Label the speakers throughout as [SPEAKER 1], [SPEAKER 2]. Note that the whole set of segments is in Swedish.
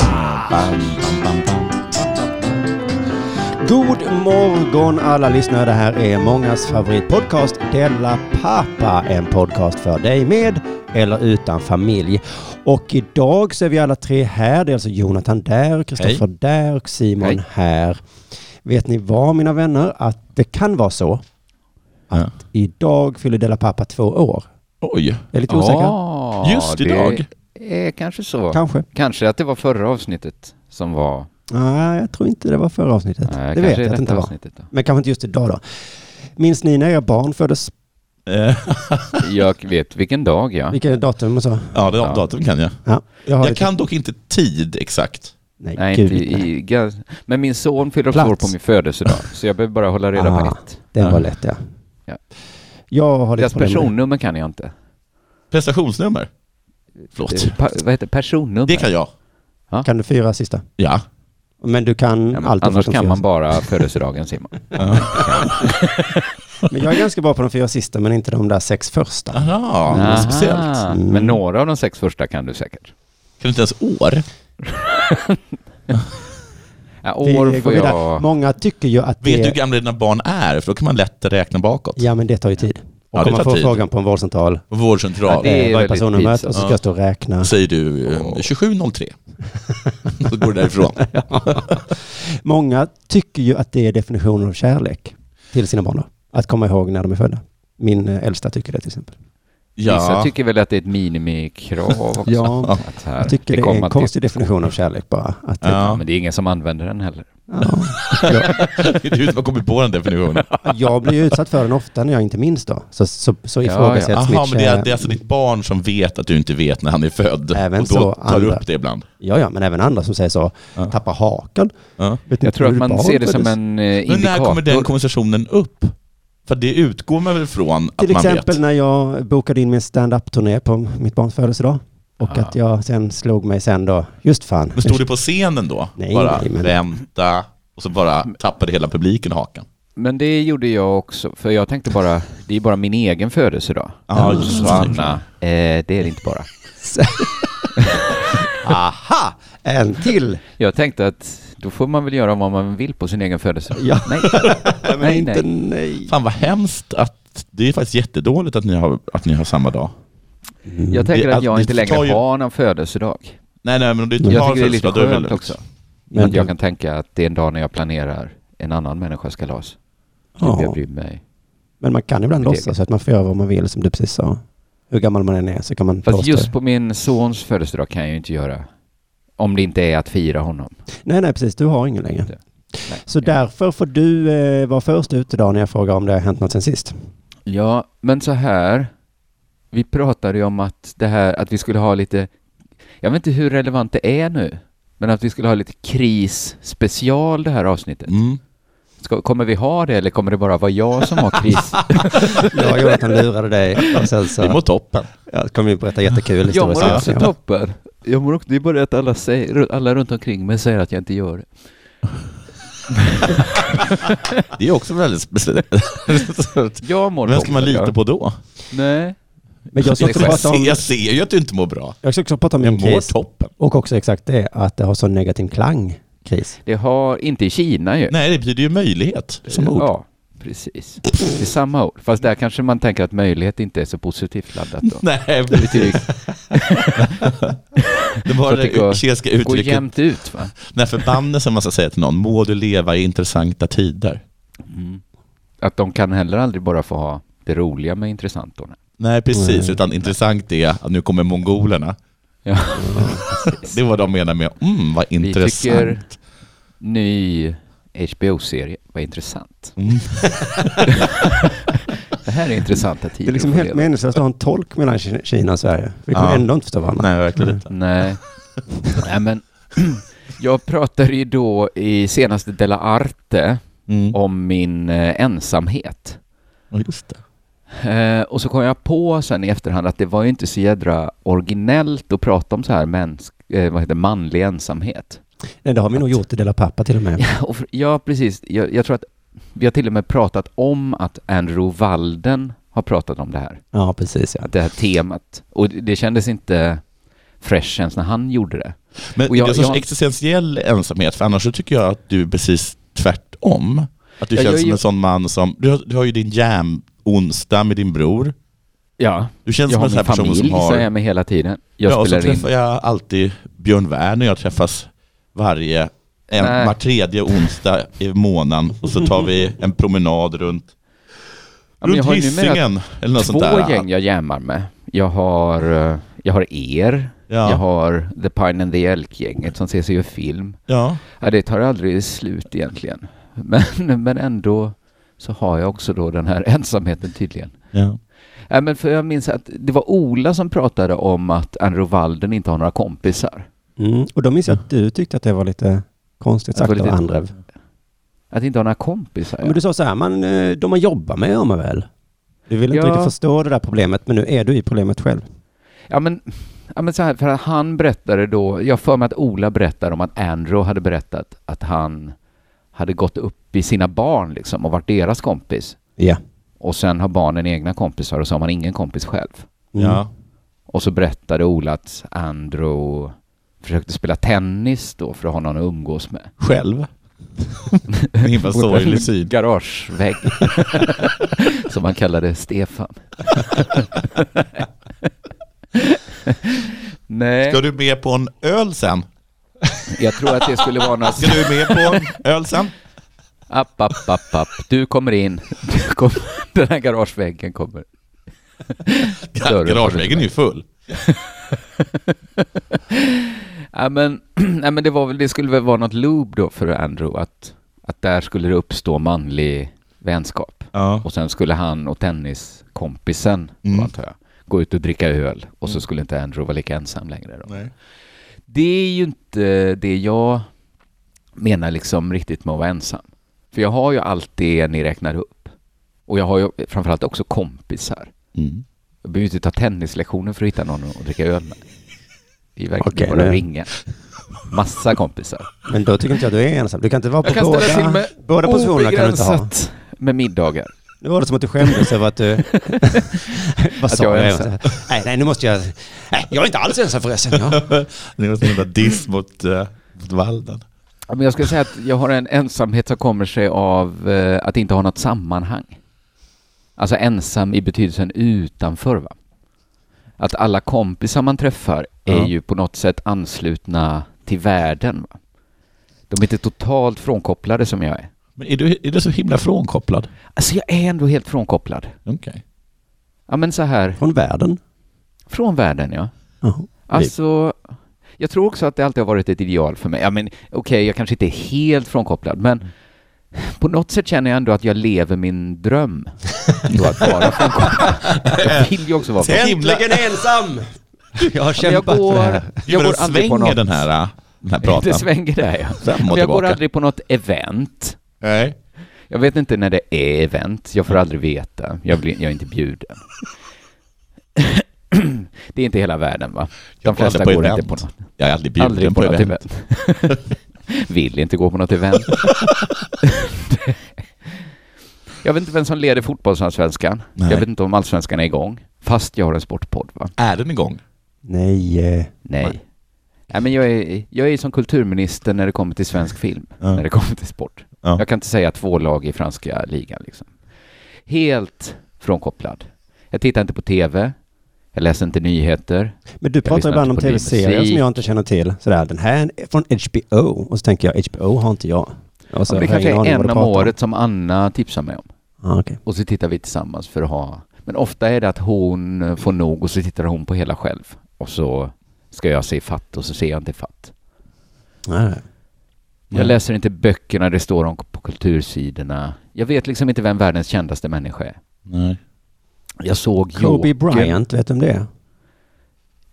[SPEAKER 1] Bam, bam, bam, bam. God morgon alla lyssnare. Det här är mångas favoritpodcast Della Pappa. En podcast för dig med eller utan familj. Och idag så är vi alla tre här. Det är alltså Jonathan där, Kristoffer där och Simon
[SPEAKER 2] Hej.
[SPEAKER 1] här. Vet ni vad mina vänner? Att det kan vara så att
[SPEAKER 3] Ja.
[SPEAKER 1] idag fyller Della Pappa två år.
[SPEAKER 3] Oj.
[SPEAKER 1] Jag är lite osäker.
[SPEAKER 2] Ah,
[SPEAKER 3] Just
[SPEAKER 2] det
[SPEAKER 3] idag.
[SPEAKER 2] Är kanske så.
[SPEAKER 1] Kanske.
[SPEAKER 2] Kanske att det var förra avsnittet som var...
[SPEAKER 1] Nej, jag tror inte det var förra avsnittet.
[SPEAKER 2] Nej,
[SPEAKER 1] det
[SPEAKER 2] kanske
[SPEAKER 1] vet
[SPEAKER 2] är
[SPEAKER 1] jag att det
[SPEAKER 2] detta
[SPEAKER 1] inte var.
[SPEAKER 2] avsnittet då.
[SPEAKER 1] Men kanske inte just idag då. Minns ni när era barn föddes?
[SPEAKER 3] Eh,
[SPEAKER 2] Jag vet vilken dag, ja.
[SPEAKER 1] Vilket datum och så?
[SPEAKER 3] Ja, det
[SPEAKER 2] Ja.
[SPEAKER 3] datum kan jag.
[SPEAKER 1] Ja, har
[SPEAKER 3] Jag
[SPEAKER 1] lite-
[SPEAKER 3] kan dock inte tid exakt.
[SPEAKER 1] Nej,
[SPEAKER 2] Nej,
[SPEAKER 1] gud.
[SPEAKER 2] inte i, gas- men min son fyller också
[SPEAKER 1] Plats.
[SPEAKER 2] år på min födelsedag, så jag behöver bara hålla reda på
[SPEAKER 1] Ah,
[SPEAKER 2] ett.
[SPEAKER 1] Den var
[SPEAKER 3] Ja.
[SPEAKER 1] lätt ja.
[SPEAKER 2] Ja.
[SPEAKER 1] Jag har lite
[SPEAKER 2] Deras
[SPEAKER 1] problem med
[SPEAKER 2] personnummer kan jag inte.
[SPEAKER 3] Prestationsnummer. Förlåt.
[SPEAKER 2] Eh, Pa, vad heter personnummer?
[SPEAKER 3] Det kan jag.
[SPEAKER 1] det. Kan du fyra sista?
[SPEAKER 3] Ja.
[SPEAKER 1] Men du kan
[SPEAKER 2] Ja, men
[SPEAKER 1] allt
[SPEAKER 2] annars
[SPEAKER 1] förutom
[SPEAKER 2] kan
[SPEAKER 1] fyra
[SPEAKER 2] man
[SPEAKER 1] sista.
[SPEAKER 2] bara födelsedagen, Simon.
[SPEAKER 1] Men jag är ganska bra på de fyra sista men inte de där sex första.
[SPEAKER 3] Aha,
[SPEAKER 2] Aha.
[SPEAKER 3] vad speciellt.
[SPEAKER 1] Mm.
[SPEAKER 2] Ah. Men några av de sex första kan du säkert.
[SPEAKER 3] Kan du inte ens år?
[SPEAKER 2] Ja,
[SPEAKER 1] Vi
[SPEAKER 2] år
[SPEAKER 1] går
[SPEAKER 2] får
[SPEAKER 1] vidare.
[SPEAKER 2] jag...
[SPEAKER 1] Många tycker ju att
[SPEAKER 3] Vet
[SPEAKER 1] det...
[SPEAKER 3] du hur gamla dina barn är? För då kan man lätt räkna bakåt.
[SPEAKER 1] Ja men det tar ju tid. Och
[SPEAKER 3] Ja, det
[SPEAKER 1] om man
[SPEAKER 3] tar
[SPEAKER 1] får
[SPEAKER 3] tid.
[SPEAKER 1] frågan på en vårdcentral,
[SPEAKER 3] På vårdcentral.
[SPEAKER 2] Ja, det är
[SPEAKER 1] eh, vad är
[SPEAKER 2] väldigt
[SPEAKER 1] personnumret?
[SPEAKER 2] tidsamt.
[SPEAKER 1] Och så ska jag stå och räkna.
[SPEAKER 3] Säger du eh, 2703. Då går det därifrån.
[SPEAKER 1] Många tycker ju att det är definitionen av kärlek till sina barn då. Att komma ihåg när de är födda. Min eh, äldsta tycker det till exempel.
[SPEAKER 2] Vissa
[SPEAKER 3] Ja.
[SPEAKER 2] tycker väl att det är ett minimikrav också.
[SPEAKER 1] Ja,
[SPEAKER 2] att här,
[SPEAKER 1] jag tycker det,
[SPEAKER 2] kommer
[SPEAKER 1] är en
[SPEAKER 2] att-
[SPEAKER 1] konstig definition av kärlek bara. Att det,
[SPEAKER 2] Ja,
[SPEAKER 3] ja.
[SPEAKER 2] men det är ingen som använder den heller.
[SPEAKER 1] ja.
[SPEAKER 3] Det är du som har kommit på den definitionen.
[SPEAKER 1] Jag blir ju utsatt för den ofta när jag inte minns då. Så, så, så ifrågasätts
[SPEAKER 2] ja.
[SPEAKER 1] mitt
[SPEAKER 3] Jaha, men det är,
[SPEAKER 1] kär-
[SPEAKER 3] det är alltså ditt barn som vet att du inte vet när han är född.
[SPEAKER 1] Även
[SPEAKER 3] och
[SPEAKER 1] så
[SPEAKER 3] då tar du
[SPEAKER 1] andra.
[SPEAKER 3] upp det ibland.
[SPEAKER 1] Ja, ja, men även andra som säger så.
[SPEAKER 3] Ja.
[SPEAKER 1] Tappa hakan.
[SPEAKER 3] Ja.
[SPEAKER 1] Vet
[SPEAKER 2] Jag
[SPEAKER 1] inte
[SPEAKER 2] tror
[SPEAKER 1] hur
[SPEAKER 2] att man
[SPEAKER 1] barn
[SPEAKER 2] ser det som
[SPEAKER 1] föddes.
[SPEAKER 2] en eh,
[SPEAKER 3] Men när
[SPEAKER 2] indikator.
[SPEAKER 3] kommer den konversationen upp? För det utgår man väl från att
[SPEAKER 1] Till
[SPEAKER 3] man
[SPEAKER 1] exempel
[SPEAKER 3] vet?
[SPEAKER 1] när jag bokade in min stand-up-turné på mitt barns födelsedag. Och
[SPEAKER 2] Ja.
[SPEAKER 1] att jag sen slog mig sen då, just fan.
[SPEAKER 3] Men Ah. stod du på scenen då?
[SPEAKER 1] Nej,
[SPEAKER 3] bara
[SPEAKER 1] nej, men-
[SPEAKER 3] vänta, och så bara
[SPEAKER 2] Mm.
[SPEAKER 3] tappade hela publiken hakan.
[SPEAKER 2] Men det gjorde jag också, för jag tänkte bara, det är bara min egen födelsedag.
[SPEAKER 3] Ja, just det.
[SPEAKER 2] Så Anna, eh, det är det inte bara.
[SPEAKER 1] Aha! En till!
[SPEAKER 2] Jag tänkte att då får man väl göra vad man vill på sin egen födelsedag.
[SPEAKER 1] Ja.
[SPEAKER 2] Nej,
[SPEAKER 1] Men
[SPEAKER 2] nej,
[SPEAKER 1] inte
[SPEAKER 2] nej.
[SPEAKER 1] nej.
[SPEAKER 3] Fan vad hemskt att det är faktiskt jättedåligt att ni har, att ni har samma dag.
[SPEAKER 1] Mm.
[SPEAKER 2] Jag tänker
[SPEAKER 3] Det-
[SPEAKER 2] att jag
[SPEAKER 3] det
[SPEAKER 2] inte
[SPEAKER 3] tar
[SPEAKER 2] längre
[SPEAKER 3] ju-
[SPEAKER 2] har någon födelsedag.
[SPEAKER 3] Nej, nej, men om du inte
[SPEAKER 2] Jag
[SPEAKER 3] har
[SPEAKER 2] tycker det är lite
[SPEAKER 3] födelsedag, då är
[SPEAKER 2] skönt
[SPEAKER 3] väl-
[SPEAKER 2] också.
[SPEAKER 1] Men-
[SPEAKER 2] Att jag kan tänka att det är en dag när jag planerar en annan människas kalas. Ja. Jag
[SPEAKER 1] Ja.
[SPEAKER 2] bryr mig.
[SPEAKER 1] Men man kan ibland
[SPEAKER 2] Mitt
[SPEAKER 1] låtsas att man får göra vad man vill, som du precis sa. Hur gammal man än är så kan man
[SPEAKER 2] Fast
[SPEAKER 1] påstå det.
[SPEAKER 2] just på min sons födelsedag kan jag ju inte göra. Om det inte är att fira honom.
[SPEAKER 1] Nej, nej, precis. Du har ingen längre.
[SPEAKER 2] Det- Nej.
[SPEAKER 1] Så därför får du eh, vara först ut idag när jag frågar om det har hänt något sen sist.
[SPEAKER 2] Ja, men så här. Vi pratade ju om att det här att vi skulle ha lite, jag vet inte hur relevant det är nu, men att vi skulle ha lite krisspecial det här avsnittet.
[SPEAKER 3] Mm.
[SPEAKER 2] Ska, kommer vi ha det eller kommer det bara vara jag som har kris?
[SPEAKER 1] Jag och Jonathan lurade dig och sen
[SPEAKER 3] Det mår
[SPEAKER 1] så
[SPEAKER 3] toppen.
[SPEAKER 1] ja, kommer vi berätta jättekul
[SPEAKER 2] jag
[SPEAKER 1] historia.
[SPEAKER 2] mår
[SPEAKER 1] sen.
[SPEAKER 2] också
[SPEAKER 1] Ja.
[SPEAKER 2] toppen. Jag mår också, det är bara det att alla, säger, alla runt omkring mig säger att jag inte gör det.
[SPEAKER 3] Det är också väldigt speciellt.
[SPEAKER 2] Jag mår
[SPEAKER 3] Vem ska man
[SPEAKER 2] toppen, ja.
[SPEAKER 3] lita på då?
[SPEAKER 2] Nej.
[SPEAKER 1] Men jag ska också
[SPEAKER 3] Jag
[SPEAKER 1] prata om,
[SPEAKER 3] ser, jag ser ju att du inte mår bra.
[SPEAKER 1] jag ska också prata om
[SPEAKER 3] Jag
[SPEAKER 1] min
[SPEAKER 3] mår
[SPEAKER 1] kris
[SPEAKER 3] toppen.
[SPEAKER 1] och också exakt det att det har så negativ klang, kris.
[SPEAKER 2] Det har, inte i Kina ju.
[SPEAKER 3] Nej, det betyder ju möjlighet som ord.
[SPEAKER 2] Ja, precis. Det är samma ord. Fast där kanske man tänker att möjlighet inte är så positivt laddat då.
[SPEAKER 3] Nej,
[SPEAKER 2] Det betyder
[SPEAKER 3] det var
[SPEAKER 2] Så tycker jag-
[SPEAKER 3] det kinesiska
[SPEAKER 2] gå
[SPEAKER 3] uttrycket
[SPEAKER 2] jämnt ut va?
[SPEAKER 3] När förbannelsen man ska säga till någon, må du leva i intressanta tider.
[SPEAKER 2] Mm. Att de kan heller aldrig bara få ha det roliga med intressantorna.
[SPEAKER 3] Nej, precis.
[SPEAKER 1] Nej.
[SPEAKER 3] Utan intressant är att nu kommer mongolerna.
[SPEAKER 2] Ja.
[SPEAKER 3] Det var de menar med, mm, vad
[SPEAKER 2] Vi
[SPEAKER 3] intressant.
[SPEAKER 2] tycker ny HBO-serie var intressant.
[SPEAKER 3] Mm.
[SPEAKER 2] Det här är intressanta tider.
[SPEAKER 1] Det är liksom
[SPEAKER 2] att få
[SPEAKER 1] helt
[SPEAKER 2] leva.
[SPEAKER 1] meningslöst att ha en tolk mellan Ki- Kina och Sverige. Vi kommer
[SPEAKER 3] Ja.
[SPEAKER 1] ändå inte förstå varandra.
[SPEAKER 3] Nej, verkligen inte.
[SPEAKER 2] Nej. Nej men jag pratade ju då i senaste Della Arte
[SPEAKER 3] Mm.
[SPEAKER 2] om min eh, ensamhet.
[SPEAKER 3] Ja, Just det.
[SPEAKER 2] Eh, och så kom jag på sen i efterhand att det var ju inte så jädra originellt att prata om så här mänsk, eh, vad heter, det, manlig ensamhet.
[SPEAKER 1] Nej, det har vi nog gjort i Dela Pappa till och med.
[SPEAKER 2] Ja, och för, ja precis. Jag, jag tror att vi har till och med pratat om att Andrew Walden har pratat om det här,
[SPEAKER 1] Ja, precis. Ja.
[SPEAKER 2] att det här temat. Och det, det kändes inte... fresh ens när han gjorde det.
[SPEAKER 3] Men
[SPEAKER 2] Och jag-
[SPEAKER 3] det är en sorts
[SPEAKER 2] jag-
[SPEAKER 3] existentiell ensamhet, för annars så tycker jag att du är precis tvärtom. Att du
[SPEAKER 2] Ja, jag
[SPEAKER 3] känns
[SPEAKER 2] är
[SPEAKER 3] som
[SPEAKER 2] ju-
[SPEAKER 3] en sån man som, du har, du har ju din jam-onsdag med din bror.
[SPEAKER 2] Ja,
[SPEAKER 3] Du känns
[SPEAKER 2] jag
[SPEAKER 3] som
[SPEAKER 2] har
[SPEAKER 3] en sån här
[SPEAKER 2] min
[SPEAKER 3] person
[SPEAKER 2] familj
[SPEAKER 3] som
[SPEAKER 2] som
[SPEAKER 3] har...
[SPEAKER 2] är med hela tiden. Jag
[SPEAKER 3] ja, och så
[SPEAKER 2] spelar in.
[SPEAKER 3] träffar jag alltid Björn Werner, jag träffas varje, en,
[SPEAKER 2] Nej.
[SPEAKER 3] var tredje onsdag i månaden och så tar vi en promenad runt,
[SPEAKER 2] Ja, men jag
[SPEAKER 3] runt
[SPEAKER 2] har ju numera
[SPEAKER 3] Hisingen eller något sånt där.
[SPEAKER 2] två gäng jag jammar med. Jag har, eh, jag har er,
[SPEAKER 3] Ja,
[SPEAKER 2] jag har The Pine and the Elk-gänget som ses och gör film.
[SPEAKER 3] ja.
[SPEAKER 2] Ja, det tar aldrig slut egentligen. Men, men ändå så har jag också då den här ensamheten tydligen.
[SPEAKER 3] ja.
[SPEAKER 2] Ja, men för jag minns att det var Ola som pratade om att Andrew Walden inte har några kompisar.
[SPEAKER 1] Mm. Och då minns jag att du tyckte att det var lite konstigt
[SPEAKER 2] Det var
[SPEAKER 1] sagt av
[SPEAKER 2] Alltså, lite-
[SPEAKER 1] Andrev.
[SPEAKER 2] Att inte ha några kompisar.
[SPEAKER 1] Men du sa så här, man, eh, de man jobbar med gör man väl? Du vill inte
[SPEAKER 2] Ja.
[SPEAKER 1] riktigt förstå det där problemet, men nu är du i problemet själv.
[SPEAKER 2] Ja men, ja, men så här, för att han berättade då, jag har för mig att Ola berättade om att Andrew hade berättat att han hade gått upp i sina barn liksom och varit deras kompis.
[SPEAKER 1] Ja.
[SPEAKER 2] Och sen har barnen egna kompisar och så har man ingen kompis själv.
[SPEAKER 1] Mm.
[SPEAKER 3] ja.
[SPEAKER 2] Och så berättade Ola att Andrew försökte spela tennis då för att ha någon att umgås med.
[SPEAKER 3] Själv. Himla sorglig syn.
[SPEAKER 2] Garagevägg. Som han kallade Stefan. Nej,
[SPEAKER 3] Ska du med på en öl sen?
[SPEAKER 2] jag tror att det skulle vara några...
[SPEAKER 3] Ska du med på en öl sen?
[SPEAKER 2] App, app, app, app. Du kommer in. Du kom... Den här garageväggen kommer. Dörren får
[SPEAKER 3] Garageväggen är ju full.
[SPEAKER 2] Ja, men, ja, men det, var väl, det skulle väl vara något loop då för Andrew att, att där skulle det uppstå manlig vänskap.
[SPEAKER 3] Ja.
[SPEAKER 2] Och sen skulle han och tenniskompisen,
[SPEAKER 3] Mm.
[SPEAKER 2] då antar jag, gå ut och dricka öl. Och så skulle inte Andrew vara lika ensam längre då.
[SPEAKER 3] Nej.
[SPEAKER 2] Det är ju inte det jag menar liksom riktigt med att vara ensam. För jag har ju allt det ni räknar upp. Och jag har ju framförallt också kompisar.
[SPEAKER 3] Mm.
[SPEAKER 2] Jag behöver ju inte ta tennislektioner för att hitta någon att dricka öl med. Det är verkligen
[SPEAKER 1] Okej,
[SPEAKER 2] bara
[SPEAKER 1] nu-
[SPEAKER 2] att ringa. Massa kompisar.
[SPEAKER 1] Men då tycker inte jag att du är ensam. Du kan inte vara på
[SPEAKER 2] Jag kan ställa till
[SPEAKER 1] båda,
[SPEAKER 2] med
[SPEAKER 1] båda positionerna. Kan du inte ha.
[SPEAKER 2] Obegränsat med middagar.
[SPEAKER 1] Nu var det som att du skämdes över att du... Vad
[SPEAKER 2] Att
[SPEAKER 1] sa
[SPEAKER 2] jag är
[SPEAKER 1] jag?
[SPEAKER 2] ensam.
[SPEAKER 1] Nej, nej, nu måste jag... Nej, jag är inte alls ensam förresten. Ja.
[SPEAKER 3] Det var en sån jävla diss mot, eh, mot Walden.
[SPEAKER 2] Ja, Men jag skulle säga att jag har en ensamhet som kommer sig av eh, att inte ha något sammanhang. Alltså ensam i betydelsen utanför va. Att alla kompisar man träffar är
[SPEAKER 3] Ja.
[SPEAKER 2] ju på något sätt anslutna till världen va. De är inte totalt frånkopplade som jag är.
[SPEAKER 3] Men är du, är du så himla frånkopplad?
[SPEAKER 2] Alltså jag är ändå helt frånkopplad.
[SPEAKER 3] Okej.
[SPEAKER 2] Ja men så här,
[SPEAKER 1] Från världen.
[SPEAKER 2] från världen ja.
[SPEAKER 1] Ja.
[SPEAKER 2] Alltså, jag tror också att det alltid har varit ett ideal för mig. Ja, men okej, jag kanske inte är helt frånkopplad, men
[SPEAKER 3] Mm.
[SPEAKER 2] på något sätt känner jag ändå att jag lever min dröm. Då att vara frånkopplad. Jag vill ju också vara frånkopplad.
[SPEAKER 1] Äntligen ensam! Jag har
[SPEAKER 2] Men jag
[SPEAKER 1] kämpat
[SPEAKER 2] går,
[SPEAKER 1] för det här.
[SPEAKER 2] jag går aldrig på
[SPEAKER 3] svänger
[SPEAKER 2] något.
[SPEAKER 3] den här, eh, den här
[SPEAKER 2] Det
[SPEAKER 3] pratan.
[SPEAKER 2] svänger där ja.
[SPEAKER 3] Fram och
[SPEAKER 2] Men jag går
[SPEAKER 3] tillbaka.
[SPEAKER 2] aldrig på något event.
[SPEAKER 3] Nej.
[SPEAKER 2] Jag vet inte när det är event. Jag får
[SPEAKER 3] Mm.
[SPEAKER 2] aldrig veta. Jag, blir, jag är inte bjuden. Det är inte hela världen va? De
[SPEAKER 3] Jag går aldrig
[SPEAKER 2] flesta
[SPEAKER 3] på
[SPEAKER 2] går inte
[SPEAKER 3] event.
[SPEAKER 2] på något.
[SPEAKER 3] Jag är aldrig bjuden
[SPEAKER 2] Aldrig
[SPEAKER 3] på event.
[SPEAKER 2] event. Vill inte gå på något event. jag vet inte vem som leder fotbollsallsvenskan.
[SPEAKER 3] Nej.
[SPEAKER 2] Jag vet inte om allsvenskan är igång. Fast jag har en sportpodd va?
[SPEAKER 3] Är den igång?
[SPEAKER 1] Nej. eh,
[SPEAKER 2] Nej.
[SPEAKER 3] Nej.
[SPEAKER 2] Nej. men jag är, jag är som kulturminister när det kommer till svensk film.
[SPEAKER 3] Ja.
[SPEAKER 2] När det kommer till sport.
[SPEAKER 3] Ja.
[SPEAKER 2] Jag kan inte säga två lag i franska ligan liksom. Helt frånkopplad. Jag tittar inte på tv. Jag läser inte nyheter.
[SPEAKER 1] Men du pratar
[SPEAKER 2] lyssnar
[SPEAKER 1] ibland om
[SPEAKER 2] inte på din
[SPEAKER 1] tv-serier
[SPEAKER 2] musik.
[SPEAKER 1] som jag inte känner till. Sådär, den här är från HBO. Och så tänker jag, HBO har inte jag. Och så
[SPEAKER 2] Ja, men det
[SPEAKER 1] har jag
[SPEAKER 2] kanske
[SPEAKER 1] ingen
[SPEAKER 2] är
[SPEAKER 1] aning vad
[SPEAKER 2] en
[SPEAKER 1] du
[SPEAKER 2] om
[SPEAKER 1] pratar om.
[SPEAKER 2] året som Anna tipsar mig om.
[SPEAKER 1] Ja, Ah, okej.
[SPEAKER 2] Och så tittar vi tillsammans för att ha... Men ofta är det att hon eh, får nog och så tittar hon på hela själv. Och så ska jag se fatt och så ser jag inte fatt.
[SPEAKER 1] Nej.
[SPEAKER 2] Jag läser inte böckerna det står om på kultursidorna. Jag vet liksom inte vem världens kändaste människa är.
[SPEAKER 3] Nej.
[SPEAKER 2] Jag såg
[SPEAKER 1] Kobe
[SPEAKER 2] Jokern.
[SPEAKER 1] Bryant, vet du om det är?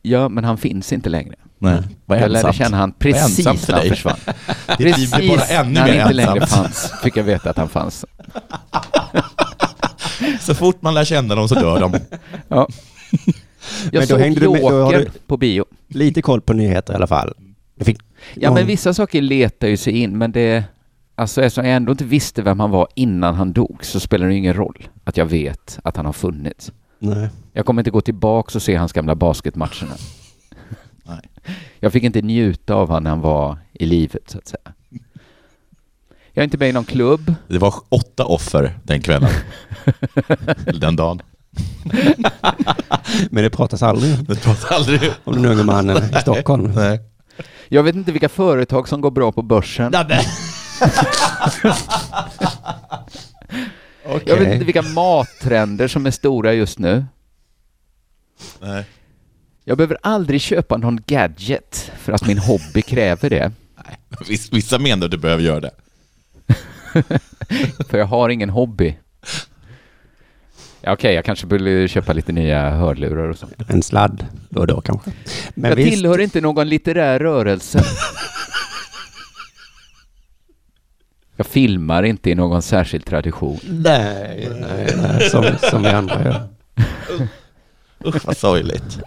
[SPEAKER 2] Ja, men han finns inte längre.
[SPEAKER 3] Nej. Vad
[SPEAKER 2] jag lärde
[SPEAKER 3] ensamt.
[SPEAKER 2] känna han
[SPEAKER 3] Vad
[SPEAKER 2] precis
[SPEAKER 3] ensamt för
[SPEAKER 2] när han
[SPEAKER 3] dig.
[SPEAKER 2] försvann.
[SPEAKER 3] Ditt liv blir bara ännu
[SPEAKER 2] när han
[SPEAKER 3] mer
[SPEAKER 2] inte längre
[SPEAKER 3] ensamt.
[SPEAKER 2] fanns fick jag veta att han fanns.
[SPEAKER 3] Så fort man lär känna dem så dör de.
[SPEAKER 2] Ja.
[SPEAKER 1] Men då
[SPEAKER 2] Jag såg
[SPEAKER 1] hängde du med- då har
[SPEAKER 2] Jokern
[SPEAKER 1] du-
[SPEAKER 2] på bio.
[SPEAKER 1] Lite koll på nyheter i alla fall. Jag fick
[SPEAKER 2] Ja, men
[SPEAKER 1] någon-
[SPEAKER 2] vissa saker letar ju sig in, men det... Alltså eftersom jag ändå inte visste vem han var innan han dog så spelar det ju ingen roll att jag vet att han har funnits.
[SPEAKER 1] Nej.
[SPEAKER 2] Jag kommer inte gå tillbaka och se hans gamla basketmatcherna.
[SPEAKER 3] Nej.
[SPEAKER 2] Jag fick inte njuta av honom när han var i livet, så att säga. Jag är inte med i någon klubb.
[SPEAKER 3] Det var åtta offer den kvällen. Eller den dagen.
[SPEAKER 1] Men det pratas aldrig
[SPEAKER 3] Det pratade aldrig
[SPEAKER 1] om den unge mannen i Stockholm.
[SPEAKER 3] Nej.
[SPEAKER 2] Jag vet inte vilka företag som går bra på börsen. Jag vet inte vilka mattrender som är stora just nu.
[SPEAKER 3] Nej.
[SPEAKER 2] Jag behöver aldrig köpa någon gadget för att min hobby kräver det.
[SPEAKER 3] Viss- Vissa menar att du behöver göra det.
[SPEAKER 2] För jag har ingen hobby. Ja, Okej, jag kanske borde köpa lite nya hörlurar och sånt.
[SPEAKER 1] En sladd då och då kanske. Men
[SPEAKER 2] Jag
[SPEAKER 1] visst,
[SPEAKER 2] tillhör inte någon litterär rörelse. Jag filmar inte i någon särskild tradition.
[SPEAKER 1] nej, nej, nej, som, som vi andra gör.
[SPEAKER 3] Usch vad sorgligt.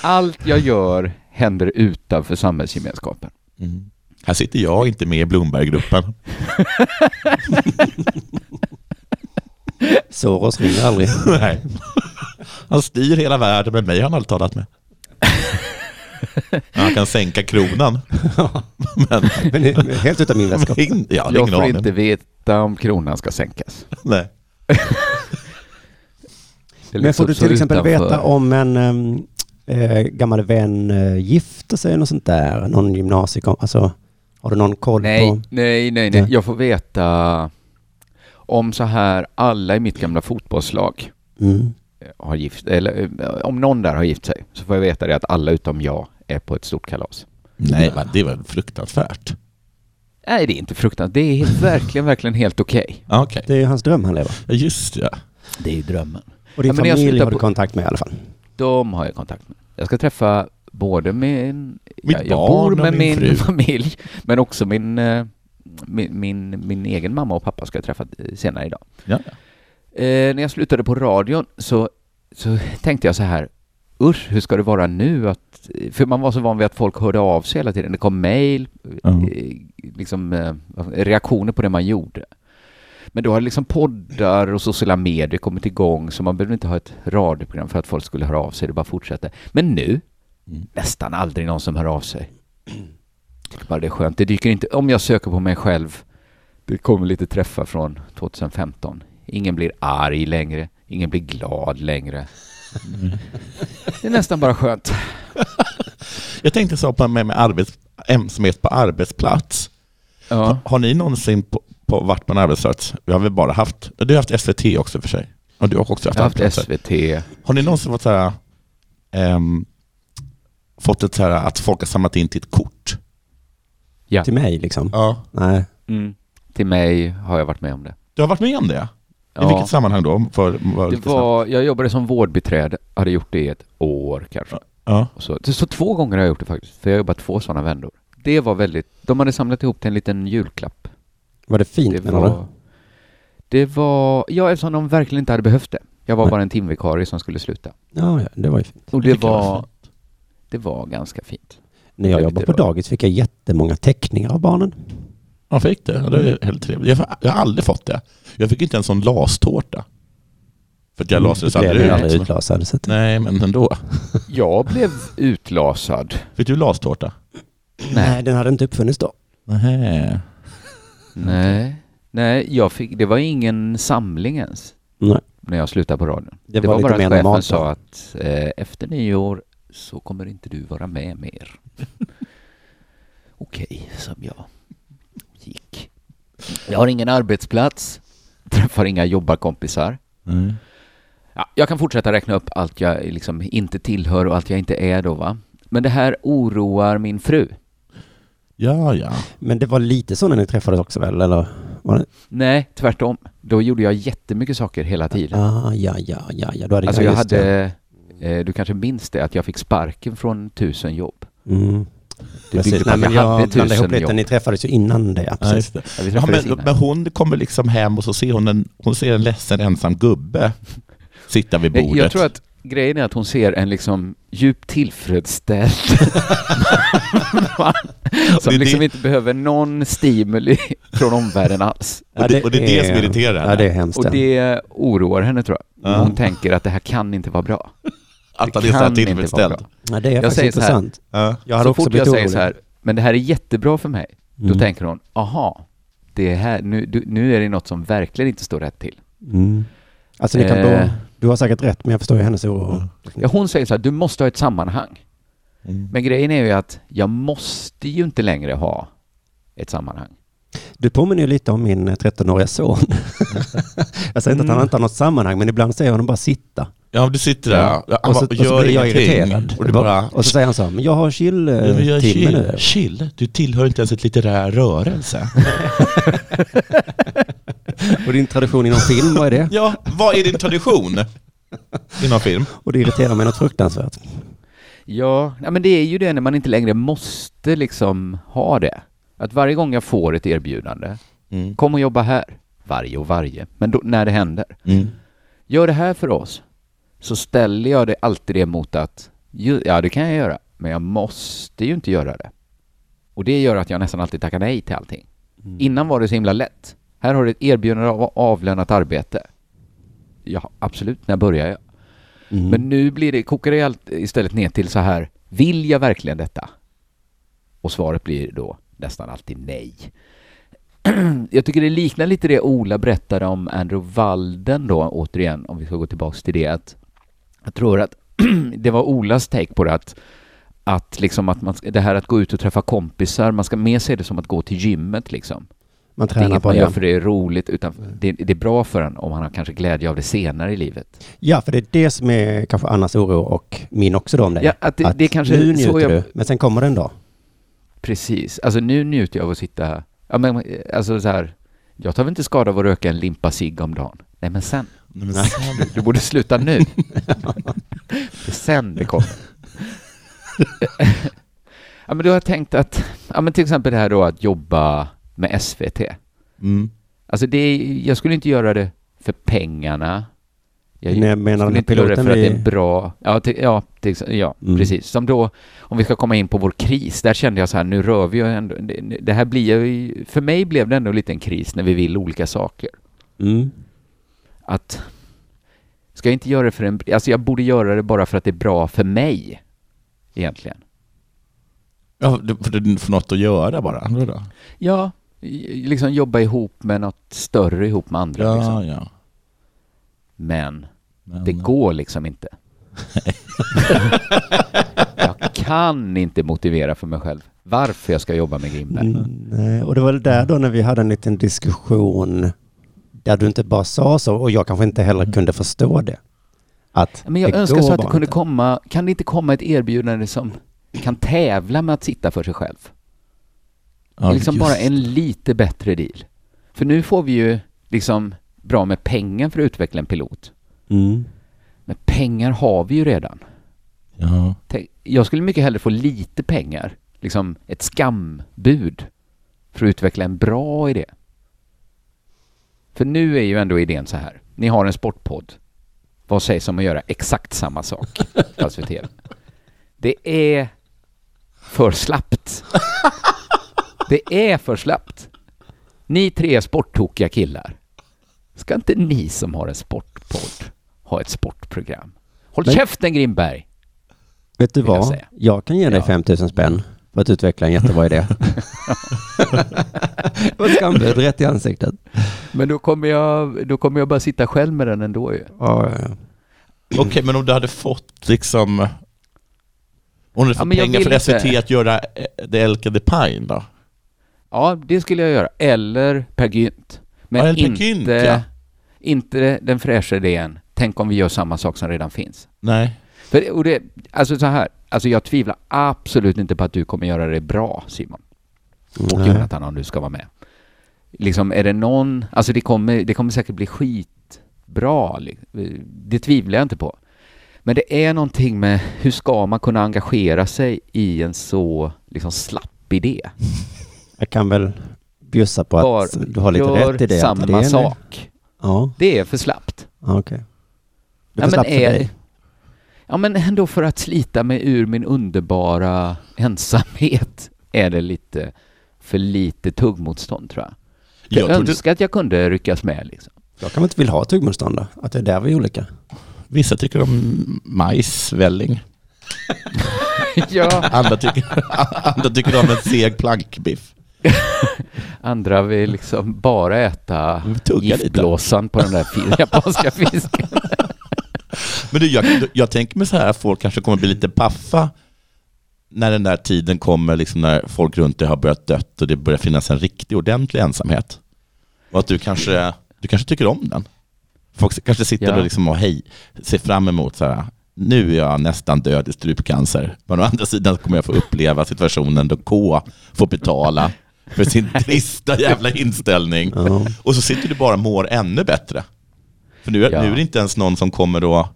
[SPEAKER 2] Allt jag gör händer utanför samhällsgemenskapen.
[SPEAKER 3] Mm. Här sitter jag inte med i Blomberggruppen.
[SPEAKER 1] Soros ringer aldrig.
[SPEAKER 3] Nej. Han styr hela världen, men mig har han aldrig talat med. Han kan sänka kronan. Men
[SPEAKER 1] Men det är helt utan min väska.
[SPEAKER 3] in, ja, det är
[SPEAKER 2] Jag
[SPEAKER 3] ingen
[SPEAKER 2] får
[SPEAKER 3] aning.
[SPEAKER 2] inte veta om kronan ska sänkas.
[SPEAKER 3] Nej.
[SPEAKER 2] Det är
[SPEAKER 1] Men
[SPEAKER 2] liksom
[SPEAKER 1] får du
[SPEAKER 2] så
[SPEAKER 1] till exempel
[SPEAKER 2] utanför.
[SPEAKER 1] veta om en em, eh, gammal vän eh, gifter sig eller något sånt där? Någon gymnasiekom... Alltså, har du någon koll
[SPEAKER 2] Nej,
[SPEAKER 1] på...
[SPEAKER 2] nej, nej, nej.
[SPEAKER 1] Nej.
[SPEAKER 2] Jag får veta om så här alla i mitt gamla fotbollslag
[SPEAKER 1] Mm.
[SPEAKER 2] eh, har gift, eller eh, om någon där har gift sig så får jag veta det att alla utom jag är på ett stort kalas.
[SPEAKER 3] Nej, men det var fruktansvärt.
[SPEAKER 2] Nej, det är inte fruktansvärt. Det är helt, verkligen, verkligen helt okej.
[SPEAKER 3] Ja, Okej,
[SPEAKER 1] Det är ju hans dröm han lever.
[SPEAKER 3] just ja.
[SPEAKER 2] Det är ju drömmen.
[SPEAKER 1] Och din
[SPEAKER 2] Ja, men jag
[SPEAKER 1] familj
[SPEAKER 2] slutar
[SPEAKER 1] har du
[SPEAKER 2] på-
[SPEAKER 1] kontakt med i alla fall.
[SPEAKER 2] De har jag kontakt med. Jag ska träffa både min...
[SPEAKER 3] Mitt
[SPEAKER 2] jag,
[SPEAKER 3] barn
[SPEAKER 2] jag bor
[SPEAKER 3] och
[SPEAKER 2] med
[SPEAKER 3] min
[SPEAKER 2] min,
[SPEAKER 3] fru.
[SPEAKER 2] familj, men också min, eh, min, min, min egen mamma och pappa ska jag träffa eh, senare idag.
[SPEAKER 3] Ja,
[SPEAKER 2] Eh, när jag slutade på radion så, så tänkte jag så här, usch, hur ska det vara nu? Att, för man var så van vid att folk hörde av sig hela tiden. Det kom mejl,
[SPEAKER 3] Ja.
[SPEAKER 2] eh, liksom, eh, reaktioner på det man gjorde. Men då hade liksom poddar och sociala medier kommit igång så man behövde inte ha ett radioprogram för att folk skulle höra av sig. Det bara fortsatte. Men nu,
[SPEAKER 3] Mm.
[SPEAKER 2] nästan aldrig någon som hör av sig. Tycker bara det är skönt. Det dyker inte, om jag söker på mig själv, det kommer lite träffar från 2015. Ingen blir arg längre, ingen blir glad längre. Det är nästan bara skönt.
[SPEAKER 3] Jag tänkte så på med, med arbets, ensamhet på arbetsplats.
[SPEAKER 2] Ja.
[SPEAKER 3] Har ni någonsin på, på, varit på en arbetsplats? Vi har väl bara haft, du har haft SVT också för sig. Och du har också haft,
[SPEAKER 2] Jag har haft
[SPEAKER 3] arbetsplatser.
[SPEAKER 2] SVT.
[SPEAKER 3] Har ni någonsin fått så här, ehm, fått ett så här att folk har samlat in till ett kort?
[SPEAKER 2] Ja.
[SPEAKER 1] Till mig liksom.
[SPEAKER 3] Ja.
[SPEAKER 1] Nej.
[SPEAKER 2] Till mig har jag varit med om det.
[SPEAKER 3] Du har varit med om det? I vilket sammanhang då? För, var
[SPEAKER 2] det
[SPEAKER 3] lite snabbt.
[SPEAKER 2] var, jag jobbade som vårdbiträde, hade gjort det i ett år kanske.
[SPEAKER 3] Ja.
[SPEAKER 2] Och Så, så två gånger har jag gjort det faktiskt, för jag har jobbat två sådana vändor. Det var väldigt, de hade samlat ihop till en liten julklapp.
[SPEAKER 1] Var det fint
[SPEAKER 2] Det
[SPEAKER 1] menar du?
[SPEAKER 2] var, det var, ja eftersom de verkligen inte hade behövt det. Jag var
[SPEAKER 1] Nej.
[SPEAKER 2] bara en timvikarie som skulle sluta.
[SPEAKER 1] Ja, ja, det var ju fint.
[SPEAKER 2] Och det
[SPEAKER 3] tycker jag var
[SPEAKER 2] var, det var ganska fint.
[SPEAKER 1] När jag
[SPEAKER 2] Det
[SPEAKER 1] jobbade på
[SPEAKER 2] betyder-
[SPEAKER 1] dagis fick jag jättemånga teckningar av barnen.
[SPEAKER 3] Ja, fick det. Ja, det är helt trevligt. Jag, har- jag har aldrig fått det. Jag fick inte ens en lastårta. För att Mm, jag lasades
[SPEAKER 1] Det blev
[SPEAKER 3] aldrig
[SPEAKER 1] jag aldrig
[SPEAKER 3] ut.
[SPEAKER 1] utlasad. Så att...
[SPEAKER 3] Nej, men ändå.
[SPEAKER 2] Jag blev utlasad.
[SPEAKER 3] Fick du lastårta?
[SPEAKER 1] Nej, den hade inte uppfunnits då.
[SPEAKER 3] Nej.
[SPEAKER 2] Nej, nej jag fick, det var ingen samling ens
[SPEAKER 1] Nej.
[SPEAKER 2] när jag slutade på radion.
[SPEAKER 1] Det
[SPEAKER 2] Det,
[SPEAKER 1] var
[SPEAKER 2] var,
[SPEAKER 1] lite
[SPEAKER 2] bara att
[SPEAKER 1] mer
[SPEAKER 2] chefen
[SPEAKER 1] normalt då.
[SPEAKER 2] sa att eh, efter nyår så kommer inte du vara med mer. Okej, som jag gick. Jag har ingen arbetsplats, träffar inga jobbarkompisar.
[SPEAKER 3] Nej.
[SPEAKER 2] Ja, jag kan fortsätta räkna upp allt jag liksom inte tillhör och allt jag inte är då va. Men det här oroar min fru.
[SPEAKER 3] Ja, ja.
[SPEAKER 1] Men det var lite så när ni träffades också väl? Eller? Var det...
[SPEAKER 2] Nej, tvärtom. Då gjorde jag jättemycket saker hela tiden.
[SPEAKER 1] Ah, ja, ja, ja, ja. Då hade
[SPEAKER 2] Alltså
[SPEAKER 1] ja,
[SPEAKER 2] jag
[SPEAKER 1] just det.
[SPEAKER 2] hade, eh, du kanske minns det, att jag fick sparken från tusen jobb.
[SPEAKER 1] Mm.
[SPEAKER 2] Det
[SPEAKER 1] Precis.
[SPEAKER 2] byggde på
[SPEAKER 1] Nej, men
[SPEAKER 2] att jag,
[SPEAKER 1] jag
[SPEAKER 2] hade
[SPEAKER 1] blandade ihop
[SPEAKER 2] tusen
[SPEAKER 1] lite.
[SPEAKER 2] jobb.
[SPEAKER 1] Ni träffades ju innan det. Ja,
[SPEAKER 3] ja
[SPEAKER 1] precis.
[SPEAKER 3] just det.
[SPEAKER 2] Ja, vi
[SPEAKER 3] Ja,
[SPEAKER 2] träffades
[SPEAKER 3] men,
[SPEAKER 2] innan.
[SPEAKER 3] men hon kommer liksom hem och så ser hon en, hon ser en ledsen ensam gubbe sitta vid
[SPEAKER 2] Nej,
[SPEAKER 3] bordet.
[SPEAKER 2] jag tror att grejen är att hon ser en liksom djupt tillfredsställd man som
[SPEAKER 3] det-
[SPEAKER 2] liksom inte behöver någon stimuli från omvärlden alls.
[SPEAKER 3] och, det, och det är det som irriterar
[SPEAKER 1] Ja,
[SPEAKER 3] henne.
[SPEAKER 1] det är hemskt.
[SPEAKER 2] Och
[SPEAKER 1] ja.
[SPEAKER 2] det oroar henne tror jag.
[SPEAKER 3] Ja.
[SPEAKER 2] Hon tänker att det här kan inte vara bra.
[SPEAKER 3] Att han är så här
[SPEAKER 2] kan inte
[SPEAKER 3] tillfredsställd.
[SPEAKER 2] vara bra.
[SPEAKER 1] Nej, det är
[SPEAKER 2] Jag
[SPEAKER 1] faktiskt
[SPEAKER 2] säger så här.
[SPEAKER 1] intressant.
[SPEAKER 3] Ja.
[SPEAKER 1] Jag hade
[SPEAKER 2] så
[SPEAKER 1] också
[SPEAKER 2] fort
[SPEAKER 1] blivit
[SPEAKER 2] jag säger
[SPEAKER 1] orolig.
[SPEAKER 2] så här, men det här är jättebra för mig,
[SPEAKER 1] Mm.
[SPEAKER 2] då tänker hon, aha, det här, nu, du, nu är det något som verkligen inte står rätt till.
[SPEAKER 1] Mm. Alltså det kan
[SPEAKER 2] Eh. Mm.
[SPEAKER 1] då, du har säkert rätt, men jag förstår ju hennes oro.
[SPEAKER 2] Ja, hon säger så här, du måste ha ett sammanhang.
[SPEAKER 3] Mm.
[SPEAKER 2] Men grejen är ju att jag måste ju inte längre ha ett sammanhang.
[SPEAKER 1] Du påminner ju lite om min eh, 13-åriga son.
[SPEAKER 2] Mm.
[SPEAKER 1] jag säger inte att han inte har något sammanhang, men ibland ser jag honom bara sitta.
[SPEAKER 3] Ja, men du sitter där
[SPEAKER 2] Ja.
[SPEAKER 3] ja.
[SPEAKER 1] Och så, och
[SPEAKER 3] gör
[SPEAKER 1] så blir jag
[SPEAKER 3] ingenting.
[SPEAKER 1] irriterad. eh,
[SPEAKER 3] Och du bara...
[SPEAKER 1] och så säger han så här, men jag har
[SPEAKER 3] "Ja, men jag är
[SPEAKER 1] chill-timme nu.
[SPEAKER 3] chill. chill, du tillhör inte ens ett litterär rörelse.
[SPEAKER 1] Och din tradition inom film, vad är det?
[SPEAKER 3] ja, vad är din tradition? Inom film?
[SPEAKER 1] Och det irriterar mig något fruktansvärt.
[SPEAKER 2] Ja, ja, men det är ju det när man inte längre måste liksom ha det. Att varje gång jag får ett erbjudande,
[SPEAKER 3] Mm.
[SPEAKER 2] kom och jobba här. Varje och varje, men då, när det händer.
[SPEAKER 3] Mm.
[SPEAKER 2] Gör det här för oss. Så ställer jag det alltid det mot att, ju- ja det kan jag göra, men jag måste ju inte göra det. Och det gör att jag nästan alltid tackar nej till allting. Innan var det så himla lätt. Här har du ett erbjudande av avlönat arbete. Ja, absolut, när börjar jag?
[SPEAKER 1] Mm.
[SPEAKER 2] Men nu blir det, kokar det allt istället ner till så här, vill jag verkligen detta? Och svaret blir då nästan alltid nej. Jag tycker det liknar lite det Ola berättade om Andrew Walden då, återigen, om vi ska gå tillbaks till det, att jag tror att det var Olas take på det, att, att, liksom att man, ska- det här att gå ut och träffa kompisar, man ska mer se det som att gå till gymmet liksom.
[SPEAKER 1] man
[SPEAKER 2] Det är
[SPEAKER 1] tränar
[SPEAKER 2] inget
[SPEAKER 1] på
[SPEAKER 2] man gör
[SPEAKER 1] det.
[SPEAKER 2] för det är roligt, utan det, det är bra för en om man har kanske glädje av det senare i livet.
[SPEAKER 1] Ja, för det är det som är kanske Annas oro och min också då om det.
[SPEAKER 2] Ja, att det- det är kanske
[SPEAKER 1] nu
[SPEAKER 2] så
[SPEAKER 1] njuter
[SPEAKER 2] jag-
[SPEAKER 1] du, men sen kommer det en dag.
[SPEAKER 2] Precis. Alltså nu njuter jag av att sitta... Ja, men, eh, alltså så här, jag tar väl inte skada av att röka en limpa cigg om dagen. Nej, men sen.
[SPEAKER 3] Nej, men
[SPEAKER 1] Nej.
[SPEAKER 3] sen-
[SPEAKER 2] Du borde sluta nu. det är sen det kommer. ja, men då har jag tänkt att... Ja, men till exempel det här då att jobba med SVT.
[SPEAKER 3] Mm.
[SPEAKER 2] Alltså det, är- jag skulle inte göra det för pengarna. Jag
[SPEAKER 1] Nej, Jag menar den
[SPEAKER 2] skulle
[SPEAKER 1] här
[SPEAKER 2] inte
[SPEAKER 1] piloten
[SPEAKER 2] göra det för att det är
[SPEAKER 1] vi...
[SPEAKER 2] bra. Ja, till, ja, till, ex- ja
[SPEAKER 1] Mm.
[SPEAKER 2] precis. Som då, om vi ska komma in på vår kris, där kände jag så här, nu rör vi ju ändå, det, det här blir ju, för mig blev det ändå lite en kris när vi vill olika saker.
[SPEAKER 1] Mm.
[SPEAKER 2] Att, ska jag inte göra det för en, alltså jag borde göra det bara för att det är bra för mig, egentligen.
[SPEAKER 3] Ja, du- för du får något att göra bara. Då.
[SPEAKER 2] Ja, i- liksom jobba ihop med något större ihop med andra. Liksom.
[SPEAKER 3] Ja, ja.
[SPEAKER 2] Men
[SPEAKER 3] Men,
[SPEAKER 2] Det
[SPEAKER 1] Mm.
[SPEAKER 2] går liksom inte. jag kan inte motivera för mig själv varför jag ska jobba med Grimberg.
[SPEAKER 1] Mm, Nej, och det var väl där då när vi hade en liten diskussion där du inte bara sa så och jag kanske inte heller kunde förstå det. Att
[SPEAKER 2] Mm. Men jag
[SPEAKER 1] det
[SPEAKER 2] önskar
[SPEAKER 1] går
[SPEAKER 2] så att det
[SPEAKER 1] bara
[SPEAKER 2] kunde
[SPEAKER 1] inte.
[SPEAKER 2] komma, kan det inte komma ett erbjudande som kan tävla med att sitta för sig själv?
[SPEAKER 3] ja,
[SPEAKER 2] liksom
[SPEAKER 3] just.
[SPEAKER 2] bara en lite bättre deal. För nu får vi ju liksom bra med pengar för att utveckla en pilot.
[SPEAKER 1] Mm.
[SPEAKER 2] Men pengar har vi ju redan.
[SPEAKER 3] Ja.
[SPEAKER 2] Tänk- Jag skulle mycket hellre få lite pengar, liksom ett skambud, för att utveckla en bra idé. För nu är ju ändå idén så här. Ni har en sportpodd. Vad sägs om att göra exakt samma sak, fast för TV? Det är för slappt. Det är för slappt. Ni tre sporttokiga killar. Ska inte ni som har en sportpodd ha ett sportprogram? Håll
[SPEAKER 1] Men-
[SPEAKER 2] käften Grimberg!
[SPEAKER 1] Vet du
[SPEAKER 2] vill jag
[SPEAKER 1] vad? Jag,
[SPEAKER 2] säga.
[SPEAKER 1] kan ge dig
[SPEAKER 2] Ja.
[SPEAKER 1] 5000 spänn för att utveckla en jättebra idé. Och skambud rätt i ansiktet.
[SPEAKER 2] Men då kommer, jag, då kommer jag bara sitta själv med den ändå ju.
[SPEAKER 1] Ja, ja, ja.
[SPEAKER 3] Okej, men om du hade fått liksom... Om du
[SPEAKER 2] Ja,
[SPEAKER 3] fått
[SPEAKER 2] men jag
[SPEAKER 3] pengar
[SPEAKER 2] vill
[SPEAKER 3] från SVT
[SPEAKER 2] inte.
[SPEAKER 3] att göra eh, The Elka the Pine då?
[SPEAKER 2] Ja, det skulle jag göra. Eller Per Gynt. Men
[SPEAKER 3] Ja, eller Per
[SPEAKER 2] inte,
[SPEAKER 3] Gynt, ja.
[SPEAKER 2] inte den fräscha idén. Tänk om vi gör samma sak som redan finns.
[SPEAKER 3] Nej.
[SPEAKER 2] För, och det, alltså så här, alltså jag tvivlar absolut inte på att du kommer göra det bra Simon och
[SPEAKER 1] Nej.
[SPEAKER 2] Jonathan om du ska vara med. Liksom är det någon, alltså det kommer, det kommer säkert bli skitbra. li- Det tvivlar jag inte på. Men det är någonting med hur ska man kunna engagera sig i en så liksom slapp idé?
[SPEAKER 1] Jag kan väl bjussa på
[SPEAKER 2] Bara
[SPEAKER 1] att du har lite
[SPEAKER 2] gör
[SPEAKER 1] rätt i det. att
[SPEAKER 2] samma
[SPEAKER 1] det är en-
[SPEAKER 2] sak.
[SPEAKER 1] Ja,
[SPEAKER 2] Det är för slappt.
[SPEAKER 1] ja, okej. Det var
[SPEAKER 2] Ja, men
[SPEAKER 1] slappt för
[SPEAKER 2] är-
[SPEAKER 1] dig.
[SPEAKER 2] Ja men ändå för att slita mig ur min underbara ensamhet är det lite för lite tuggmotstånd tror jag. Jag,
[SPEAKER 3] Jag trodde,
[SPEAKER 2] önskar att jag kunde ryckas med liksom.
[SPEAKER 1] Jag kanske inte vill ha tuggmotstånd då? Att det är där vi är olika.
[SPEAKER 3] Vissa tycker om majsvälling.
[SPEAKER 2] ja,
[SPEAKER 3] Andra tycker, andra tycker om en seg plankbiff.
[SPEAKER 2] andra vill liksom bara äta
[SPEAKER 3] Mm, Tugga lite.
[SPEAKER 2] giftblåsan på den där fi- japanska fisken.
[SPEAKER 3] Men du, jag, jag tänker mig så här, folk kanske kommer bli lite paffa när den där tiden kommer, liksom när folk runt dig har börjat dött och det börjar finnas en riktig ordentlig ensamhet. Och att du kanske, du kanske tycker om den. Folk kanske sitter
[SPEAKER 2] Ja.
[SPEAKER 3] och, liksom och hej, ser fram emot så här, nu är jag nästan död i strupcancer. Men å andra sidan kommer jag få uppleva situationen då K får betala för sin trista jävla inställning.
[SPEAKER 1] Ja.
[SPEAKER 3] Och så sitter du bara och mår ännu bättre. För nu, är-
[SPEAKER 2] Ja.
[SPEAKER 3] nu är det inte ens någon som kommer och,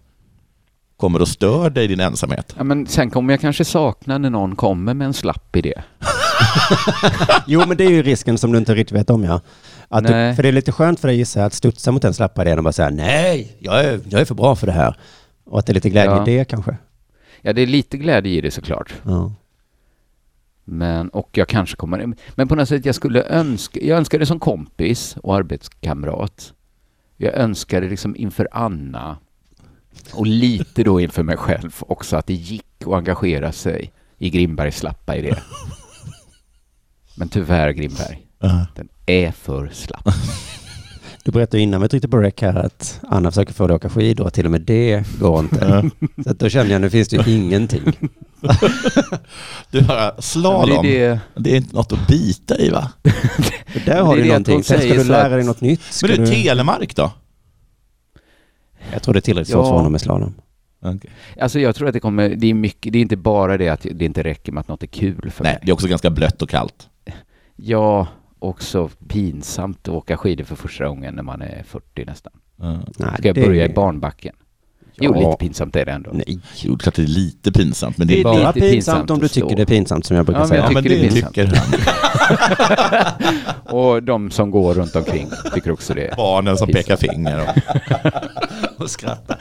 [SPEAKER 3] kommer och stör dig i din ensamhet.
[SPEAKER 2] Ja, men sen kommer jag kanske sakna när någon kommer med en slapp idé.
[SPEAKER 1] Jo, men det är ju risken som du inte riktigt vet om, ja. Att du,
[SPEAKER 2] Nej.
[SPEAKER 1] för det är lite skönt för dig gissar jag, att studsa mot den slappa idén och bara säga nej, jag är, jag är för bra för det här. Och att det är lite glädje
[SPEAKER 2] Ja.
[SPEAKER 1] i det kanske.
[SPEAKER 2] Ja, det är lite glädje i det såklart.
[SPEAKER 1] Ja.
[SPEAKER 2] Men, och jag kanske kommer... Men på något sätt, jag skulle önska... Jag önskar det som kompis och arbetskamrat. Jag önskar det liksom inför Anna och lite då inför mig själv också att det gick att engagera sig i Grimbergs slappa idé. Men tyvärr, Grimberg, den är för slapp.
[SPEAKER 1] Du berättade ju innan vi tryckte på rec här att Anna försöker få dig att åka skidor och till och med det går inte. Så att då kände jag, nu finns det ju ingenting.
[SPEAKER 3] Du har slalom,
[SPEAKER 2] Det
[SPEAKER 3] det,
[SPEAKER 2] är det-
[SPEAKER 3] är inte något att bita i va?
[SPEAKER 1] För där har
[SPEAKER 2] Det är
[SPEAKER 1] du
[SPEAKER 2] det att
[SPEAKER 1] någonting. Sen
[SPEAKER 2] hon
[SPEAKER 1] ska
[SPEAKER 2] säger
[SPEAKER 1] du
[SPEAKER 2] så
[SPEAKER 1] lära
[SPEAKER 2] att-
[SPEAKER 1] dig något nytt. Ska
[SPEAKER 3] Men du,
[SPEAKER 1] du,
[SPEAKER 3] Telemark då?
[SPEAKER 1] jag tror det är tillräckligt svårt
[SPEAKER 2] Ja.
[SPEAKER 1] för honom med slalom.
[SPEAKER 2] Alltså jag tror att det kommer, det är mycket, det är inte bara det att det inte räcker med att något är kul för
[SPEAKER 3] Nej,
[SPEAKER 2] mig.
[SPEAKER 3] det är också ganska blött och kallt.
[SPEAKER 2] Ja, också pinsamt att åka skidor för första gången när man är 40 nästan.
[SPEAKER 1] Nej,
[SPEAKER 2] Ska jag
[SPEAKER 1] det-
[SPEAKER 2] börja i barnbacken? Jo,
[SPEAKER 1] Ja.
[SPEAKER 2] lite pinsamt är det ändå.
[SPEAKER 1] Nej.
[SPEAKER 3] Jo, det är klart det är lite pinsamt, men det är,
[SPEAKER 2] Det är
[SPEAKER 1] Bara
[SPEAKER 2] lite
[SPEAKER 1] pinsamt,
[SPEAKER 2] pinsamt
[SPEAKER 1] om du
[SPEAKER 2] att
[SPEAKER 1] tycker
[SPEAKER 2] slå.
[SPEAKER 1] det är pinsamt som jag brukar
[SPEAKER 2] Ja, men
[SPEAKER 1] säga.
[SPEAKER 2] jag
[SPEAKER 3] Ja, men
[SPEAKER 2] tycker det är
[SPEAKER 3] det
[SPEAKER 2] pinsamt.
[SPEAKER 3] tycker han.
[SPEAKER 2] Och de som går runt omkring tycker också det.
[SPEAKER 3] Barnen som pekar finger. Och,
[SPEAKER 1] och skratta.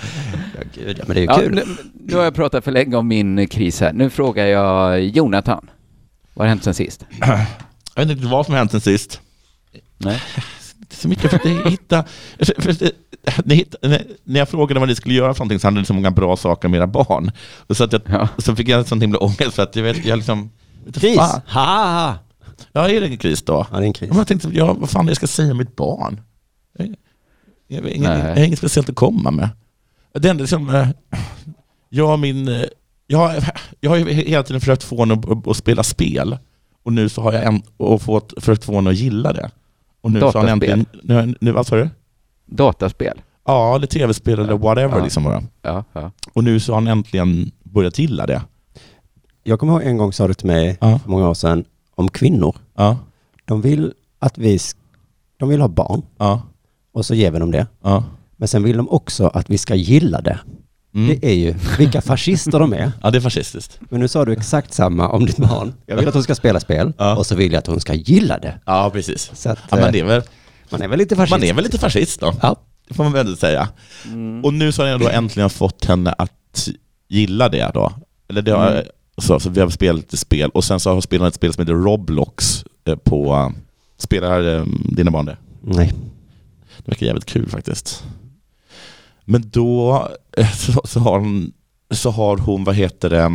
[SPEAKER 1] Ja, gud, ja, men det är ju
[SPEAKER 2] Ja,
[SPEAKER 1] kul.
[SPEAKER 2] nu, nu har jag pratat för länge om min kris här. Nu frågar jag Jonathan. Vad har hänt sen sist?
[SPEAKER 3] jag vet inte vad som har hänt sen sist.
[SPEAKER 2] Nej.
[SPEAKER 3] Det är så mycket för att det- hitta... För, för, det- ni hitta- när- när jag frågade vad ni skulle göra för någonting så hade ni så många bra saker om era barn. Och så, att jag,
[SPEAKER 2] Ja.
[SPEAKER 3] så fick jag en sån himla ångest för att jag vet, jag liksom... vet du
[SPEAKER 1] Kris!
[SPEAKER 3] fan.
[SPEAKER 1] Ha!
[SPEAKER 3] Ja, är det en kris då?
[SPEAKER 1] Ja, det är en kris.
[SPEAKER 3] Men Jag tänkte, ja, vad fan är det jag ska säga om mitt barn? Jag, jag, har inget-
[SPEAKER 2] Nej.
[SPEAKER 3] jag har inget speciellt att komma med. Det enda som... eh, Jag och min... eh, Jag, har- jag har ju hela tiden försökt få henne att, att spela spel. Och nu så har jag en, och fått, försökt få henne att gilla det. Och nu så har han
[SPEAKER 2] Dataspel.
[SPEAKER 3] äntligen... Nu, nu, vad sa du?
[SPEAKER 2] Dataspel?
[SPEAKER 3] Ja, eller tv-spel eller whatever
[SPEAKER 2] Ja.
[SPEAKER 3] liksom bara.
[SPEAKER 2] Ja, ja.
[SPEAKER 3] Och nu så har han äntligen börjat gilla det.
[SPEAKER 1] Jag kommer ihåg en gång sa du till mig
[SPEAKER 3] Ja.
[SPEAKER 1] för många år sedan om kvinnor.
[SPEAKER 3] Ja,
[SPEAKER 1] De vill att vi, sk- de vill ha barn
[SPEAKER 3] ja,
[SPEAKER 1] och så ger vi dem det.
[SPEAKER 3] ja.
[SPEAKER 1] Men sen vill de också att vi ska gilla det.
[SPEAKER 3] Mm.
[SPEAKER 1] Det är ju vilka fascister de är.
[SPEAKER 3] Ja, det är fascistiskt.
[SPEAKER 1] Men nu sa du exakt samma om ditt barn. Jag vill att hon ska spela spel
[SPEAKER 3] Ja.
[SPEAKER 1] och så vill jag att hon ska gilla det.
[SPEAKER 3] Ja, precis.
[SPEAKER 1] Så att,
[SPEAKER 3] Ja, men det är väl,
[SPEAKER 1] eh, man är väl lite fascist?
[SPEAKER 3] man är väl lite fascist då?
[SPEAKER 1] Ja.
[SPEAKER 3] Det får man väl ändå säga. Och nu så har jag då äntligen fått henne att gilla det då. Eller det har, så, så vi har spelat lite spel och sen så har jag spelat ett spel som heter Roblox eh, på... eh, Spelar eh, dina barn det?
[SPEAKER 1] Nej.
[SPEAKER 3] Det verkar jävligt kul faktiskt. Men då eh, så, så, har, hon, så har hon, vad heter det,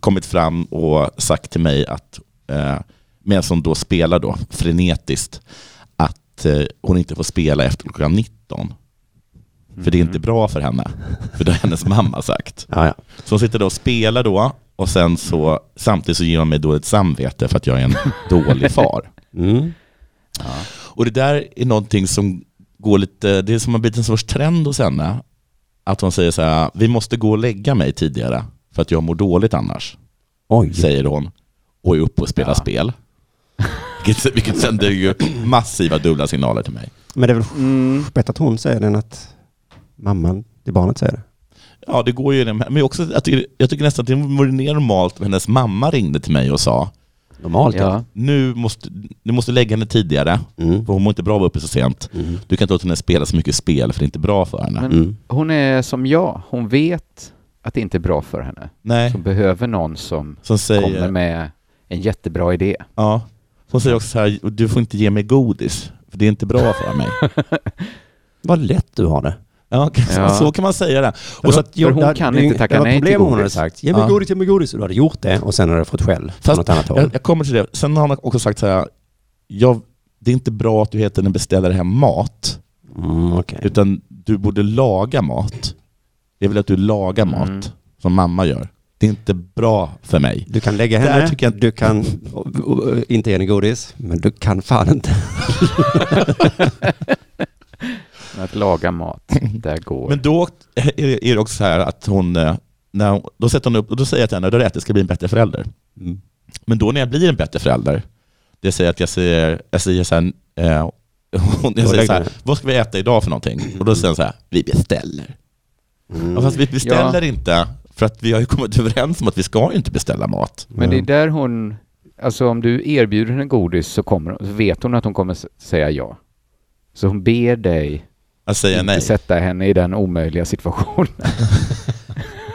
[SPEAKER 3] kommit fram och sagt till mig att, eh, medan hon då spelar då, frenetiskt, att eh, hon inte får spela efter klockan 19. För det är inte bra för henne. För det har hennes mamma sagt.
[SPEAKER 1] Ja, ja.
[SPEAKER 3] Så hon sitter då och spelar då och sen så, samtidigt så ger hon mig dåligt samvete för att jag är en dålig far.
[SPEAKER 1] Mm.
[SPEAKER 3] Och det där är någonting som går lite, det är som har blivit en sorts trend hos henne. Att hon säger så här, vi måste gå och lägga mig tidigare för att jag mår dåligt annars,
[SPEAKER 1] Oj.
[SPEAKER 3] säger hon. Och är uppe och spelar
[SPEAKER 2] Ja.
[SPEAKER 3] spel. Vilket, vilket sänder ju massiva dubbla signaler till mig.
[SPEAKER 1] Men det är väl bättre att hon säger det än att mamman till barnet säger det.
[SPEAKER 3] Ja, det går ju, i den här- men också att det- jag tycker nästan att det vore mer normalt om hennes mamma ringde till mig och sa,
[SPEAKER 1] Normalt
[SPEAKER 2] ja.
[SPEAKER 3] nu måste du måste lägga henne tidigare,
[SPEAKER 1] Mm.
[SPEAKER 3] för hon mår inte bra av att vara uppe så sent.
[SPEAKER 1] Mm.
[SPEAKER 3] Du kan inte låta henne spela så mycket spel, för det är inte bra för henne.
[SPEAKER 2] Men
[SPEAKER 1] Mm.
[SPEAKER 2] hon är som jag. Hon vet att det inte är bra för henne.
[SPEAKER 3] Nej,
[SPEAKER 2] Hon behöver någon som
[SPEAKER 3] som säger...
[SPEAKER 2] kommer med en jättebra idé.
[SPEAKER 3] Ja. Hon säger också så här, "Och du får inte ge mig godis, för det är inte bra för mig.
[SPEAKER 1] Vad lätt du har det.
[SPEAKER 3] Ja, kan-
[SPEAKER 2] Ja.
[SPEAKER 3] Så kan man säga det.
[SPEAKER 1] Och
[SPEAKER 3] så
[SPEAKER 2] för hon kan inte tacka
[SPEAKER 1] det var
[SPEAKER 2] nej till
[SPEAKER 1] problem hon hade
[SPEAKER 2] godis.
[SPEAKER 1] sagt. Ge mig
[SPEAKER 3] Ja.
[SPEAKER 1] godis, ge mig godis. Och du hade gjort det och sen hade du fått skäll från
[SPEAKER 3] Fast-
[SPEAKER 1] något annat håll.
[SPEAKER 3] Jag, jag kommer till det. Sen har han också sagt så här, jag, det är inte bra att du heter en beställare hem mat,
[SPEAKER 1] Mm, okej.
[SPEAKER 3] utan du borde laga mat. Jag vill att du lagar mat,
[SPEAKER 2] Mm.
[SPEAKER 3] som mamma gör. Det är inte bra för mig.
[SPEAKER 1] Du kan lägga
[SPEAKER 3] Där
[SPEAKER 1] henne,
[SPEAKER 3] tycker jag-
[SPEAKER 1] du kan och, och, och, inte ge henne godis, men du kan fan inte.
[SPEAKER 2] Men Att laga mat, där går.
[SPEAKER 3] Men då är det- är det också så här att hon, eh, när hon då sätter hon upp, och då säger jag till henne, du har rätt, jag ska bli en bättre förälder.
[SPEAKER 1] Mm.
[SPEAKER 3] Men då när jag blir en bättre förälder, det säger att jag säger, jag säger så här, eh, hon- jag säger så här, vad ska vi äta idag för någonting? Och då säger hon så här, vi beställer. Ja, fast vi beställer inte, för att vi har ju kommit överens om att vi ska ju inte beställa mat.
[SPEAKER 2] Men det är där hon, alltså om du erbjuder henne godis så, kommer, hon- så vet hon att hon kommer s- säga ja. Så hon ber dig
[SPEAKER 3] Att säga
[SPEAKER 2] inte
[SPEAKER 3] nej.
[SPEAKER 2] sätta henne i den omöjliga situationen.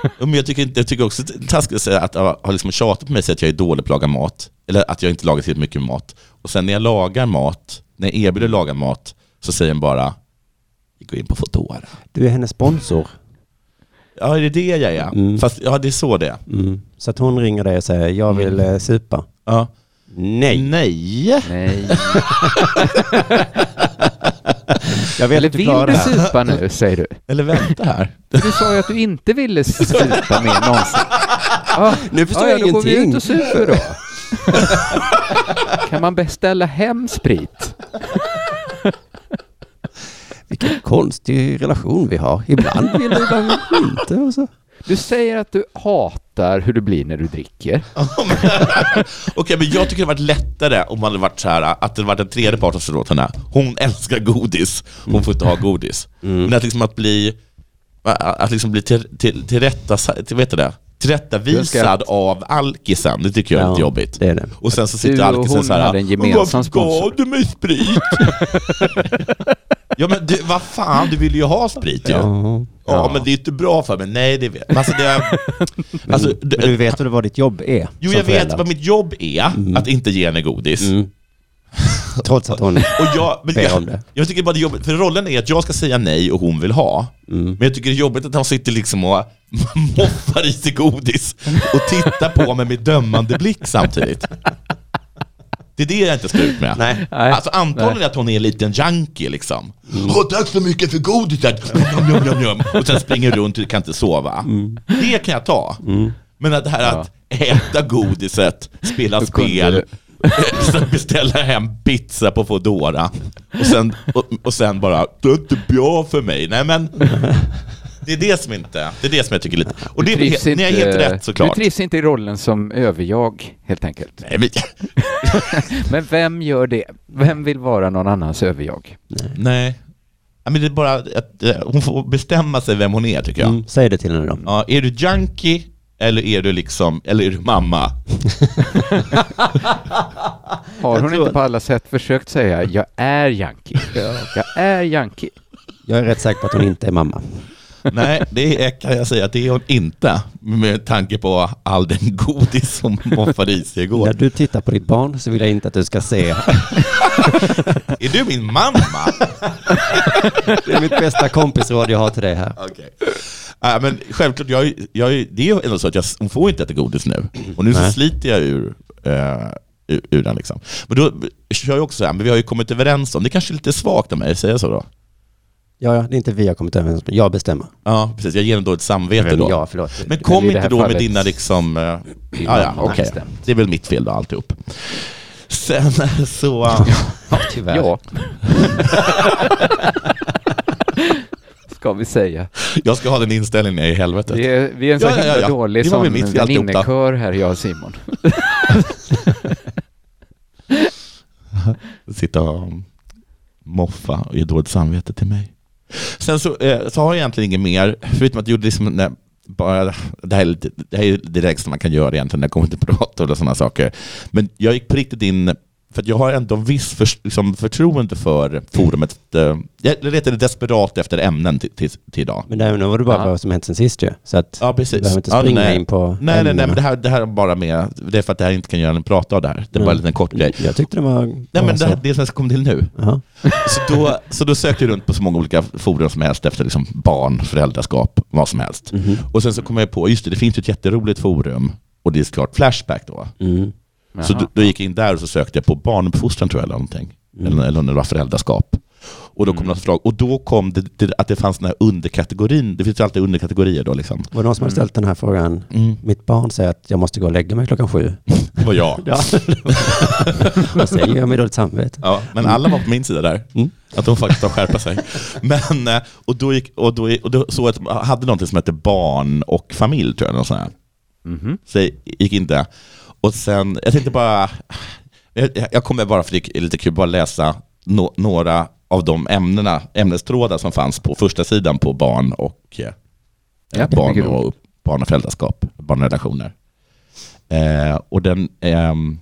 [SPEAKER 3] Ja, Men jag, tycker, inte- jag tycker också att det är taskigt att säga att jag har liksom tjatat på mig och säger att jag är dålig på att laga mat. Eller att jag inte lagar tillräckligt mycket mat. Och sen när jag lagar mat, när jag erbjuder att laga mat, så säger hon bara gå in på Foodora.
[SPEAKER 1] Du är hennes sponsor.
[SPEAKER 3] Ja, är det det jag är?
[SPEAKER 1] Mm.
[SPEAKER 3] Fast ja, det är så det är.
[SPEAKER 1] Mm. Så att hon ringer dig och säger, jag vill eh, supa.
[SPEAKER 3] Ja. Mm.
[SPEAKER 1] Nej.
[SPEAKER 3] Nej.
[SPEAKER 2] Nej.
[SPEAKER 1] Jag vet
[SPEAKER 2] Eller
[SPEAKER 1] att du klarar
[SPEAKER 2] vill
[SPEAKER 1] det
[SPEAKER 2] du
[SPEAKER 1] här.
[SPEAKER 2] supa nu, säger du?
[SPEAKER 3] Eller vänta här.
[SPEAKER 2] Du sa ju att du inte ville supa mer någonsin. Ah,
[SPEAKER 1] Nu förstår
[SPEAKER 2] ah,
[SPEAKER 1] jag
[SPEAKER 2] ja, då går vi
[SPEAKER 1] ingenting.
[SPEAKER 2] ut och super då. Kan man beställa hem sprit?
[SPEAKER 1] Vilken konstig relation vi har. Ibland vill du, ibland inte. Och så.
[SPEAKER 2] Du säger att du hatar hur du blir när du dricker.
[SPEAKER 3] Okej, men jag tycker det hade varit lättare om man hade varit så här, att det hade varit en tredje part som stod åt henne. Hon älskar godis, hon får inte
[SPEAKER 2] Mm.
[SPEAKER 3] ha godis. Men att liksom att bli, att liksom bli till, till, tillrätta, till, vet du det?
[SPEAKER 2] Jag ska-
[SPEAKER 3] tillrättavisad av alkisen, det tycker jag är lite jobbigt.
[SPEAKER 1] Det är det.
[SPEAKER 3] Och sen så
[SPEAKER 2] Du
[SPEAKER 3] sitter
[SPEAKER 2] och
[SPEAKER 3] alkisen
[SPEAKER 2] hon
[SPEAKER 3] så här,
[SPEAKER 2] hade en gemensam
[SPEAKER 3] "Varför
[SPEAKER 2] sponsor."
[SPEAKER 3] gav du mig sprit? ja men du, vad fan, du ville ju ha sprit ju. Ja.
[SPEAKER 1] Ja.
[SPEAKER 3] men det är ju inte bra för mig. Nej, det vet jag. Alltså, det,
[SPEAKER 1] Men,
[SPEAKER 3] alltså,
[SPEAKER 1] men du vet väl vad ditt jobb är?
[SPEAKER 3] Jo,
[SPEAKER 1] som
[SPEAKER 3] jag vet
[SPEAKER 1] förälder?
[SPEAKER 3] vad mitt jobb är, att inte ge henne godis.
[SPEAKER 1] Mm. Trots att hon...
[SPEAKER 3] Och jag, men
[SPEAKER 1] Ber om
[SPEAKER 3] jag,
[SPEAKER 1] det.
[SPEAKER 3] jag tycker bara det är jobbigt, för rollen är att jag ska säga nej och hon vill ha.
[SPEAKER 1] Mm.
[SPEAKER 3] Men jag tycker det är jobbigt att hon sitter liksom och moffar i sig godis och tittar på mig med dömande blick samtidigt. Det är det jag inte står ut med.
[SPEAKER 1] Nej.
[SPEAKER 3] Alltså antagligen att hon är en liten junkie liksom.
[SPEAKER 2] Mm.
[SPEAKER 3] Åh, tack så mycket för godiset! Njum, njum, njum, njum. Och sen springer runt och kan inte sova.
[SPEAKER 2] Mm.
[SPEAKER 3] Det kan jag ta. Men att det här att äta godiset, spela
[SPEAKER 2] Då kunde
[SPEAKER 3] spel,
[SPEAKER 2] du.
[SPEAKER 3] sen beställa hem pizza på Foodora och sen, och, och sen bara det är inte bra för mig. Nej men det är det som inte, det är det som jag tycker är lite... Och det är,
[SPEAKER 2] trivs
[SPEAKER 3] ni har
[SPEAKER 2] inte-
[SPEAKER 3] helt rätt såklart.
[SPEAKER 2] Du trivs inte i rollen som överjag, helt enkelt.
[SPEAKER 3] Nej, men,
[SPEAKER 2] Men vem gör det? Vem vill vara någon annans överjag?
[SPEAKER 3] nej. Ja, men det är bara att eh, hon får bestämma sig vem hon är tycker jag.
[SPEAKER 1] Mm. Säg det till henne då.
[SPEAKER 3] Ja, är du junkie eller är du liksom, eller är du mamma?
[SPEAKER 2] Har hon
[SPEAKER 1] tror-
[SPEAKER 2] inte på alla sätt försökt säga jag är Yankee? Jag är Yankee.
[SPEAKER 1] Jag är rätt säker på att hon inte är mamma.
[SPEAKER 3] Nej, det är, kan jag säga att det är hon inte. Med tanke på all den godis som moffade i sig
[SPEAKER 1] När
[SPEAKER 3] igår.
[SPEAKER 1] du tittar på ditt barn så vill jag inte att du ska se.
[SPEAKER 3] Är du min mamma?
[SPEAKER 1] Det är mitt bästa kompisråd jag har till dig här.
[SPEAKER 3] Okej. Ja, men självklart, jag, är- jag, är- det är ju ändå så att jag, hon får inte äta godis nu. Och nu så
[SPEAKER 1] Nej.
[SPEAKER 3] sliter jag ur, eh, ur, ur den. Liksom. Men då kör jag också så här, men vi har ju kommit överens om, det kanske är lite svagt av mig att säga så då.
[SPEAKER 1] Ja, ja, det är inte vi har kommit överens om. Jag bestämmer.
[SPEAKER 3] Ja, precis. Jag ger henne dåligt samvete
[SPEAKER 1] Vem
[SPEAKER 3] då.
[SPEAKER 1] jag, förlåt.
[SPEAKER 3] Men kom
[SPEAKER 2] Men i det
[SPEAKER 3] inte
[SPEAKER 2] här
[SPEAKER 3] då med
[SPEAKER 2] fallet-
[SPEAKER 3] dina liksom... eh, Ja, ja,
[SPEAKER 2] mamma
[SPEAKER 3] okej.
[SPEAKER 2] bestämt.
[SPEAKER 3] Det är väl mitt fel då, alltihop. Sen så...
[SPEAKER 1] ja, tyvärr.
[SPEAKER 2] Ja. Ska vi säga.
[SPEAKER 3] Jag ska ha den inställningen i helvetet.
[SPEAKER 2] Vi är, vi är en så
[SPEAKER 3] Ja, ja,
[SPEAKER 2] himla
[SPEAKER 3] ja, ja.
[SPEAKER 2] dålig
[SPEAKER 3] Det var väl
[SPEAKER 2] sån
[SPEAKER 3] mitt i alltihopa.
[SPEAKER 2] väninnekör här, jag och Simon.
[SPEAKER 3] Sitta och moffa och ge dåligt samvete till mig. Sen så, eh, så har jag egentligen inget mer, förutom att jag gjorde liksom... Nej, bara, det, här är lite, det här är det lägsta man kan göra egentligen, när jag kommer till prata och sådana saker. Men jag gick på riktigt in För att jag har ändå en viss för, liksom, förtroende för forumet. Eh, Jag letade desperat efter ämnen till, till, till idag.
[SPEAKER 1] Men där, nu var det bara
[SPEAKER 2] Ja.
[SPEAKER 1] vad som hänt sen sist ju. Så att
[SPEAKER 3] Ja, precis.
[SPEAKER 1] du behöver inte
[SPEAKER 3] Ja,
[SPEAKER 1] springa
[SPEAKER 3] nej.
[SPEAKER 1] in på
[SPEAKER 3] Nej, nej, nej,
[SPEAKER 1] ämnena.
[SPEAKER 3] men det här, det här är bara med, det är för att det här inte kan göra en prata av det här. Det
[SPEAKER 1] Mm.
[SPEAKER 3] är bara en liten kort grej.
[SPEAKER 1] Jag tyckte det var...
[SPEAKER 3] Nej, men det, här,
[SPEAKER 1] alltså.
[SPEAKER 3] det är som jag kom till nu.
[SPEAKER 1] Jaha.
[SPEAKER 3] Så då, så då sökte jag runt på så många olika forum som helst efter liksom barn, föräldraskap, vad som helst.
[SPEAKER 1] Mhm.
[SPEAKER 3] Och sen så kom jag på, just det, det finns ju ett jätteroligt forum och det är såklart Flashback då.
[SPEAKER 1] Mm.
[SPEAKER 3] Så då, då gick jag in där och så sökte jag på barnuppfostran tror jag eller någonting.
[SPEAKER 1] Mm.
[SPEAKER 3] Eller, eller om det var föräldraskap. Och då kom
[SPEAKER 2] Mm.
[SPEAKER 3] något förslag. Och då kom det, det att det fanns den här underkategorin. Det finns ju alltid underkategorier då liksom.
[SPEAKER 1] Var det någon som hade
[SPEAKER 2] Mm.
[SPEAKER 1] ställt den här frågan?
[SPEAKER 3] Mm.
[SPEAKER 1] Mitt barn säger att jag måste gå och lägga mig klockan sju.
[SPEAKER 3] Det var jag.
[SPEAKER 1] Ja. och sen gör jag mig dåligt samvete.
[SPEAKER 3] Ja, men alla var på min sida där.
[SPEAKER 1] Mm.
[SPEAKER 3] Att de faktiskt har skärpa sig. Men, eh, och då, gick, och då, och då såg jag att jag hade någonting som hette barn och familj, tror jag. Något sånt här.
[SPEAKER 2] Mhm.
[SPEAKER 3] Så det gick inte. Och sen, jag tänkte bara, jag, jag kommer bara, för det är lite kul, bara läsa nå- några av de ämnena, ämnestrådar som fanns på första sidan på barn och, eh,
[SPEAKER 2] Ja,
[SPEAKER 3] barn,
[SPEAKER 2] mycket roligt.
[SPEAKER 3] och barn och föräldraskap, barnrelationer. Eh, och den, ehm,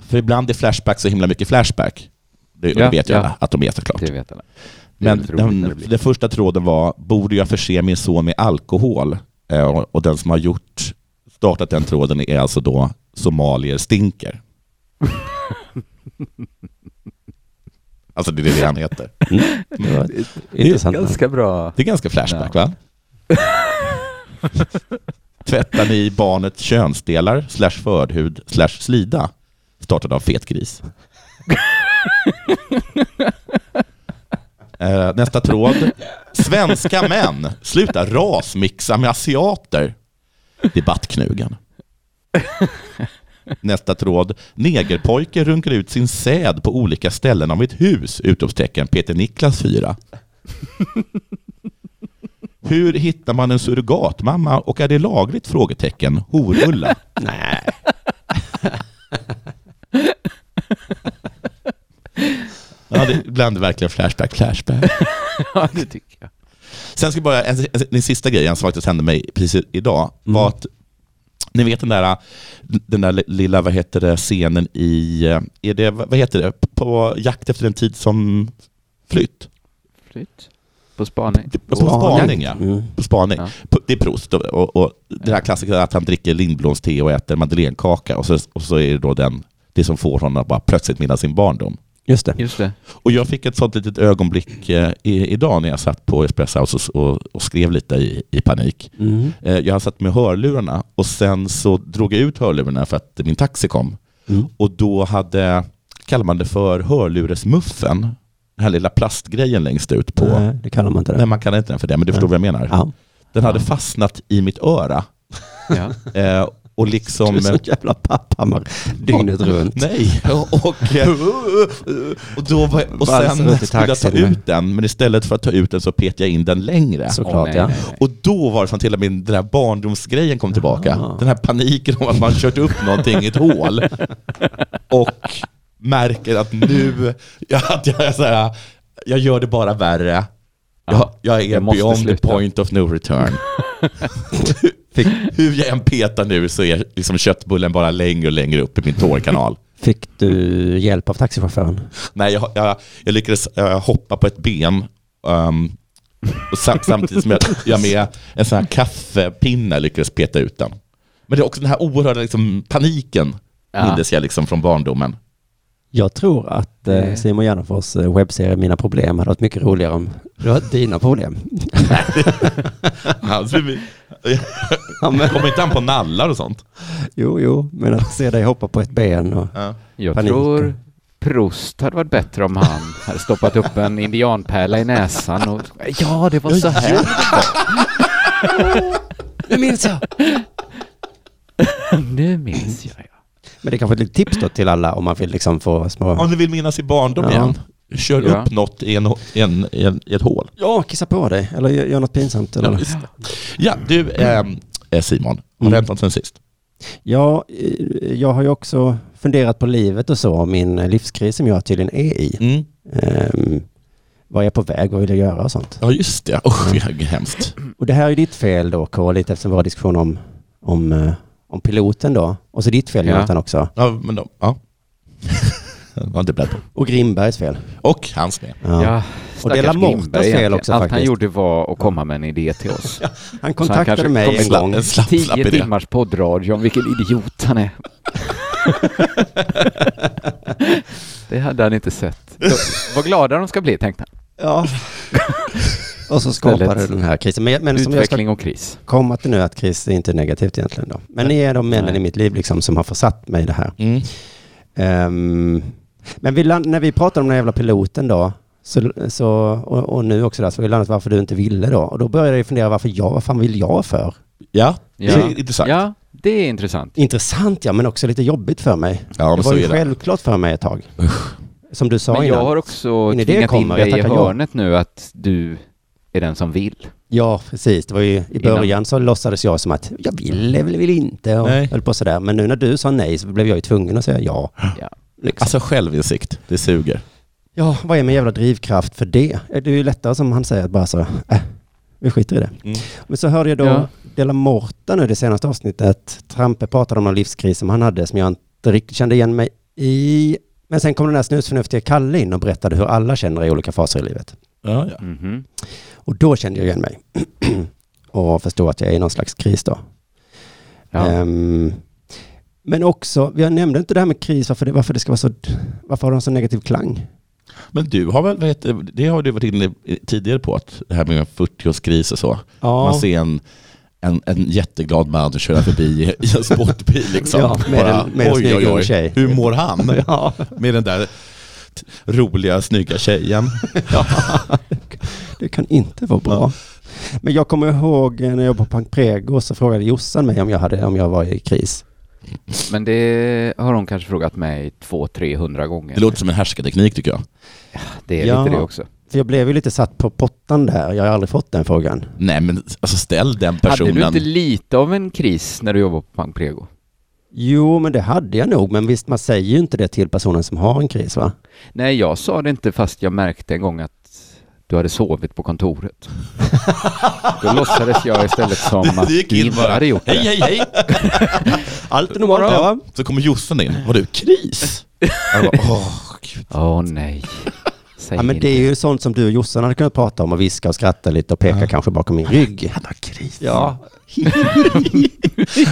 [SPEAKER 3] för ibland är Flashback så himla mycket Flashback. Det, och
[SPEAKER 2] Ja,
[SPEAKER 3] det vet ju
[SPEAKER 2] ja.
[SPEAKER 3] alla att de är såklart.
[SPEAKER 2] Det vet alla. Det är
[SPEAKER 3] Men
[SPEAKER 2] väldigt roligt när det
[SPEAKER 3] den,
[SPEAKER 2] blir.
[SPEAKER 3] den första tråden var, borde jag förse min son med alkohol? Eh, och- och den som har gjort, startat den tråden är alltså då somalier stinker. alltså det är det han heter.
[SPEAKER 2] Mm.
[SPEAKER 3] Mm.
[SPEAKER 1] Det var ett
[SPEAKER 2] det är
[SPEAKER 1] intressant.
[SPEAKER 2] ganska bra.
[SPEAKER 3] Det är ganska flashback va? Tvättar ni barnets könsdelar slash förhud slash slida? Startad av fetgris. Eh, nästa tråd. Svenska män, sluta rasmixa med asiater. Debattknugen. Nästa tråd. Negerpojke runkar ut sin säd på olika ställen av mitt hus! Utropstecken Peter Niklas 4. Hur hittar man en surrogatmamma och är det lagligt? Frågetecken. Horulla.
[SPEAKER 1] Nej.
[SPEAKER 3] Ja, det ibland verkligen flashback, flashback.
[SPEAKER 2] Ja, det tycker jag.
[SPEAKER 3] Sen ska jag bara, en, en, den sista grejen som faktiskt hände mig precis idag var
[SPEAKER 1] Mm.
[SPEAKER 3] att, ni vet den där, den där lilla, vad heter det, scenen i, eh, är det, vad heter det, på jakt efter en tid som flytt?
[SPEAKER 2] Flytt. På spaning.
[SPEAKER 3] På spaning ja.
[SPEAKER 1] Mm.
[SPEAKER 3] På spaning.
[SPEAKER 2] Ja.
[SPEAKER 3] På- Det är Proust och, och, och det här klassiska att han dricker Lindbloms te och äter madeleinekaka och så, och så är det då den, det som får honom att bara plötsligt minnas sin barndom.
[SPEAKER 1] Just det.
[SPEAKER 2] Just det.
[SPEAKER 3] Och jag fick ett sånt litet ögonblick eh, i, idag när jag satt på Espresso House och, och, och skrev lite i, i panik.
[SPEAKER 1] Mm.
[SPEAKER 3] Eh, Jag satt med hörlurarna och sen så drog jag ut hörlurarna för att min taxi kom.
[SPEAKER 1] Mm.
[SPEAKER 3] Och då hade, kallar man det för hörluresmuffen, den här lilla plastgrejen längst ut på, nej,
[SPEAKER 1] Nej, det kallar man inte det.
[SPEAKER 3] man kan inte den för det, men du förstår vad jag menar.
[SPEAKER 1] Mm. Ja.
[SPEAKER 3] Den hade fastnat i mitt öra
[SPEAKER 2] Ja.
[SPEAKER 3] eh, och liksom...
[SPEAKER 1] Du är sån jävla papphammar dygnet runt.
[SPEAKER 3] Nej, och, och, eh, och, då var, och
[SPEAKER 1] Valsar runt i
[SPEAKER 3] sen skulle jag ta
[SPEAKER 1] taxin med.
[SPEAKER 3] ut den, men istället för att ta ut den så petade jag in den längre.
[SPEAKER 2] Åh,
[SPEAKER 1] Såklart
[SPEAKER 2] nej,
[SPEAKER 1] ja.
[SPEAKER 2] nej, nej.
[SPEAKER 3] Och då var det som till och med den där barndomsgrejen kom tillbaka.
[SPEAKER 1] Jaha.
[SPEAKER 3] Den här paniken om att man kört upp någonting i ett hål. Och märker att nu, att jag, är så här, jag gör det bara värre. Jag, jag är
[SPEAKER 2] jag måste
[SPEAKER 3] beyond the
[SPEAKER 2] sluta.
[SPEAKER 3] point of no return. Fick- Hur jag än petar nu så är liksom köttbullen bara längre och längre upp i min tårkanal.
[SPEAKER 1] Fick du hjälp av taxichauffören?
[SPEAKER 3] Nej, jag, jag, jag lyckades eh, hoppa på ett ben ehm, och sam, samtidigt som jag, jag med en sån här kaffepinne lyckades peta ut den. Men det är också den här oerhörda liksom, paniken,
[SPEAKER 2] Ja.
[SPEAKER 3] mindes jag liksom från barndomen.
[SPEAKER 1] Jag tror att eh,
[SPEAKER 2] Nej.
[SPEAKER 1] Simon Gärdenfors eh, webbserie Mina problem hade varit mycket roligare om det var dina problem.
[SPEAKER 3] Alltså, vi-
[SPEAKER 1] Ja, men,
[SPEAKER 3] Kommer inte han på nallar och sånt?
[SPEAKER 1] jo, jo, men att se dig hoppa på ett ben och...
[SPEAKER 3] Ja.
[SPEAKER 2] Jag
[SPEAKER 1] Paniken.
[SPEAKER 2] tror Prost hade varit bättre om han hade stoppat upp en indianpärla i näsan och ja, det var så här.
[SPEAKER 1] Nu minns jag!
[SPEAKER 2] Nu minns jag. Ja.
[SPEAKER 1] Men det är kanske ett litet tips då till alla om man vill liksom få små...
[SPEAKER 3] Om ni vill minnas i barndom
[SPEAKER 1] Ja.
[SPEAKER 3] igen, kör
[SPEAKER 2] Ja.
[SPEAKER 3] upp något i, en, i, en, i, en, i ett hål.
[SPEAKER 1] Ja, kissa på dig eller gö- gör något pinsamt. Eller?
[SPEAKER 3] just det. Ja, du ehm, eh, Simon, har
[SPEAKER 1] Mm.
[SPEAKER 3] det hänt något sen sist?
[SPEAKER 1] Ja, eh, jag har ju också funderat på livet och så, och min eh, livskris som jag tydligen är i.
[SPEAKER 3] Mm.
[SPEAKER 1] Ehm, vad är jag på väg, vad vill jag göra och sånt.
[SPEAKER 3] Ja, just det. Usch, det är hemskt.
[SPEAKER 1] Och det här är ju ditt fel då, K, lite eftersom vi har diskussion om, om, eh, om piloten då. Och så ditt fel,
[SPEAKER 2] Ja.
[SPEAKER 1] Jonathan, också.
[SPEAKER 3] Ja, men då, ja. Det var inte beredd på.
[SPEAKER 1] Och Grimbergs fel.
[SPEAKER 3] Och hans med.
[SPEAKER 1] Ja. Och det är
[SPEAKER 2] stackars
[SPEAKER 1] La Mortas
[SPEAKER 2] Lindberg
[SPEAKER 1] fel
[SPEAKER 2] egentligen.
[SPEAKER 1] också
[SPEAKER 2] Allt han
[SPEAKER 1] faktiskt.
[SPEAKER 2] gjorde var att komma med en idé till oss.
[SPEAKER 1] Han
[SPEAKER 2] Så han
[SPEAKER 1] kontaktade
[SPEAKER 2] kanske
[SPEAKER 1] mig
[SPEAKER 2] kommer
[SPEAKER 1] en
[SPEAKER 3] Sla-
[SPEAKER 1] gång.
[SPEAKER 3] En slapp, slapp
[SPEAKER 2] Tio
[SPEAKER 3] idé.
[SPEAKER 2] timmars poddradio om vilken idiot han är. det hade han inte sett. Så, vad glada de ska bli, tänkte han.
[SPEAKER 1] Ja. Och så skapade
[SPEAKER 2] Istället.
[SPEAKER 1] den här krisen. Men, men som jag ska
[SPEAKER 2] Utveckling och kris.
[SPEAKER 1] komma till nu att kris är inte negativt egentligen då. Men ni är de männen
[SPEAKER 2] Nej.
[SPEAKER 1] i mitt liv liksom som har försatt mig i det här.
[SPEAKER 3] Mm.
[SPEAKER 1] Ehm, men vi land, när vi pratade om den här jävla piloten då, så, så, och, och nu också där, så har vi landat varför du inte ville då. Och då började jag ju fundera varför jag, vad fan vill jag för?
[SPEAKER 3] Ja, det
[SPEAKER 2] Ja.
[SPEAKER 3] är intressant. Ja,
[SPEAKER 2] Ja, det är intressant.
[SPEAKER 1] Intressant ja, men också lite jobbigt för mig.
[SPEAKER 3] men
[SPEAKER 1] det var
[SPEAKER 3] så
[SPEAKER 1] ju
[SPEAKER 3] är det.
[SPEAKER 1] självklart för mig ett tag. Som du sa
[SPEAKER 2] Men jag
[SPEAKER 1] innan.
[SPEAKER 2] har också
[SPEAKER 1] Min idé
[SPEAKER 2] tvingat in
[SPEAKER 1] kommer, jag
[SPEAKER 2] dig i
[SPEAKER 1] tackar ja.
[SPEAKER 2] hörnet nu att du är den som vill.
[SPEAKER 1] Ja, precis. Det var ju, I början så låtsades jag som att jag vill eller vill inte och
[SPEAKER 3] Nej.
[SPEAKER 1] höll på sådär. Men nu när du sa nej så blev jag ju tvungen att säga ja.
[SPEAKER 2] Ja.
[SPEAKER 1] Liksom.
[SPEAKER 3] Alltså självinsikt, det suger.
[SPEAKER 1] ja, vad är min jävla drivkraft för det? Eh, Det är ju lättare som han säger att bara så, äh, vi skiter i det.
[SPEAKER 3] Mm.
[SPEAKER 1] Men så hörde jag då
[SPEAKER 2] Ja.
[SPEAKER 1] Dela Morta nu det senaste avsnittet. Trampe pratade om en livskris som han hade som jag inte riktigt kände igen mig i. Men sen kom den här snusförnuftiga Kalle in och berättade hur alla känner i olika faser i livet.
[SPEAKER 3] Ja, ja.
[SPEAKER 2] Mhm.
[SPEAKER 1] Och då kände jag igen mig. och förstod att jag är i någon slags kris då.
[SPEAKER 2] Ja.
[SPEAKER 1] Ehm, men också, jag nämnde inte det här med kris, varför det, varför det ska vara så, varför har de så negativ klang?
[SPEAKER 3] Men du har väl, vad heter, det har du varit inne i- tidigare på, att det här med en 40-årskris och så. Man ser en, en, en jätteglad man köra förbi i- i en sportbil liksom.
[SPEAKER 1] Ja, med
[SPEAKER 3] Bara,
[SPEAKER 1] en- med en snygg ung tjej.
[SPEAKER 3] Hur mår han?
[SPEAKER 1] Ja,
[SPEAKER 3] Med den där t- roliga, snygga tjejen.
[SPEAKER 1] det kan inte vara bra. Men jag kommer ihåg eh, när jag var på Pank Prego så frågade Jossan mig om jag, hade, om jag var i kris.
[SPEAKER 2] Men det har hon kanske frågat mig två, tre hundra gånger.
[SPEAKER 3] Det låter som en härskarteknik tycker jag.
[SPEAKER 2] Det är
[SPEAKER 1] Ja.
[SPEAKER 2] lite det också.
[SPEAKER 1] För jag blev ju lite satt på pottan där, jag har aldrig fått den frågan.
[SPEAKER 3] Nej men alltså ställ den
[SPEAKER 2] Hade
[SPEAKER 3] personen.
[SPEAKER 2] du inte lite av en kris när du jobbade på Pang Prego?
[SPEAKER 1] Jo, men det hade jag nog, men visst man säger ju inte det till personen som har en kris va?
[SPEAKER 2] Nej, jag sa det inte fast jag märkte en gång att du hade sovit på kontoret. Då låtsades jag istället som att
[SPEAKER 3] Du gick
[SPEAKER 2] du
[SPEAKER 3] in
[SPEAKER 2] inte
[SPEAKER 3] bara.
[SPEAKER 2] hade gjort
[SPEAKER 3] Hej
[SPEAKER 2] det.
[SPEAKER 3] hej hej!
[SPEAKER 1] Allt är normalt där va?
[SPEAKER 3] Så kommer Jossan in. Var du kris? Jag bara, åh, gud.
[SPEAKER 2] Åh nej. Säg
[SPEAKER 1] Ja, men det är ju sånt som du och Jossan hade kunnat prata om och viska och skratta lite och peka kanske bakom min rygg.
[SPEAKER 3] Han har kris.
[SPEAKER 1] Ja,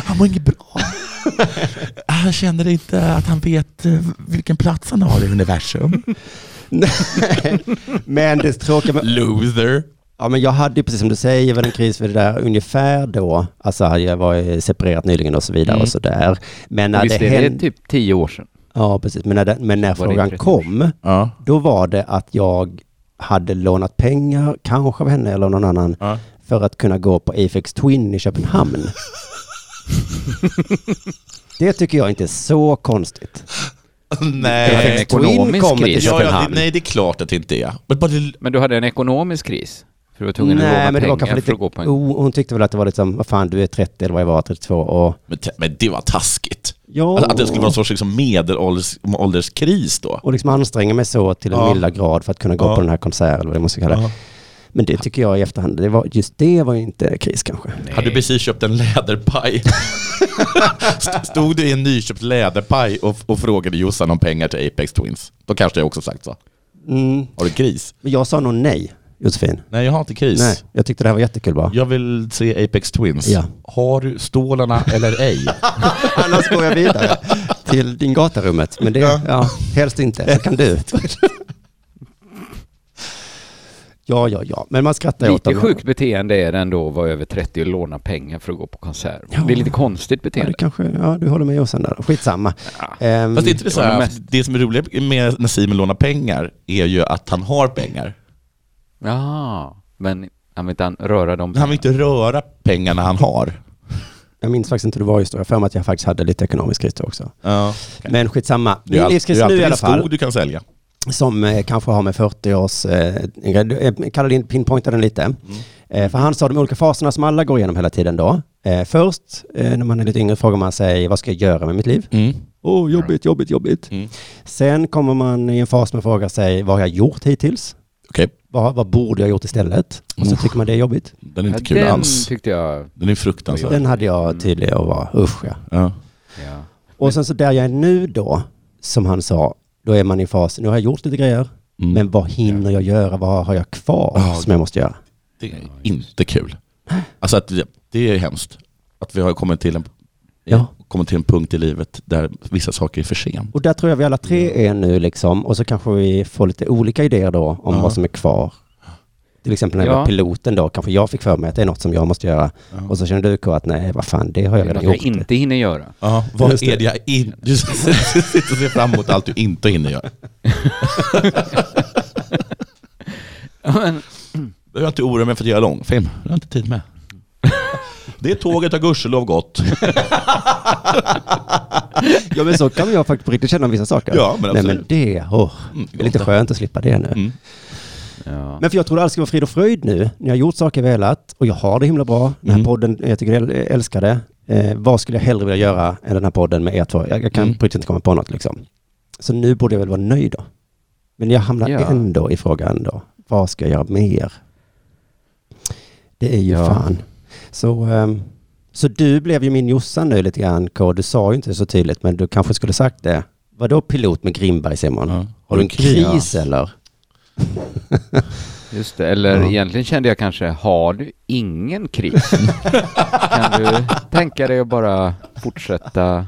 [SPEAKER 3] Han mår inget bra. Han känner inte att han vet eh, vilken plats han har i universum.
[SPEAKER 1] men det tråkiga med
[SPEAKER 3] Loser.
[SPEAKER 1] Ja, men jag hade ju precis som du säger väl en kris för det där ungefär då. Alltså jag var ju separerat nyligen och så vidare
[SPEAKER 3] Mm.
[SPEAKER 1] och så där. Men när
[SPEAKER 2] Visst
[SPEAKER 1] det
[SPEAKER 2] är det
[SPEAKER 1] hände...
[SPEAKER 2] typ tio år sedan?
[SPEAKER 1] Ja, precis. Men när, det, men när
[SPEAKER 2] Var det
[SPEAKER 1] frågan
[SPEAKER 2] inte
[SPEAKER 1] kom,
[SPEAKER 3] Ja.
[SPEAKER 1] då var det att jag hade lånat pengar, kanske av henne eller någon annan,
[SPEAKER 3] Ja.
[SPEAKER 1] för att kunna gå på Afex Twin i Köpenhamn. det tycker jag inte är så konstigt.
[SPEAKER 2] Det var en
[SPEAKER 3] Nej.
[SPEAKER 1] Afex Twin
[SPEAKER 2] Eh, ekonomisk
[SPEAKER 1] kommer till
[SPEAKER 2] kris.
[SPEAKER 3] Ja, ja,
[SPEAKER 1] Köpenhamn.
[SPEAKER 3] det, nej, det är klart att det inte är. Men bara det,
[SPEAKER 2] Men du hade en ekonomisk kris? För du var tvungen att låna
[SPEAKER 1] men det var
[SPEAKER 2] pengar
[SPEAKER 1] kanske
[SPEAKER 2] för
[SPEAKER 1] lite...
[SPEAKER 2] att gå på en...
[SPEAKER 1] Oh, hon tyckte väl att det var liksom, vad fan du är 30 eller vad jag var, 32 och...
[SPEAKER 3] men, te- men det var taskigt.
[SPEAKER 1] Ja.
[SPEAKER 3] Alltså, att det skulle vara en sorts liksom, medelålderskris då.
[SPEAKER 1] Och liksom anstränga mig så till en
[SPEAKER 3] Ja.
[SPEAKER 1] milda grad för att kunna gå
[SPEAKER 3] Ja.
[SPEAKER 1] på den här konserten eller vad det måste kalla.
[SPEAKER 3] Ja.
[SPEAKER 1] Men det tycker jag i efterhand, det var, just det var ju inte kris kanske.
[SPEAKER 3] Hade du precis köpt en läderpaj? St- Stod du i en nyköpt läderpaj och, och frågade Jossan om pengar till Apex Twins? Då kanske jag också sagt så.
[SPEAKER 1] Mm.
[SPEAKER 3] Har du kris?
[SPEAKER 1] Men jag sa nog nej, Josefin.
[SPEAKER 3] Nej, jag har inte kris.
[SPEAKER 1] Nej, jag tyckte det här var jättekul bara.
[SPEAKER 3] Jag vill se Apex Twins.
[SPEAKER 1] Ja.
[SPEAKER 3] Har du stålarna eller ej?
[SPEAKER 1] Annars går jag vidare till din gatarummet. Men det, ja. helst inte. Så kan du. Ja, ja, ja. Men man skrattar ju åt
[SPEAKER 2] Lite
[SPEAKER 1] dem.
[SPEAKER 2] sjukt beteende är det ändå att vara över 30 och låna pengar för att gå på konsert. Det är lite konstigt
[SPEAKER 1] Ja,
[SPEAKER 2] beteende.
[SPEAKER 1] det kanske, ja, du håller med Jossan där. Skitsamma. Ehm,
[SPEAKER 3] Fast det är inte det så
[SPEAKER 2] Det var
[SPEAKER 3] här,
[SPEAKER 2] det
[SPEAKER 3] det, som är roligt med när Simon lånar pengar är ju att han har pengar.
[SPEAKER 2] Ja, men han vill inte an- röra dem.
[SPEAKER 3] Han vill inte röra pengarna han har.
[SPEAKER 1] Jag minns faktiskt inte hur det var just då. Jag har för mig att jag faktiskt hade lite ekonomisk kris då också.
[SPEAKER 3] Ja.
[SPEAKER 1] Men skitsamma.
[SPEAKER 3] Du
[SPEAKER 1] Min livskris nu i alla fall.
[SPEAKER 3] skog du kan sälja.
[SPEAKER 1] som eh, kanske har med 40 års... Eh, eh, kallar in, pinpointar den lite. Eh, för han sa de olika faserna som alla går igenom hela tiden då. Eh, först, eh, när man är lite yngre, frågar man sig vad ska jag göra med mitt liv? Åh, jobbigt, jobbigt, jobbigt.
[SPEAKER 3] Mm.
[SPEAKER 1] Sen kommer man i en fas man frågar sig vad har jag gjort hittills?
[SPEAKER 3] Okej,
[SPEAKER 1] Vad, vad borde jag gjort istället? Och så
[SPEAKER 3] Usch.
[SPEAKER 1] tycker man det är jobbigt.
[SPEAKER 3] den är
[SPEAKER 2] Ja,
[SPEAKER 3] inte kul
[SPEAKER 2] den
[SPEAKER 3] alls.
[SPEAKER 2] tyckte jag...
[SPEAKER 3] Den är fruktansvärd.
[SPEAKER 1] Den hade jag tydligen att vara, usch ja.
[SPEAKER 3] Ja.
[SPEAKER 2] Ja.
[SPEAKER 1] Och sen så där jag är nu då, som han sa, Då är man i fas, nu har jag gjort lite grejer,
[SPEAKER 3] Mm.
[SPEAKER 1] men vad hinner jag göra? Vad har jag kvar
[SPEAKER 3] Ja,
[SPEAKER 1] som jag måste göra?
[SPEAKER 3] Det är inte kul. Alltså att det, det är hemskt. Att vi har kommit till, en,
[SPEAKER 1] Ja.
[SPEAKER 3] kommit till en punkt i livet där vissa saker är för sent.
[SPEAKER 1] Och där tror jag vi alla tre är nu liksom. Och så kanske vi får lite olika idéer då om
[SPEAKER 3] Ja.
[SPEAKER 1] vad som är kvar. Till exempel när jag
[SPEAKER 2] Ja.
[SPEAKER 1] var piloten då, kanske jag fick för mig att det är något som jag måste göra. Och så känner du K att nej, vad fan, det har jag
[SPEAKER 2] Det är något
[SPEAKER 1] redan
[SPEAKER 2] jag
[SPEAKER 1] gjort.
[SPEAKER 2] inte hinner göra.
[SPEAKER 3] Ja, vad
[SPEAKER 1] Just det.
[SPEAKER 3] är det jag in, Du sitter och ser fram emot allt du inte hinner göra.
[SPEAKER 2] Men,
[SPEAKER 3] Behöver jag inte oroa mig för att göra långfilm. Det har jag inte tid med. Det tåget har gudskelov gått.
[SPEAKER 1] Ja, men så kan jag faktiskt på riktigt känna om vissa saker.
[SPEAKER 3] Ja, men
[SPEAKER 1] nej,
[SPEAKER 3] absolut.
[SPEAKER 1] men det, åh,
[SPEAKER 3] Mm,
[SPEAKER 1] det är lite skönt att slippa det nu.
[SPEAKER 3] Mm.
[SPEAKER 2] ja.
[SPEAKER 1] Men för jag trodde allt skulle vara frid och fröjd nu. Ni har gjort saker jag velat och jag har det himla bra. Den här
[SPEAKER 3] Mm.
[SPEAKER 1] podden, jag tycker jag älskar det. Eh, vad skulle jag hellre vilja göra än den här podden med er två? Jag, jag kan
[SPEAKER 3] Mm.
[SPEAKER 1] på riktigt inte komma på något liksom. Så nu borde jag väl vara nöjd då. Men jag hamnar
[SPEAKER 2] Ja.
[SPEAKER 1] ändå i frågan då. Vad ska jag göra mer? Det är ju
[SPEAKER 2] Ja.
[SPEAKER 1] fan. Så, ehm, så du blev ju min Jossan nu lite grann K. Du sa ju inte det så tydligt men du kanske skulle sagt det. Vadå pilot med Grimberg Simon?
[SPEAKER 3] Ja.
[SPEAKER 1] Har du en kris
[SPEAKER 3] Ja.
[SPEAKER 1] eller?
[SPEAKER 2] Just det, eller
[SPEAKER 1] Ja.
[SPEAKER 2] egentligen kände jag kanske, har du ingen kris? kan du tänka dig att bara fortsätta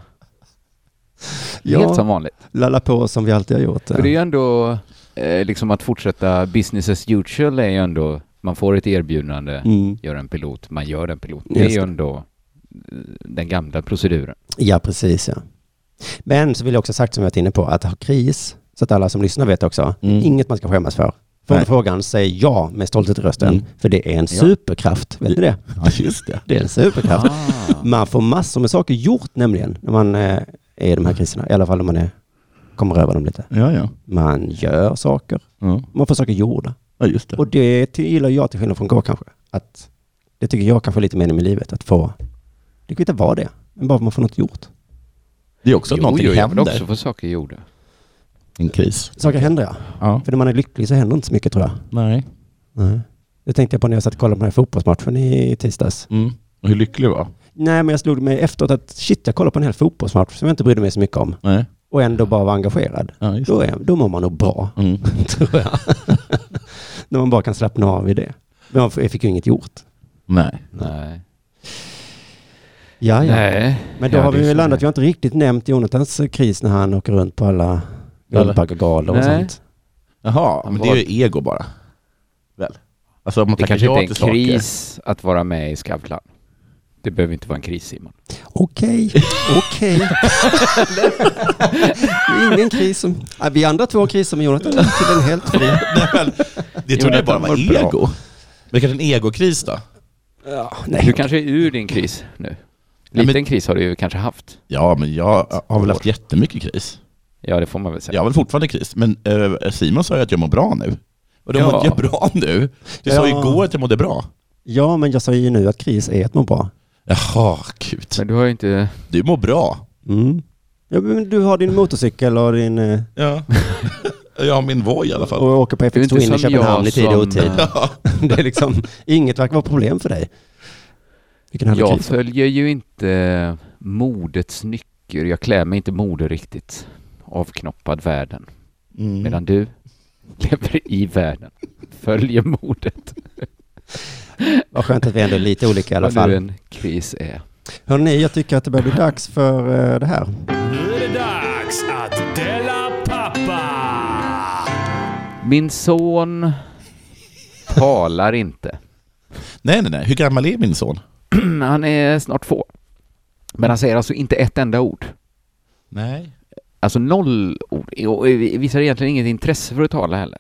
[SPEAKER 2] helt som vanligt?
[SPEAKER 1] lalla på som vi alltid har gjort.
[SPEAKER 2] För det är ju ändå, eh, liksom att fortsätta business as usual är ju ändå, man får ett erbjudande,
[SPEAKER 1] Mm.
[SPEAKER 2] gör en pilot, man gör en pilot. Det
[SPEAKER 1] Just
[SPEAKER 2] är ju
[SPEAKER 1] det.
[SPEAKER 2] ändå eh, den gamla proceduren.
[SPEAKER 1] Ja, precis ja. Men så vill jag också ha sagt som jag varit inne på, att ha kris, så att alla som lyssnar vet också,
[SPEAKER 3] Mm.
[SPEAKER 1] inget man ska skämmas för. Får
[SPEAKER 3] Nej.
[SPEAKER 1] du frågan, säg ja med stolthet i rösten,
[SPEAKER 3] Mm.
[SPEAKER 1] för det är en superkraft. Vet du det?
[SPEAKER 3] Ja, just det.
[SPEAKER 1] Det är en superkraft.
[SPEAKER 3] Ah.
[SPEAKER 1] Man får massor med saker gjort nämligen, när man eh, är i
[SPEAKER 3] Mm.
[SPEAKER 1] de här kriserna. I alla fall om man är, kommer över dem lite.
[SPEAKER 3] Ja, ja.
[SPEAKER 1] Man gör saker,
[SPEAKER 3] Ja,
[SPEAKER 1] man får saker gjorda.
[SPEAKER 3] ja just det.
[SPEAKER 1] Och det till- gillar jag till skillnad från K kanske. Att det tycker jag kanske är lite mening med livet, att få, det kan inte vara det, men bara man får något gjort.
[SPEAKER 3] Det är också att någonting
[SPEAKER 2] jag vill
[SPEAKER 3] händer.
[SPEAKER 2] också få saker gjorda.
[SPEAKER 3] En kris.
[SPEAKER 1] Saker händer ja.
[SPEAKER 3] Ja.
[SPEAKER 1] För när man är lycklig så händer inte så mycket tror jag.
[SPEAKER 3] Nej.
[SPEAKER 1] Nej. Det tänkte jag på när jag satt och kollade på den här fotbollsmatchen i tisdags.
[SPEAKER 3] Mm. Och hur lycklig du var.
[SPEAKER 1] Nej, men jag slog mig efteråt att shit, jag kollade på en hel fotbollsmatch som jag inte brydde mig så mycket om
[SPEAKER 3] Nej.
[SPEAKER 1] och ändå bara var engagerad.
[SPEAKER 3] Ja, just
[SPEAKER 1] Då, är, då mår man nog bra,
[SPEAKER 3] det. Mm.
[SPEAKER 1] tror jag. när man bara kan slappna av i det. Men man f- jag fick ju inget gjort.
[SPEAKER 3] Nej.
[SPEAKER 2] Nej.
[SPEAKER 1] Ja, ja.
[SPEAKER 2] Nej.
[SPEAKER 1] Men då
[SPEAKER 2] Ja,
[SPEAKER 1] har
[SPEAKER 2] det
[SPEAKER 1] vi
[SPEAKER 2] är
[SPEAKER 1] ju
[SPEAKER 2] så
[SPEAKER 1] landat,
[SPEAKER 2] det.
[SPEAKER 1] vi har inte riktigt nämnt Jonathans eh, kris när han åker runt på alla Guldbaggegalor och
[SPEAKER 2] Nej.
[SPEAKER 1] sånt.
[SPEAKER 3] Jaha, men det är ju ego bara. Väl? Alltså om man
[SPEAKER 2] Det
[SPEAKER 3] tackar
[SPEAKER 2] kanske
[SPEAKER 3] ja
[SPEAKER 2] inte
[SPEAKER 3] till
[SPEAKER 2] är en
[SPEAKER 3] saker.
[SPEAKER 2] kris att vara med i Skavlan. Det behöver inte vara en kris Simon.
[SPEAKER 1] Okej, okej. Det är Ingen kris som... Nej, vi andra två har kriser med Jonathan till en helt fri.
[SPEAKER 3] Nej, men det trodde jag bara var
[SPEAKER 2] Jonathan mår bra.
[SPEAKER 3] ego. Men det kanske är en egokris då?
[SPEAKER 1] nej.
[SPEAKER 2] Du kanske är ur din kris nu.
[SPEAKER 3] Ja, men-
[SPEAKER 2] Liten kris har du ju kanske haft.
[SPEAKER 3] Ja, men jag har väl haft jättemycket kris.
[SPEAKER 2] Ja, det får man väl säga.
[SPEAKER 3] Jag har väl fortfarande kris, men eh, Simon sa ju att jag mår bra nu. Och då
[SPEAKER 2] Ja.
[SPEAKER 3] mådde jag bra nu. Du sa
[SPEAKER 1] Ja.
[SPEAKER 3] ju igår att jag mådde bra.
[SPEAKER 1] Ja, men jag sa ju nu att kris är att må bra.
[SPEAKER 3] Jaha, gud.
[SPEAKER 2] Men du har ju inte...
[SPEAKER 3] Du mår bra.
[SPEAKER 1] Mm. Ja, men du har din motorcykel och, din, eh,
[SPEAKER 3] Ja. jag har min Voi i alla
[SPEAKER 1] och
[SPEAKER 3] fall.
[SPEAKER 1] åker på
[SPEAKER 2] Du är
[SPEAKER 1] FX
[SPEAKER 2] inte
[SPEAKER 1] Twin i
[SPEAKER 2] som
[SPEAKER 1] Köpenhamn
[SPEAKER 2] jag
[SPEAKER 1] i tid och
[SPEAKER 2] som,
[SPEAKER 1] otid.
[SPEAKER 3] Mm.
[SPEAKER 2] eh,
[SPEAKER 1] Det är liksom, inget verkar vara problem för dig. Vilken härlig
[SPEAKER 2] Jag
[SPEAKER 1] kris.
[SPEAKER 2] följer ju inte modets nycker. Jag klär mig inte mode riktigt. Avknoppad världen.
[SPEAKER 3] Mm.
[SPEAKER 2] Medan du lever i världen. Följer modet.
[SPEAKER 1] Vad skönt att vi ändå är lite olika i alla
[SPEAKER 2] Vad nu
[SPEAKER 1] fall.
[SPEAKER 2] en kris är.
[SPEAKER 1] Hörrni, jag tycker att det börjar bli dags för eh, det här.
[SPEAKER 4] Nu är det dags att dela pappa!
[SPEAKER 2] Min son talar inte.
[SPEAKER 3] Nej, nej, nej. Hur gammal är min son?
[SPEAKER 2] Han är snart två. Men han säger alltså inte ett enda ord.
[SPEAKER 3] Nej.
[SPEAKER 2] Alltså noll ord. Och visar egentligen inget intresse för att tala heller.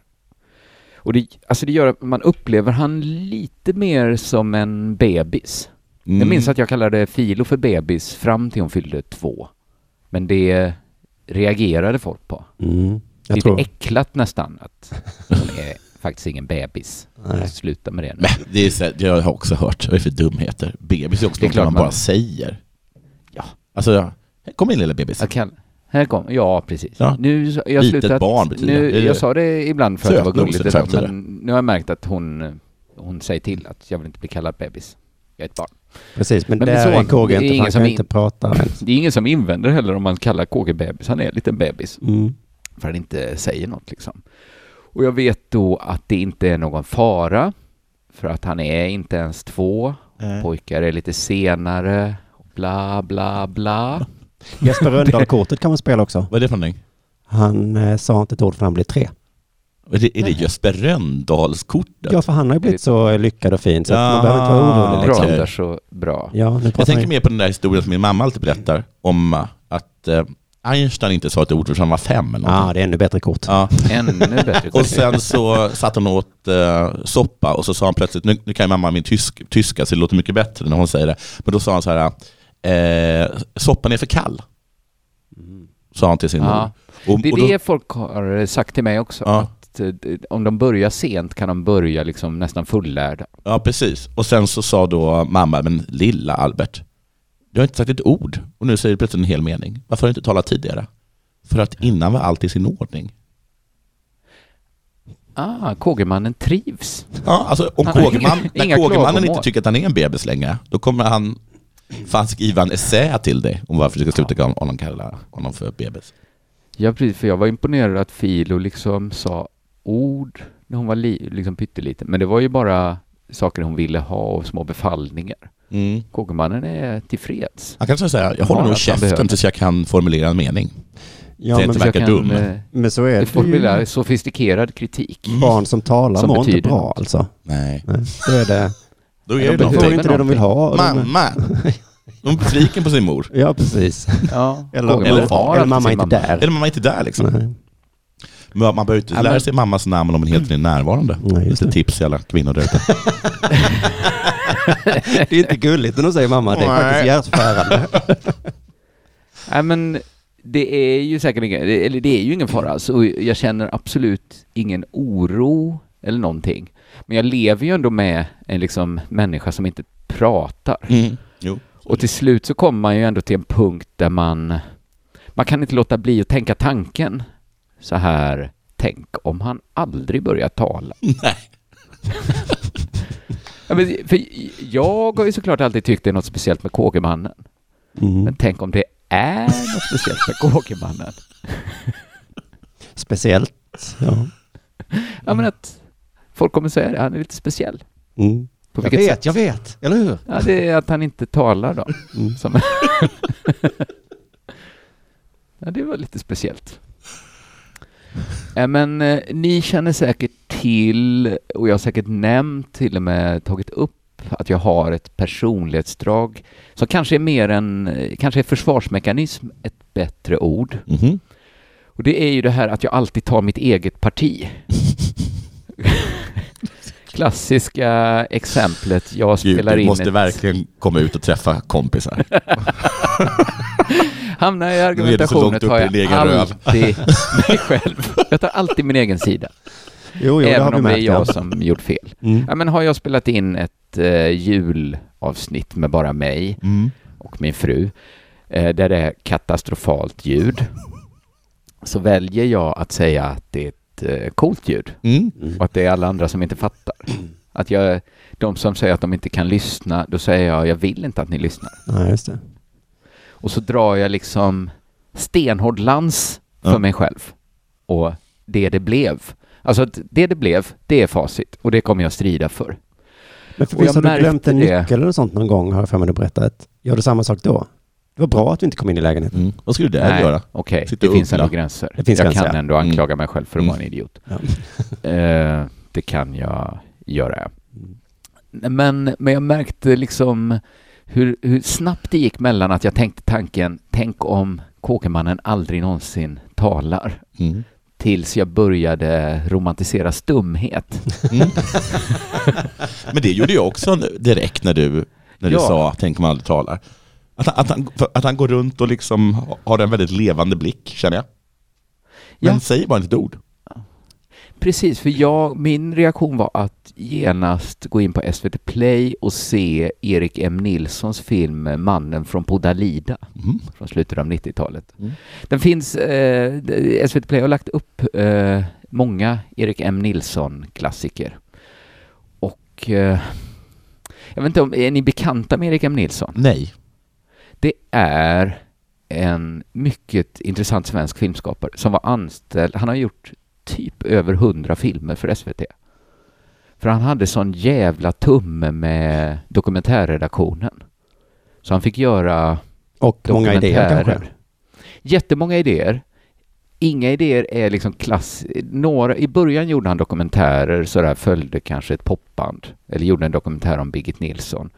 [SPEAKER 2] Och det, alltså det gör att man upplever han lite mer som en bebis.
[SPEAKER 3] Mm.
[SPEAKER 1] Mm.
[SPEAKER 2] Jag minns att jag kallade Filo för bebis fram till hon fyllde två. Men det reagerade folk på.
[SPEAKER 1] Mm. Jag
[SPEAKER 2] lite
[SPEAKER 1] tror...
[SPEAKER 2] äcklat nästan att hon är faktiskt ingen bebis.
[SPEAKER 1] Nej.
[SPEAKER 2] Sluta med det nu.
[SPEAKER 3] Men det är så här, jag har också hört, vad är det för dumheter? Bebis är också
[SPEAKER 2] Det är
[SPEAKER 3] något
[SPEAKER 2] klart
[SPEAKER 3] man
[SPEAKER 2] man-
[SPEAKER 3] bara säger.
[SPEAKER 2] Ja.
[SPEAKER 3] Alltså, ja. kom in lilla bebis.
[SPEAKER 2] Jag kan, här kom, ja precis.
[SPEAKER 3] Ja.
[SPEAKER 2] Nu, så- jag har
[SPEAKER 3] Litet
[SPEAKER 2] slutat,
[SPEAKER 3] barn betyder
[SPEAKER 2] nu,
[SPEAKER 3] det. Är det-
[SPEAKER 2] Jag sa det ibland för att det var
[SPEAKER 3] Sötnos
[SPEAKER 2] gulligt,
[SPEAKER 3] är
[SPEAKER 2] idag,
[SPEAKER 3] fem,
[SPEAKER 2] men nu har jag märkt att hon, hon säger till att jag vill inte bli kallad bebis. Jag är ett barn.
[SPEAKER 1] Precis, men,
[SPEAKER 2] Men
[SPEAKER 1] där
[SPEAKER 2] min son,
[SPEAKER 1] är KG
[SPEAKER 2] det är
[SPEAKER 1] inte, för
[SPEAKER 2] ingen
[SPEAKER 1] han
[SPEAKER 2] som
[SPEAKER 1] kan
[SPEAKER 2] in-
[SPEAKER 1] inte prata. ens. Mm.
[SPEAKER 2] Det är ingen som invänder heller om man kallar KG bebis, han är en liten bebis. för han inte säger något liksom. Och jag vet då att det inte är någon fara för att han är inte ens två. Pojkar är lite senare. Bla, bla, bla.
[SPEAKER 1] Jesper Rönndahl-kortet kan man spela också.
[SPEAKER 3] Vad är det för någonting?
[SPEAKER 1] Han eh, sa inte ett ord för han blev tre.
[SPEAKER 3] Är det, är det Jesper Rönndalskortet?
[SPEAKER 1] Ja, för han har ju blivit så eh, lyckad och fin så att man
[SPEAKER 3] Ja.
[SPEAKER 1] behöver inte vara orolig.
[SPEAKER 3] Ja,
[SPEAKER 2] Bra,
[SPEAKER 1] Liksom.
[SPEAKER 3] okej.
[SPEAKER 2] där så bra.
[SPEAKER 1] Ja, nu
[SPEAKER 3] Jag
[SPEAKER 1] pratar
[SPEAKER 3] tänker
[SPEAKER 1] jag
[SPEAKER 3] mer på den där historien som min mamma alltid berättar om eh, att eh, Einstein inte sa ett ord förrän han var fem eller
[SPEAKER 1] Ja,
[SPEAKER 2] Ah.
[SPEAKER 3] någonting.
[SPEAKER 1] det är ännu bättre kort.
[SPEAKER 3] Ja.
[SPEAKER 2] Ännu bättre.
[SPEAKER 3] Och sen så satt hon och åt eh, soppa och så sa han plötsligt, nu, nu kan ju mamma min tysk, tyska så det låter mycket bättre när hon säger det. Men då sa han så här, eh, soppan är för kall. Sa han till sin
[SPEAKER 2] Ja.
[SPEAKER 3] mor. Och,
[SPEAKER 2] Det
[SPEAKER 3] och då-
[SPEAKER 2] är det folk har eh, sagt till mig också.
[SPEAKER 3] Ja.
[SPEAKER 2] Att eh, om de börjar sent kan de börja liksom nästan fullärda.
[SPEAKER 3] Ja, precis. Och sen så sa då mamma, men lilla Albert, du har inte sagt ett ord och nu säger du plötsligt en hel mening. Varför har du inte talat tidigare? För att innan var allt i sin ordning.
[SPEAKER 2] Ah, Kågermannen trivs.
[SPEAKER 3] Ja, alltså om
[SPEAKER 2] Han har
[SPEAKER 3] Kågerman,
[SPEAKER 2] inga-
[SPEAKER 3] när
[SPEAKER 2] inga
[SPEAKER 3] Kågermannen
[SPEAKER 2] klagomål.
[SPEAKER 3] inte tycker att han är en bebis längre, då kommer han fan skriva en essä till dig om varför du ska sluta kalla honom, kalla honom för bebis.
[SPEAKER 2] Ja, precis. För jag var imponerad att Filo liksom sa ord när hon var li- liksom pytteliten. Men det var ju bara saker hon ville ha och små befallningar.
[SPEAKER 3] Mm.
[SPEAKER 2] Kågermannen är tillfreds.
[SPEAKER 3] Han kanske säger, jag
[SPEAKER 2] Ja,
[SPEAKER 3] håller nog
[SPEAKER 2] att han
[SPEAKER 3] käften
[SPEAKER 2] behöver.
[SPEAKER 3] tills jag kan formulera en mening.
[SPEAKER 1] Ja,
[SPEAKER 3] Det är
[SPEAKER 1] men,
[SPEAKER 3] inte
[SPEAKER 2] Så jag
[SPEAKER 3] verkar
[SPEAKER 2] kan,
[SPEAKER 3] dum.
[SPEAKER 2] eh,
[SPEAKER 1] men så är det
[SPEAKER 2] Formulär,
[SPEAKER 1] ju.
[SPEAKER 2] sofistikerad kritik.
[SPEAKER 1] Barn som talar
[SPEAKER 2] Som
[SPEAKER 1] mår inte
[SPEAKER 2] betyder
[SPEAKER 1] bra
[SPEAKER 2] något.
[SPEAKER 1] alltså.
[SPEAKER 3] Nej,
[SPEAKER 1] Nej, då är det.
[SPEAKER 3] då
[SPEAKER 2] Ja,
[SPEAKER 3] är
[SPEAKER 2] de
[SPEAKER 3] det
[SPEAKER 1] De får
[SPEAKER 2] betyder
[SPEAKER 3] någonting.
[SPEAKER 1] inte det de vill ha. och de-
[SPEAKER 3] Mamma! Hon skriker på sin mor.
[SPEAKER 1] Ja, precis.
[SPEAKER 2] Ja.
[SPEAKER 1] Eller,
[SPEAKER 2] Kågermannen
[SPEAKER 1] eller,
[SPEAKER 2] har
[SPEAKER 1] eller
[SPEAKER 2] alltid
[SPEAKER 1] mamma är
[SPEAKER 2] sin
[SPEAKER 1] inte där.
[SPEAKER 3] Eller mamma är inte där liksom.
[SPEAKER 1] Nej.
[SPEAKER 3] Men man behöver inte
[SPEAKER 2] Ja,
[SPEAKER 3] lära
[SPEAKER 2] men-
[SPEAKER 3] sig mammas namn om en helt ny närvarande.
[SPEAKER 1] Nej, just
[SPEAKER 3] Lite
[SPEAKER 1] det.
[SPEAKER 3] tips till alla kvinnor där ute.
[SPEAKER 1] Det är inte gulligt när de säger mamma. Det är
[SPEAKER 3] Nej.
[SPEAKER 1] faktiskt hjärtskärande.
[SPEAKER 2] Nej, men det är ju säkert ingen, eller det är ju ingen fara alls och jag känner absolut ingen oro eller någonting. Men jag lever ju ändå med en liksom människa som inte pratar.
[SPEAKER 3] Mm. Jo.
[SPEAKER 2] Och till slut så kommer man ju ändå till en punkt där man, man kan inte låta bli att tänka tanken så här, tänk om han aldrig börjar tala.
[SPEAKER 3] Nej.
[SPEAKER 2] Ja, men för jag har ju såklart alltid tyckt det är något speciellt med Kågermannen. Men
[SPEAKER 1] Mm.
[SPEAKER 2] tänk om det är något speciellt med Kågermannen.
[SPEAKER 1] Speciellt. Ja.
[SPEAKER 2] Ja, men att folk kommer säga det. Han är lite speciell.
[SPEAKER 1] Mm.
[SPEAKER 2] På
[SPEAKER 1] Jag
[SPEAKER 2] vilket sätt?
[SPEAKER 1] vet, jag vet. Eller hur?
[SPEAKER 2] Ja, det är att han inte talar då.
[SPEAKER 1] Mm.
[SPEAKER 2] Som... ja, det var lite speciellt. Ja, men eh, ni känner säkert till, och jag har säkert nämnt, till och med tagit upp, att jag har ett personlighetsdrag som kanske är mer än, eh, kanske är försvarsmekanism ett bättre ord.
[SPEAKER 3] Mhm.
[SPEAKER 2] Och det är ju det här att jag alltid tar mitt eget parti. Klassiska exemplet, jag
[SPEAKER 3] Gud,
[SPEAKER 2] spelar
[SPEAKER 3] du
[SPEAKER 2] in
[SPEAKER 3] måste
[SPEAKER 2] ett...
[SPEAKER 3] verkligen komma ut och träffa kompisar.
[SPEAKER 2] Hamnar jag i
[SPEAKER 3] Nu är det så
[SPEAKER 2] argumentationen
[SPEAKER 3] långt upp
[SPEAKER 2] tar
[SPEAKER 3] i din egen
[SPEAKER 2] jag
[SPEAKER 3] röv.
[SPEAKER 2] alltid mig själv. Jag tar alltid min egen sida,
[SPEAKER 1] Jo, jo, det har
[SPEAKER 2] även
[SPEAKER 1] vi
[SPEAKER 2] om det är
[SPEAKER 1] märkt. ja.
[SPEAKER 2] jag som gjort fel.
[SPEAKER 1] Mm.
[SPEAKER 2] Ja, men har jag spelat in ett eh, julavsnitt med bara mig
[SPEAKER 3] Mm.
[SPEAKER 2] och min fru, eh, där det är katastrofalt ljud, så väljer jag att säga att det är ett eh, coolt ljud.
[SPEAKER 3] Mm.
[SPEAKER 2] och att det är alla andra som inte fattar. Att jag, de som säger att de inte kan lyssna, då säger jag jag vill inte att ni lyssnar.
[SPEAKER 1] Nej, just det.
[SPEAKER 2] Och så drar jag liksom stenhård lans för
[SPEAKER 3] Ja.
[SPEAKER 2] mig själv. Och det det blev. Alltså att det det blev, det är facit och det kommer jag strida för.
[SPEAKER 1] Men för
[SPEAKER 2] Och
[SPEAKER 1] visst har
[SPEAKER 2] jag
[SPEAKER 1] du glömt
[SPEAKER 2] märkte
[SPEAKER 1] en
[SPEAKER 2] det.
[SPEAKER 1] nyckel eller sånt någon gång, har jag för mig du berättat. Gör du samma sak då? Det var bra att du inte kom in i lägenheten.
[SPEAKER 3] Mm. Vad skulle du där göra?
[SPEAKER 2] Okej,
[SPEAKER 3] Sitta
[SPEAKER 2] det
[SPEAKER 3] och
[SPEAKER 2] finns
[SPEAKER 3] uggla.
[SPEAKER 2] ändå gränser.
[SPEAKER 1] Det finns
[SPEAKER 2] jag
[SPEAKER 1] gränser,
[SPEAKER 2] kan
[SPEAKER 1] ja.
[SPEAKER 2] ändå
[SPEAKER 3] Mm.
[SPEAKER 2] anklaga mig själv för att
[SPEAKER 3] Mm.
[SPEAKER 2] vara en idiot.
[SPEAKER 1] Ja.
[SPEAKER 2] Eh, det kan jag göra. Mm. Men, men jag märkte liksom hur, hur snabbt det gick mellan att jag tänkte tanken, tänk om Kåkemannen aldrig någonsin talar,
[SPEAKER 3] Mm.
[SPEAKER 2] tills jag började romantisera stumhet.
[SPEAKER 3] Mm. Men det gjorde jag också direkt när du, när du
[SPEAKER 2] Ja.
[SPEAKER 3] sa tänk om han aldrig talar. Att han, att, han, för att han går runt och liksom har en väldigt levande blick, känner jag. Men
[SPEAKER 2] Ja.
[SPEAKER 3] säger bara inte ett ord.
[SPEAKER 2] Precis, för jag, min reaktion var att genast gå in på SVT Play och se Erik M. Nilssons film Mannen från Podalida.
[SPEAKER 3] Mm.
[SPEAKER 2] från slutet av 90-talet.
[SPEAKER 3] Mm.
[SPEAKER 2] Den finns, eh, d- SVT Play har lagt upp eh, många Erik M. Nilsson-klassiker. Och eh, jag vet inte om, är ni bekanta med Erik M. Nilsson?
[SPEAKER 3] Nej.
[SPEAKER 2] Det är en mycket intressant svensk filmskapare som var anställd. Han har gjort typ över hundra filmer för SVT. För han hade sån jävla tumme med dokumentärredaktionen. Så han fick göra
[SPEAKER 1] Och många idéer kanske.
[SPEAKER 2] Jättemånga idéer. Inga idéer är liksom klass... Några, I början gjorde han dokumentärer, sådär följde kanske ett popband. Eller gjorde en dokumentär om Birgit Nilsson.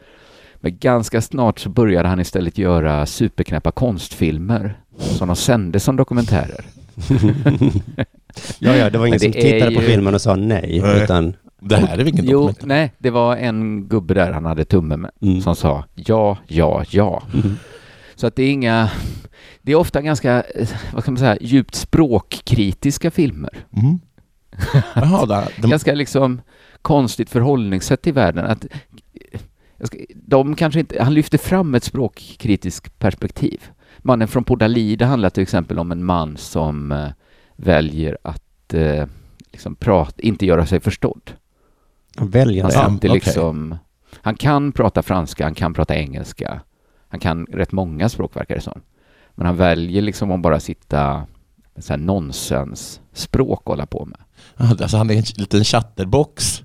[SPEAKER 2] Men ganska snart så började han istället göra superknäppa konstfilmer som de sände som dokumentärer.
[SPEAKER 1] Ja, ja, det var ingen
[SPEAKER 2] Men
[SPEAKER 1] som
[SPEAKER 2] det är
[SPEAKER 1] tittade på
[SPEAKER 2] ju-
[SPEAKER 1] filmen och sa nej,
[SPEAKER 3] Nej.
[SPEAKER 1] utan
[SPEAKER 3] Det här är väl ingen
[SPEAKER 2] Jo,
[SPEAKER 3] dokumentär?
[SPEAKER 2] nej, det var en gubbe där han hade tumme med
[SPEAKER 1] Mm.
[SPEAKER 2] som sa ja, ja, ja. Så att det är inga... Det är ofta ganska, eh, vad kan man säga, djupt språkkritiska filmer.
[SPEAKER 3] Mm. Jaha, där. De,
[SPEAKER 2] ganska liksom konstigt förhållningssätt i världen. Att, jag ska, de kanske inte, han lyfter fram ett språkkritiskt perspektiv. Mannen från Podali, det handlar till exempel om en man som eh, väljer att eh, liksom prata, inte göra sig förstådd.
[SPEAKER 1] välja
[SPEAKER 2] Han,
[SPEAKER 1] det.
[SPEAKER 3] Ja.
[SPEAKER 2] sätter
[SPEAKER 3] okej.
[SPEAKER 2] liksom, han kan prata franska, han kan prata engelska, han kan rätt många språk verkar det som. Men han väljer liksom att bara sitta med så här nonsensspråk och hålla på med.
[SPEAKER 3] Jaha, alltså, han är en liten chatterbox,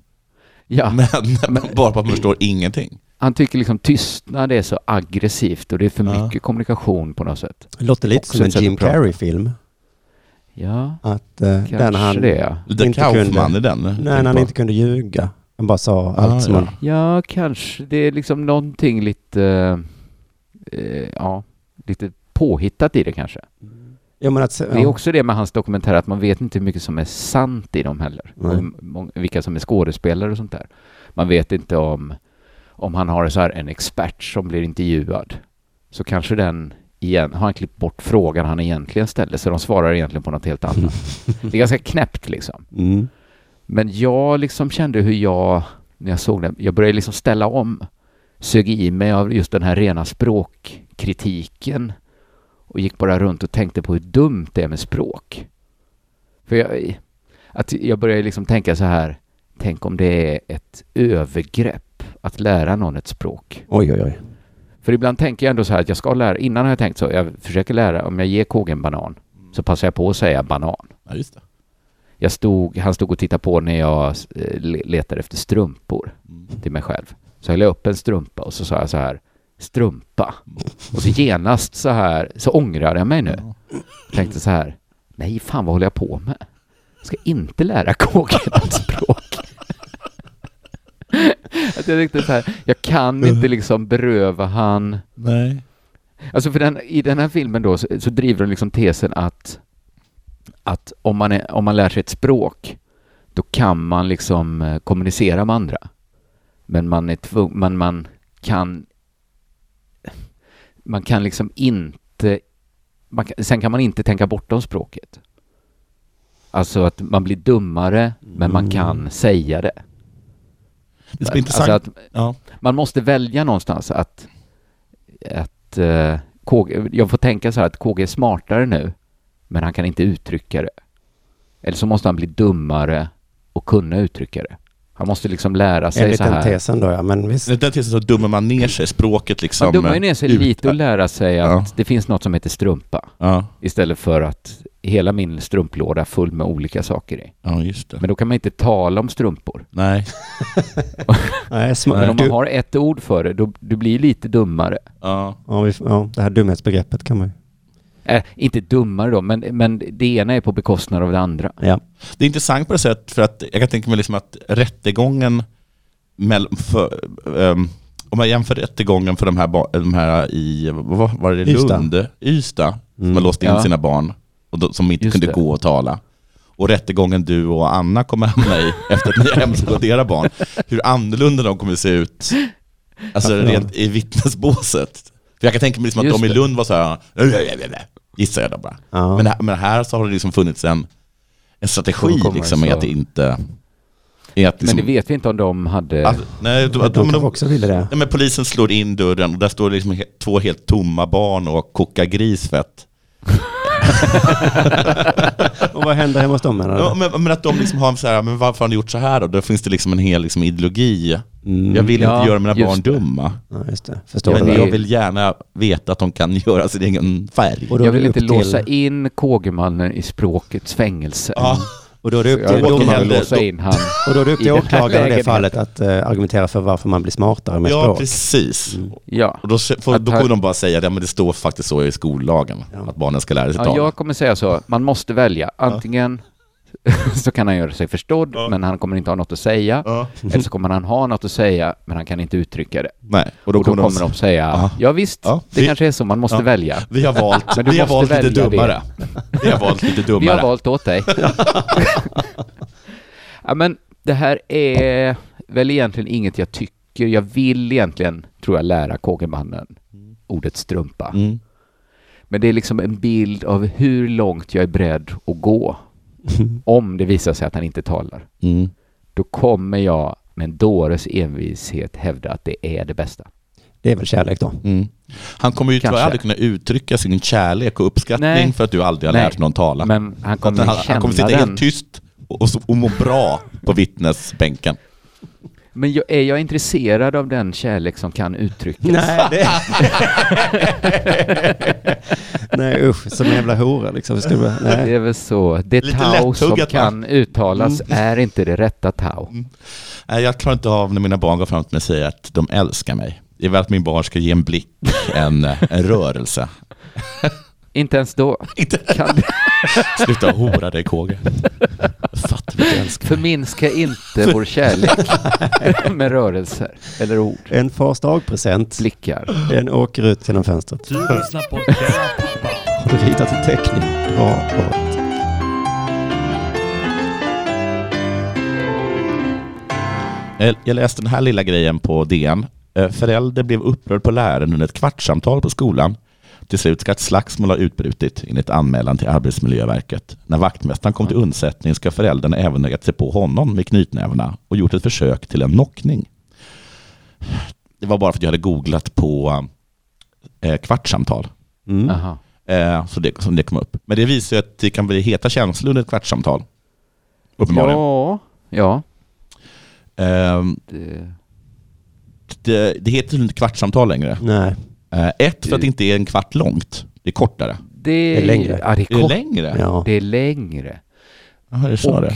[SPEAKER 2] Ja.
[SPEAKER 3] men,
[SPEAKER 2] Men-
[SPEAKER 3] bara på att man förstår ingenting.
[SPEAKER 2] Han tycker liksom tystnad är så aggressivt och det är för
[SPEAKER 3] Ja.
[SPEAKER 2] mycket kommunikation på något sätt.
[SPEAKER 1] Låter lite
[SPEAKER 2] Också
[SPEAKER 1] som en
[SPEAKER 2] ett sätt
[SPEAKER 1] Jim
[SPEAKER 3] att prata.
[SPEAKER 1] Carrey-film.
[SPEAKER 2] Ja,
[SPEAKER 1] Att eh,
[SPEAKER 2] kanske
[SPEAKER 1] den han...
[SPEAKER 2] det. ja.
[SPEAKER 3] Lite
[SPEAKER 1] Inte
[SPEAKER 3] Kaufman
[SPEAKER 1] kunde.
[SPEAKER 3] i den.
[SPEAKER 1] Nej, när han inte kunde ljuga. Han bara sa allt
[SPEAKER 3] Ah,
[SPEAKER 1] som
[SPEAKER 3] ja.
[SPEAKER 1] han...
[SPEAKER 2] Ja, kanske. Det är liksom någonting lite, eh, ja, lite påhittat i det kanske.
[SPEAKER 1] Ja, men att...
[SPEAKER 2] Det är
[SPEAKER 1] ja.
[SPEAKER 2] också det med hans dokumentär att man vet inte hur mycket som är sant i dem heller.
[SPEAKER 1] Nej.
[SPEAKER 2] Och hur mång- vilka som är skådespelare och sånt där. Man vet inte om, om han har så här en expert som blir intervjuad. Så kanske den igen, har han klippt bort frågan han egentligen ställde så de svarar egentligen på något helt annat. Det är ganska knäppt liksom.
[SPEAKER 1] Mm.
[SPEAKER 2] Men jag liksom kände hur jag, när jag såg den, jag började liksom ställa om. Sög i mig av just den här rena språkkritiken och gick bara runt och tänkte på hur dumt det är med språk. För jag, att jag började liksom tänka så här, tänk om det är ett övergrepp att lära någon ett språk.
[SPEAKER 1] Oj, oj, oj.
[SPEAKER 2] För ibland tänker jag ändå så här att jag ska lära, innan har jag tänkt så, jag försöker lära, om jag ger KG en banan så passar jag på att säga banan.
[SPEAKER 3] Ja, just det.
[SPEAKER 2] Jag stod, han stod och tittade på när jag eh, le- letade efter strumpor till mig själv. Så höll jag upp en strumpa och så sa jag så här, strumpa. Och så genast så här, så ångrade jag mig nu.
[SPEAKER 3] Mm.
[SPEAKER 2] Tänkte så här, nej fan vad håller jag på med? Jag ska inte lära KG något språk. Att jag tänkte så här, jag kan inte liksom beröva han
[SPEAKER 3] Nej.
[SPEAKER 2] Alltså för den, i den här filmen då så, så driver de liksom tesen att, att om, man är, om man lär sig ett språk då kan man liksom eh, kommunicera med andra. Men man är tvung, man, man kan man kan liksom inte man kan, sen kan man inte tänka bortom språket. Alltså att man blir dummare men man kan säga det.
[SPEAKER 3] Det är intressant.
[SPEAKER 2] Alltså att
[SPEAKER 3] ja.
[SPEAKER 2] man måste välja någonstans att, att eh, KG, jag får tänka så här att KG är smartare nu, men han kan inte uttrycka det. Eller så måste han bli dummare och kunna uttrycka det. Han måste liksom lära sig
[SPEAKER 1] Enligt
[SPEAKER 2] så
[SPEAKER 1] den
[SPEAKER 2] här.
[SPEAKER 1] tesen då, ja. Men visst.
[SPEAKER 3] Det där till så dummar man ner sig, språket liksom.
[SPEAKER 2] Man dummar ju ner sig
[SPEAKER 3] ut-
[SPEAKER 2] lite och lära sig att
[SPEAKER 3] Ja.
[SPEAKER 2] det finns något som heter strumpa
[SPEAKER 3] Ja,
[SPEAKER 2] istället för att hela min strumplåda full med olika saker i.
[SPEAKER 3] ja just det.
[SPEAKER 2] Men då kan man inte tala om strumpor.
[SPEAKER 3] Nej.
[SPEAKER 1] Nej, sma-
[SPEAKER 2] Men om man
[SPEAKER 1] du,
[SPEAKER 2] har ett ord för det, då du blir lite dummare.
[SPEAKER 3] Ja.
[SPEAKER 1] ja, vi, ja, det här dumhetsbegreppet kan man ju...
[SPEAKER 2] Eh, inte dummare då, men, men det ena är på bekostnad av det andra.
[SPEAKER 1] Ja.
[SPEAKER 3] Det är intressant på det sättet för att jag kan tänka mig liksom att rättegången, mell- för, ehm, om man jämför rättegången för de här, ba- de här i, vad var det,
[SPEAKER 1] Ystad.
[SPEAKER 3] Lund? Ystad, som
[SPEAKER 1] Mm.
[SPEAKER 3] har låst in
[SPEAKER 2] Ja.
[SPEAKER 3] sina barn och då, som inte
[SPEAKER 2] Just
[SPEAKER 3] kunde
[SPEAKER 2] det.
[SPEAKER 3] gå och tala. Och rättegången du och Anna kommer hamna i efter att ni har hemsökt era barn. Hur annorlunda de kommer se ut. Alltså
[SPEAKER 1] Ja.
[SPEAKER 3] rent i vittnesbåset. För jag kan tänka mig liksom att
[SPEAKER 2] Just
[SPEAKER 3] de i
[SPEAKER 2] det.
[SPEAKER 3] Lund var så här, "Äh, äh, äh, äh", gissar jag då bara.
[SPEAKER 1] Ja.
[SPEAKER 3] Men, här, men här så har det liksom funnits en, en strategi
[SPEAKER 2] De kommer
[SPEAKER 3] liksom, i
[SPEAKER 2] så-
[SPEAKER 3] att det inte... I att
[SPEAKER 2] Men
[SPEAKER 3] liksom,
[SPEAKER 2] det vet vi inte om de hade...
[SPEAKER 3] att, nej, då,
[SPEAKER 1] De,
[SPEAKER 3] att,
[SPEAKER 1] de
[SPEAKER 3] de,
[SPEAKER 1] kanske också ville det.
[SPEAKER 3] nej, men polisen slår in dörren och där står det liksom he, två helt tomma barn och kokar grisfett.
[SPEAKER 1] Och vad händer hemma hos dem menar du?
[SPEAKER 3] Ja, men, men att de liksom har en så här, men varför har ni gjort så här då? Då finns det liksom en hel liksom, ideologi
[SPEAKER 1] Mm.
[SPEAKER 3] Jag vill
[SPEAKER 2] Ja,
[SPEAKER 3] inte göra mina
[SPEAKER 2] just
[SPEAKER 3] barn
[SPEAKER 2] det.
[SPEAKER 3] dumma.
[SPEAKER 1] Ja, just det. Förstår
[SPEAKER 3] Men
[SPEAKER 1] du?
[SPEAKER 3] jag
[SPEAKER 1] väl?
[SPEAKER 3] vill gärna veta att de kan göra sin egen färg.
[SPEAKER 1] Och då är
[SPEAKER 2] Jag
[SPEAKER 1] det
[SPEAKER 2] vill
[SPEAKER 1] upp
[SPEAKER 2] inte
[SPEAKER 1] till-
[SPEAKER 2] låsa in Kågemannen i språkets fängelse.
[SPEAKER 3] Ja,
[SPEAKER 1] Och då är det upp
[SPEAKER 2] Jag
[SPEAKER 1] till,
[SPEAKER 3] åker
[SPEAKER 2] låter
[SPEAKER 1] domaren-
[SPEAKER 2] hellre
[SPEAKER 3] hem då.
[SPEAKER 2] låsa in han.
[SPEAKER 1] och då är det upp
[SPEAKER 2] i
[SPEAKER 1] till
[SPEAKER 2] den här
[SPEAKER 1] åklagaren i det
[SPEAKER 2] lägenheten.
[SPEAKER 1] fallet att eh, argumentera för varför man blir smartare med
[SPEAKER 3] ja
[SPEAKER 1] språk.
[SPEAKER 3] precis.
[SPEAKER 2] Ja.
[SPEAKER 3] Och då, se- får,
[SPEAKER 2] Att
[SPEAKER 3] då
[SPEAKER 2] här-
[SPEAKER 3] kommer de bara säga att ja, men det står faktiskt så i skollagen,
[SPEAKER 1] Ja.
[SPEAKER 3] att barnen ska lära sig
[SPEAKER 2] ja,
[SPEAKER 3] tala.
[SPEAKER 2] jag kommer säga så. Man måste välja. Antingen så kan han göra sig förstådd, men han kommer inte ha något att säga.
[SPEAKER 3] Ja.
[SPEAKER 2] Eller så kommer han ha något att säga, men han kan inte uttrycka det.
[SPEAKER 3] Nej, och
[SPEAKER 2] Då
[SPEAKER 3] då
[SPEAKER 2] och då
[SPEAKER 3] kommer,
[SPEAKER 2] kommer de,
[SPEAKER 3] de...
[SPEAKER 2] säga,
[SPEAKER 3] Ja.
[SPEAKER 2] ja visst,
[SPEAKER 3] Ja.
[SPEAKER 2] det
[SPEAKER 3] Vi-
[SPEAKER 2] kanske är så, man måste
[SPEAKER 3] Ja.
[SPEAKER 2] välja.
[SPEAKER 3] Vi har valt,
[SPEAKER 2] Men du
[SPEAKER 3] vi har
[SPEAKER 2] måste
[SPEAKER 3] valt lite
[SPEAKER 2] välja det.
[SPEAKER 3] dummare. Vi har valt lite
[SPEAKER 2] Vi har
[SPEAKER 3] dummare.
[SPEAKER 2] valt åt dig. ja, men det här är väl egentligen inget jag tycker. Jag vill egentligen, tror jag, lära Kågemannen ordet strumpa.
[SPEAKER 3] Mm.
[SPEAKER 2] Men det är liksom en bild av hur långt jag är beredd att gå. Om det visar sig att han inte talar.
[SPEAKER 3] Mm.
[SPEAKER 2] Då kommer jag med en dåres envishet hävda att det är det bästa.
[SPEAKER 1] Det är väl kärlek då.
[SPEAKER 3] Mm. Han kommer ju tror jag
[SPEAKER 2] Kanske.
[SPEAKER 3] aldrig kunna uttrycka sin kärlek och uppskattning
[SPEAKER 2] Nej.
[SPEAKER 3] för att du aldrig har
[SPEAKER 2] Nej.
[SPEAKER 3] lärt någon tala.
[SPEAKER 2] Men han
[SPEAKER 3] Att
[SPEAKER 2] kommer
[SPEAKER 3] han,
[SPEAKER 2] känna
[SPEAKER 3] han kommer sitta
[SPEAKER 2] den.
[SPEAKER 3] helt tyst och, och, så- och må bra på vittnesbänken.
[SPEAKER 2] Men jag, är jag intresserad av den kärlek som kan uttryckas?
[SPEAKER 1] Nej, det... Nej usch, som en jävla hora liksom. Ska du...
[SPEAKER 2] Det
[SPEAKER 1] Nej.
[SPEAKER 2] är väl så. Det
[SPEAKER 3] Lite
[SPEAKER 2] tau som
[SPEAKER 3] lättuggat, va? Mm.
[SPEAKER 2] kan uttalas är inte det rätta tau.
[SPEAKER 3] Nej, jag klarar inte av när mina barn går fram till mig och säger att de älskar mig. Det är väl att min barn ska ge en blick, en, en rörelse.
[SPEAKER 2] Inte ens då. Kan du
[SPEAKER 3] Sluta hora dig KG. Fattar du inte ens.
[SPEAKER 2] förminska inte vår kärlek med rörelser eller ord,
[SPEAKER 1] En fars dag-present,
[SPEAKER 3] Mm.
[SPEAKER 2] blickar.
[SPEAKER 1] den åker ut genom fönstret.
[SPEAKER 4] Du lyssnar på Della Pappa.
[SPEAKER 1] Har du hittat en teckning? Bra jobbat.
[SPEAKER 3] Eh, Jag läste den här lilla grejen på DN. Eh, Förälder blev upprörd på läraren under ett kvartssamtal på skolan. Till slut ska ett slagsmål ha utbrutit enligt anmälan till Arbetsmiljöverket. När vaktmästaren kom till undsättning ska föräldrarna även ha gett sig på honom med knytnävarna och gjort ett försök till en knockning. Det var bara för att jag hade googlat på eh, kvartssamtal.
[SPEAKER 1] Mm.
[SPEAKER 2] Aha.
[SPEAKER 3] Eh, så det, som det kom upp. Men det visar ju att det kan bli heta känslor under ett kvartssamtal. Uppenbarligen.
[SPEAKER 2] Ja, ja.
[SPEAKER 3] Ehm,
[SPEAKER 2] Det,
[SPEAKER 3] det, det heter ju inte kvartssamtal längre.
[SPEAKER 1] Nej,
[SPEAKER 3] Eh, ett, för att det inte är en kvart långt. Det är kortare.
[SPEAKER 2] det
[SPEAKER 1] är längre.
[SPEAKER 2] Ja, det är
[SPEAKER 3] Är det
[SPEAKER 2] kort.
[SPEAKER 3] längre?
[SPEAKER 1] ja.
[SPEAKER 2] Det är längre.
[SPEAKER 3] Jaha, det sa
[SPEAKER 2] Och,
[SPEAKER 3] det.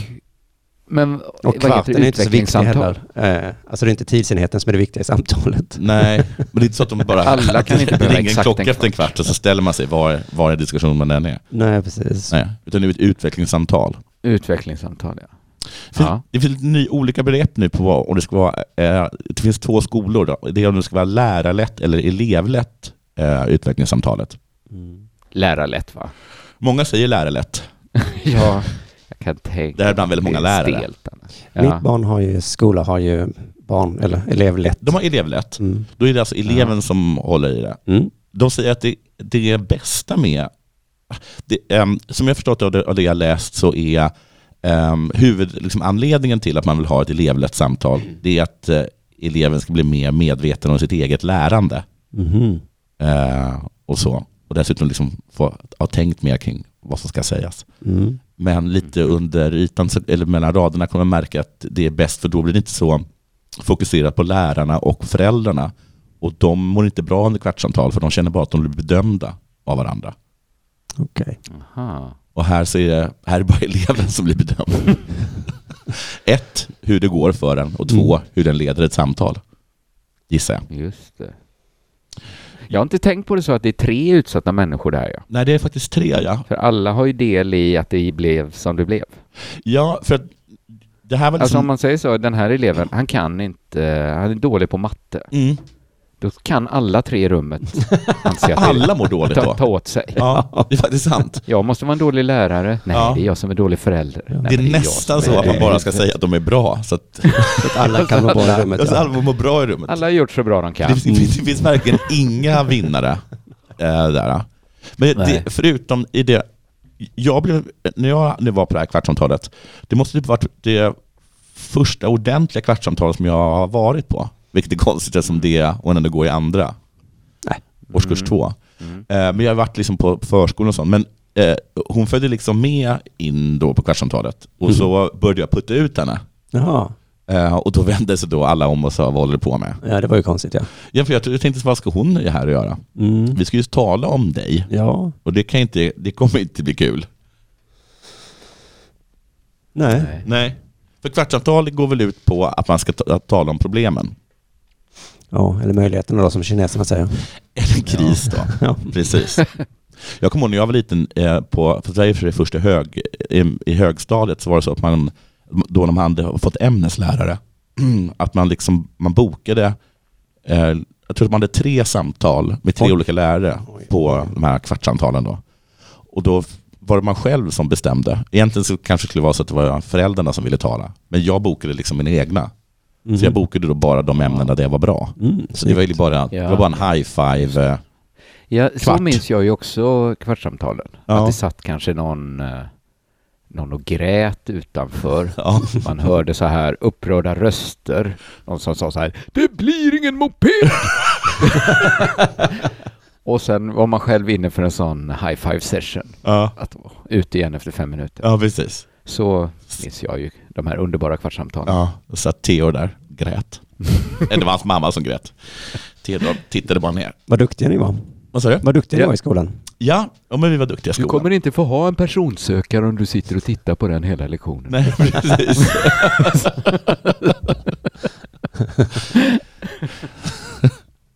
[SPEAKER 2] men
[SPEAKER 1] Och
[SPEAKER 2] vad heter
[SPEAKER 1] kvarten
[SPEAKER 2] det?
[SPEAKER 1] är inte så viktig
[SPEAKER 2] Utvecklingssamtal.
[SPEAKER 1] heller. Eh, Alltså det är inte tidsenheten som är det viktiga i
[SPEAKER 2] Mm.
[SPEAKER 1] samtalet.
[SPEAKER 3] Nej, men det är inte så att de bara...
[SPEAKER 2] Alla kan inte
[SPEAKER 3] det
[SPEAKER 2] behöva
[SPEAKER 3] är ingen
[SPEAKER 2] exakt
[SPEAKER 3] klocka
[SPEAKER 2] en
[SPEAKER 3] efter en kvart och så ställer man sig var, var i diskussion man än är.
[SPEAKER 1] Nej, precis.
[SPEAKER 3] Nej, utan det är ett utvecklingssamtal.
[SPEAKER 2] Utvecklingssamtal, ja. ja.
[SPEAKER 3] Det finns lite ny, olika begrepp nu på vad, om det ska vara... Eh, det finns två skolor då. Det är om det ska vara lärarlett eller elevlett eh, utvecklingssamtalet.
[SPEAKER 1] Mm.
[SPEAKER 2] Lärarlätt, va?
[SPEAKER 3] Många säger lärarlett.
[SPEAKER 2] Ja, jag kan tänka
[SPEAKER 3] Det här är bland väldigt
[SPEAKER 2] mig att
[SPEAKER 3] många
[SPEAKER 2] det är
[SPEAKER 3] lärare.
[SPEAKER 2] stelt annars.
[SPEAKER 1] Mitt
[SPEAKER 2] Ja.
[SPEAKER 1] barn har ju, skola har ju barn, eller elevlätt.
[SPEAKER 3] De har elevlett.
[SPEAKER 1] Mm.
[SPEAKER 3] Då är det alltså eleven som håller i det.
[SPEAKER 1] Mm.
[SPEAKER 3] De säger att det, det bästa med, det, ehm, som jag förstått av det, av det jag läst så är um, huvudanledningen liksom, anledningen till att man vill ha ett elevlett samtal, det är att eh, eleven ska bli mer medveten om sitt eget lärande.
[SPEAKER 1] Mhm.
[SPEAKER 3] eh, och så. Och dessutom liksom få ha tänkt mer kring vad som ska sägas.
[SPEAKER 1] Mm.
[SPEAKER 3] Men lite under ytan, så- eller mellan raderna, kommer man märka att det är bäst, för då blir det inte så fokuserat på lärarna och föräldrarna. Och de mår inte bra under kvartssamtal, för de känner bara att de blir bedömda av varandra.
[SPEAKER 1] Okej.
[SPEAKER 2] Aha.
[SPEAKER 3] Och här, så är det, här är bara eleven som blir bedömd. Ett, hur det går för en och två, hur den leder ett samtal. Gissar jag.
[SPEAKER 2] Just det. Jag har inte tänkt på det så att det är tre utsatta människor där ja.
[SPEAKER 3] Nej, det är faktiskt tre, ja.
[SPEAKER 2] För alla har ju del i att det blev som det blev.
[SPEAKER 3] Ja, för att det här var liksom...
[SPEAKER 2] Alltså om man säger så, den här eleven, han kan inte, han är dålig på matte.
[SPEAKER 3] mm,
[SPEAKER 2] Då kan alla tre i rummet anse att
[SPEAKER 3] alla mår dåligt
[SPEAKER 2] ta, ta
[SPEAKER 3] då.
[SPEAKER 2] åt sig.
[SPEAKER 3] Ja, det är faktiskt sant.
[SPEAKER 2] Jag måste vara en dålig lärare. Nej,
[SPEAKER 3] Ja.
[SPEAKER 2] det är jag som är dålig förälder. Nej,
[SPEAKER 3] Det är
[SPEAKER 2] jag
[SPEAKER 3] nästan
[SPEAKER 2] som
[SPEAKER 3] så
[SPEAKER 2] är-
[SPEAKER 3] att man bara ska säga att de är bra. Så att
[SPEAKER 1] Så att alla kan vara bra i rummet.
[SPEAKER 3] alltså,
[SPEAKER 1] Ja.
[SPEAKER 3] alla mår bra i rummet.
[SPEAKER 2] Alla har gjort så bra de kan.
[SPEAKER 3] Det, finns, det finns verkligen inga vinnare eh, där. Men
[SPEAKER 2] Nej.
[SPEAKER 3] det, förutom i det, jag blev, när jag nu var på det här kvartssamtalet, det måste typ varit det första ordentliga kvartssamtalet som jag har varit på. Vilket är konstigt eftersom det, och ändå går i andra.
[SPEAKER 1] Nej.
[SPEAKER 3] Årskurs två.
[SPEAKER 2] Mm.
[SPEAKER 3] Eh, Men jag har varit liksom på förskolan och sånt. Men eh, hon följde liksom med in då på kvartssamtalet. Och så började jag putta ut henne.
[SPEAKER 1] Jaha.
[SPEAKER 3] Eh, och då vände sig då alla om och sa, vad håller du på med?
[SPEAKER 1] Ja, det var ju konstigt ja.
[SPEAKER 3] Ja, för jag tänkte, vad ska hon här och göra?
[SPEAKER 1] Mm.
[SPEAKER 3] Vi ska ju tala om dig
[SPEAKER 1] Ja,
[SPEAKER 3] och det, kan inte, det kommer inte bli kul.
[SPEAKER 1] nej.
[SPEAKER 2] Nej.
[SPEAKER 3] Nej. För kvartsamtal går väl ut på att man ska ta- att tala om problemen.
[SPEAKER 1] Ja, eller möjligheterna då som kineserna säger.
[SPEAKER 3] Eller kris då.
[SPEAKER 1] Ja.
[SPEAKER 3] Precis. Jag kommer ihåg när jag var liten, eh, på, för Sverige för det första hög, i, i högstadiet så var det så att man, då när man hade fått ämneslärare, att man liksom, man bokade, eh, jag tror att man hade tre samtal med tre
[SPEAKER 1] Oj.
[SPEAKER 3] olika lärare
[SPEAKER 1] Oj.
[SPEAKER 3] på de här kvartssamtalen då. Och då var det man själv som bestämde. Egentligen så kanske det skulle vara så att det var föräldrarna som ville tala, men jag bokade liksom mina egna. Så jag bokade då bara de ämnena där jag var bra.
[SPEAKER 1] Mm,
[SPEAKER 3] Så det var ju bara, det var bara en high five. eh,
[SPEAKER 2] Ja, så
[SPEAKER 3] Kvart.
[SPEAKER 2] minns jag ju också kvartssamtalen.
[SPEAKER 3] Ja.
[SPEAKER 2] Att det satt kanske någon, eh, någon och grät utanför.
[SPEAKER 3] Ja.
[SPEAKER 2] Man hörde så här upprörda röster. Någon som sa så här, det blir ingen moped! och sen var man själv inne för en sån high five session.
[SPEAKER 3] Ja,
[SPEAKER 2] Att vara ute igen efter fem minuter.
[SPEAKER 3] ja precis.
[SPEAKER 2] Så minns jag ju de här underbara kvartssamtalen.
[SPEAKER 3] Ja, då satt Theodor där, grät. Eller det var hans mamma som grät. Theodor tittade bara ner.
[SPEAKER 1] Vad duktiga ni var.
[SPEAKER 3] Vad sa du?
[SPEAKER 1] Vad duktiga ni
[SPEAKER 2] Ja.
[SPEAKER 1] var i skolan.
[SPEAKER 3] Ja, ja men vi var duktiga i
[SPEAKER 2] Du
[SPEAKER 3] skolan.
[SPEAKER 2] kommer inte få ha en personsökare om du sitter och tittar på den hela lektionen.
[SPEAKER 3] Nej, precis.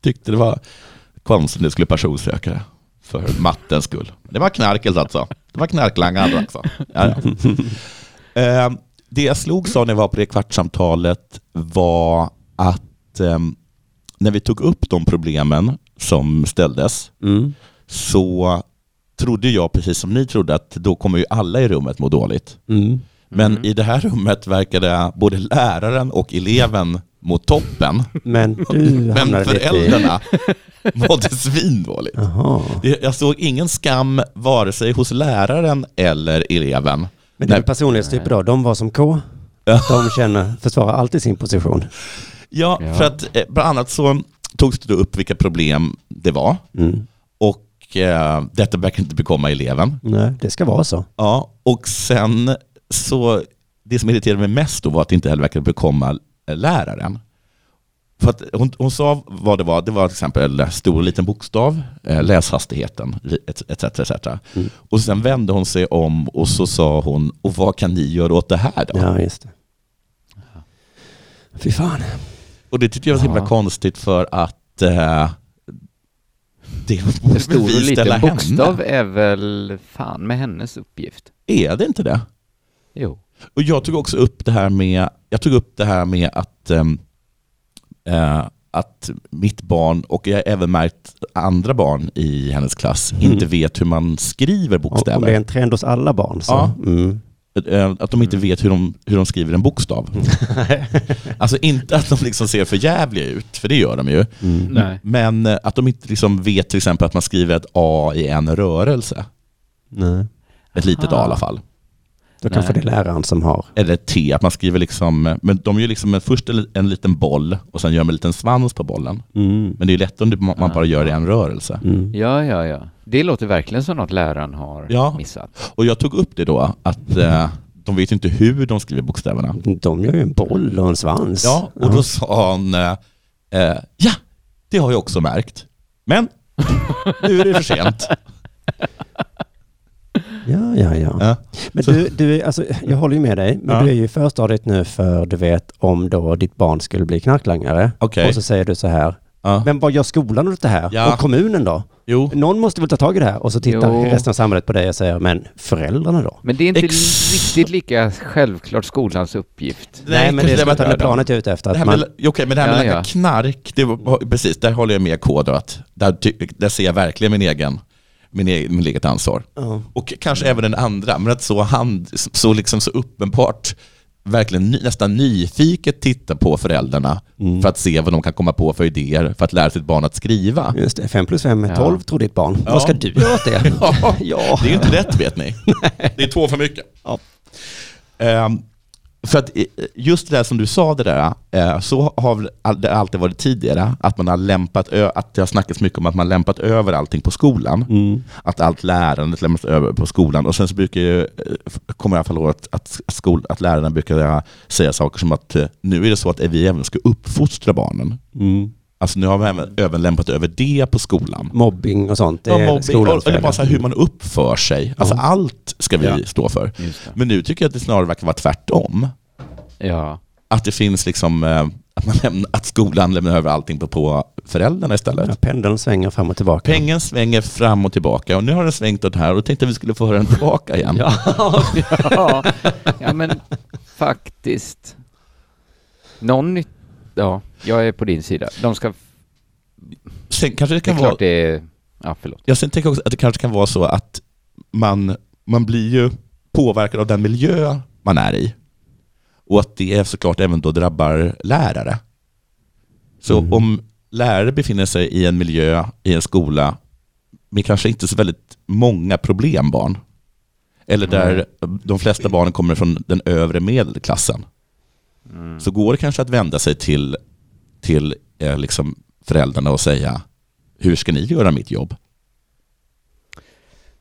[SPEAKER 3] Tyckte det var konstigt att det skulle personsökare för mattens skull. Det var knarket alltså. Det var knarklangande också. Ja, ja. Eh, Det jag slogs av när jag var på det kvartssamtalet var att ehm, när vi tog upp de problemen som ställdes
[SPEAKER 1] Mm.
[SPEAKER 3] så trodde jag, precis som ni trodde, att då kommer ju alla i rummet må dåligt.
[SPEAKER 1] Mm.
[SPEAKER 3] Men i det här rummet verkade både läraren och eleven mot toppen.
[SPEAKER 1] Men du hamnade
[SPEAKER 3] Men
[SPEAKER 1] lite i...
[SPEAKER 3] föräldrarna mådde svindåligt.
[SPEAKER 1] Jaha.
[SPEAKER 3] Det- Jag såg ingen skam vare sig hos läraren eller eleven.
[SPEAKER 1] Men dina
[SPEAKER 3] Nej.
[SPEAKER 1] personlighetstyper då, typ de var som K. De känner, försvarar alltid sin position.
[SPEAKER 3] Ja,
[SPEAKER 2] Ja.
[SPEAKER 3] för att eh, bland annat så togs det då upp vilka problem det var
[SPEAKER 1] Mm.
[SPEAKER 3] och eh, detta verkar inte bekomma eleven.
[SPEAKER 1] Nej, det ska vara så.
[SPEAKER 3] Ja, och sen så, det som irriterade mig mest då var att det inte heller verkade bekomma läraren. För att hon, hon sa vad det var, det var till exempel stor och liten bokstav, eh, läshastigheten, etc. etc, etc.
[SPEAKER 1] Mm.
[SPEAKER 3] Och sen vände hon sig om och så sa hon, och vad kan ni göra åt det här då?
[SPEAKER 1] Ja, just det. Fy fan.
[SPEAKER 3] Och det tyckte jag var så himla
[SPEAKER 2] Ja.
[SPEAKER 3] konstigt för att eh, det borde
[SPEAKER 2] En stor
[SPEAKER 3] väl
[SPEAKER 2] och
[SPEAKER 3] vi ställa
[SPEAKER 2] liten
[SPEAKER 3] henne?
[SPEAKER 2] bokstav är väl fan med hennes uppgift?
[SPEAKER 3] Är det inte det?
[SPEAKER 2] Jo.
[SPEAKER 3] Och jag tog också upp det här med, jag tog upp det här med att, ehm, eh, att mitt barn, och jag har även märkt andra barn i hennes klass,
[SPEAKER 1] Mm.
[SPEAKER 3] inte vet hur man skriver
[SPEAKER 1] Om, om det är
[SPEAKER 3] bokstäver.
[SPEAKER 1] en trend hos alla barn så.
[SPEAKER 3] Ja.
[SPEAKER 1] Mm.
[SPEAKER 3] Eh, Att de inte vet hur de, hur de skriver en bokstav. Alltså inte att de liksom ser för jävliga ut, för det gör de ju.
[SPEAKER 1] Mm.
[SPEAKER 2] Nej.
[SPEAKER 3] Men eh, att de inte liksom vet till exempel att man skriver ett A i en rörelse.
[SPEAKER 1] Nej.
[SPEAKER 3] Ett litet A i alla fall.
[SPEAKER 1] Då kanske det
[SPEAKER 2] Nej.
[SPEAKER 1] är läraren som har.
[SPEAKER 3] Eller ett T, att man skriver liksom, men de gör liksom en, först en, en liten boll och sen gör man en liten svans på bollen.
[SPEAKER 1] Mm.
[SPEAKER 3] Men det är lätt om det, man man bara gör det i en rörelse.
[SPEAKER 1] Mm.
[SPEAKER 2] Ja, ja, ja. Det låter verkligen som något läraren har
[SPEAKER 3] Ja.
[SPEAKER 2] missat.
[SPEAKER 3] Och jag tog upp det då, att eh, de vet ju inte hur de skriver bokstäverna.
[SPEAKER 1] De gör ju en boll och en svans.
[SPEAKER 3] Ja, och då sa hon, eh, eh, ja, det har jag också märkt. Men nu är det för sent.
[SPEAKER 1] ja, ja, ja.
[SPEAKER 3] Ja.
[SPEAKER 1] Men
[SPEAKER 3] Så-
[SPEAKER 1] du, du är- alltså, jag håller ju med dig, men
[SPEAKER 3] Ja.
[SPEAKER 1] du är ju i förstadiet nu för du vet om då ditt barn skulle bli knarklangare.
[SPEAKER 3] Okej.
[SPEAKER 1] Och så säger du så här,
[SPEAKER 3] Ja.
[SPEAKER 1] men vad gör skolan åt det här?
[SPEAKER 3] Ja.
[SPEAKER 1] Och kommunen då?
[SPEAKER 3] Jo,
[SPEAKER 1] Någon måste väl ta tag i det här? Och så tittar
[SPEAKER 2] Jo.
[SPEAKER 1] resten av samhället på dig och säger, men föräldrarna då?
[SPEAKER 2] Men det är inte
[SPEAKER 3] Ex-
[SPEAKER 2] riktigt lika självklart skolans uppgift.
[SPEAKER 3] Nej,
[SPEAKER 1] Nej, men det
[SPEAKER 3] kanske
[SPEAKER 1] är
[SPEAKER 3] det var-
[SPEAKER 1] det med planet jag är ute efter.
[SPEAKER 3] det här
[SPEAKER 1] Att
[SPEAKER 3] med,
[SPEAKER 1] man,
[SPEAKER 3] okej, men det här med
[SPEAKER 2] Ja, ja.
[SPEAKER 3] knark, det var, precis, där håller jag med K då, att där, ty- där ser jag verkligen min egen, min egen, min eget ansvar.
[SPEAKER 1] ja.
[SPEAKER 3] Och kanske även den andra, men att så, hand, så, liksom så uppenbart, verkligen ny, nästan nyfiket titta på föräldrarna för att se vad de kan komma på för idéer för att lära sitt barn att skriva.
[SPEAKER 1] Just det, 5 plus 5 är
[SPEAKER 2] Ja.
[SPEAKER 1] 12 tror ditt barn.
[SPEAKER 3] Ja.
[SPEAKER 1] Vad ska du göra åt det?
[SPEAKER 3] Ja,
[SPEAKER 1] ja.
[SPEAKER 3] det är ju inte rätt vet ni. Det är två för mycket.
[SPEAKER 1] Ja.
[SPEAKER 3] Ehm, För att eh, just det där som du sa, det där, eh, så har väl all- det alltid varit tidigare, att man har lämpat ö- att det har snackats mycket om att man lämpat över allting på skolan. Att allt lärandet lämnas över på skolan. Och sen så brukar ju, eh, f- kommer jag i alla fall ihåg att, att, skol, att lärarna brukar säga saker som att eh, nu är det så att vi även ska uppfostra barnen.
[SPEAKER 1] Mm.
[SPEAKER 3] Alltså nu har vi även, även lämpat över det på skolan.
[SPEAKER 1] Mobbing och sånt.
[SPEAKER 3] Ja, mobbing, och, och
[SPEAKER 1] fel.
[SPEAKER 3] det är bara så här hur man uppför sig. Alltså allt ska vi
[SPEAKER 2] Ja.
[SPEAKER 3] stå för.
[SPEAKER 2] Just det.
[SPEAKER 3] Men nu tycker jag att det snarare verkar vara tvärtom.
[SPEAKER 2] Ja.
[SPEAKER 3] Att det finns liksom, eh, att, man lämnar, att skolan lämnar över allting på, på föräldrarna istället.
[SPEAKER 1] Ja, pendeln svänger fram och tillbaka.
[SPEAKER 3] Pengen svänger fram och tillbaka och nu har den svängt åt här och då tänkte jag vi skulle få höra den tillbaka igen.
[SPEAKER 2] ja. ja, men faktiskt. Någon nytt... Ja, jag är på din sida. De ska...
[SPEAKER 3] Sen kanske det
[SPEAKER 2] Det
[SPEAKER 3] kan
[SPEAKER 2] är
[SPEAKER 3] vara,
[SPEAKER 2] klart det är... Ja, förlåt.
[SPEAKER 3] jag sen tänker också att det kanske kan vara så att man, man blir ju påverkad av den miljö man är i. Och att det såklart även då drabbar lärare. Så
[SPEAKER 1] Mm.
[SPEAKER 3] om lärare befinner sig i en miljö, i en skola, med kanske inte så väldigt många problembarn, eller där de flesta barnen kommer från den övre medelklassen, så går det kanske att vända sig till, till eh, liksom föräldrarna och säga, hur ska ni göra mitt jobb?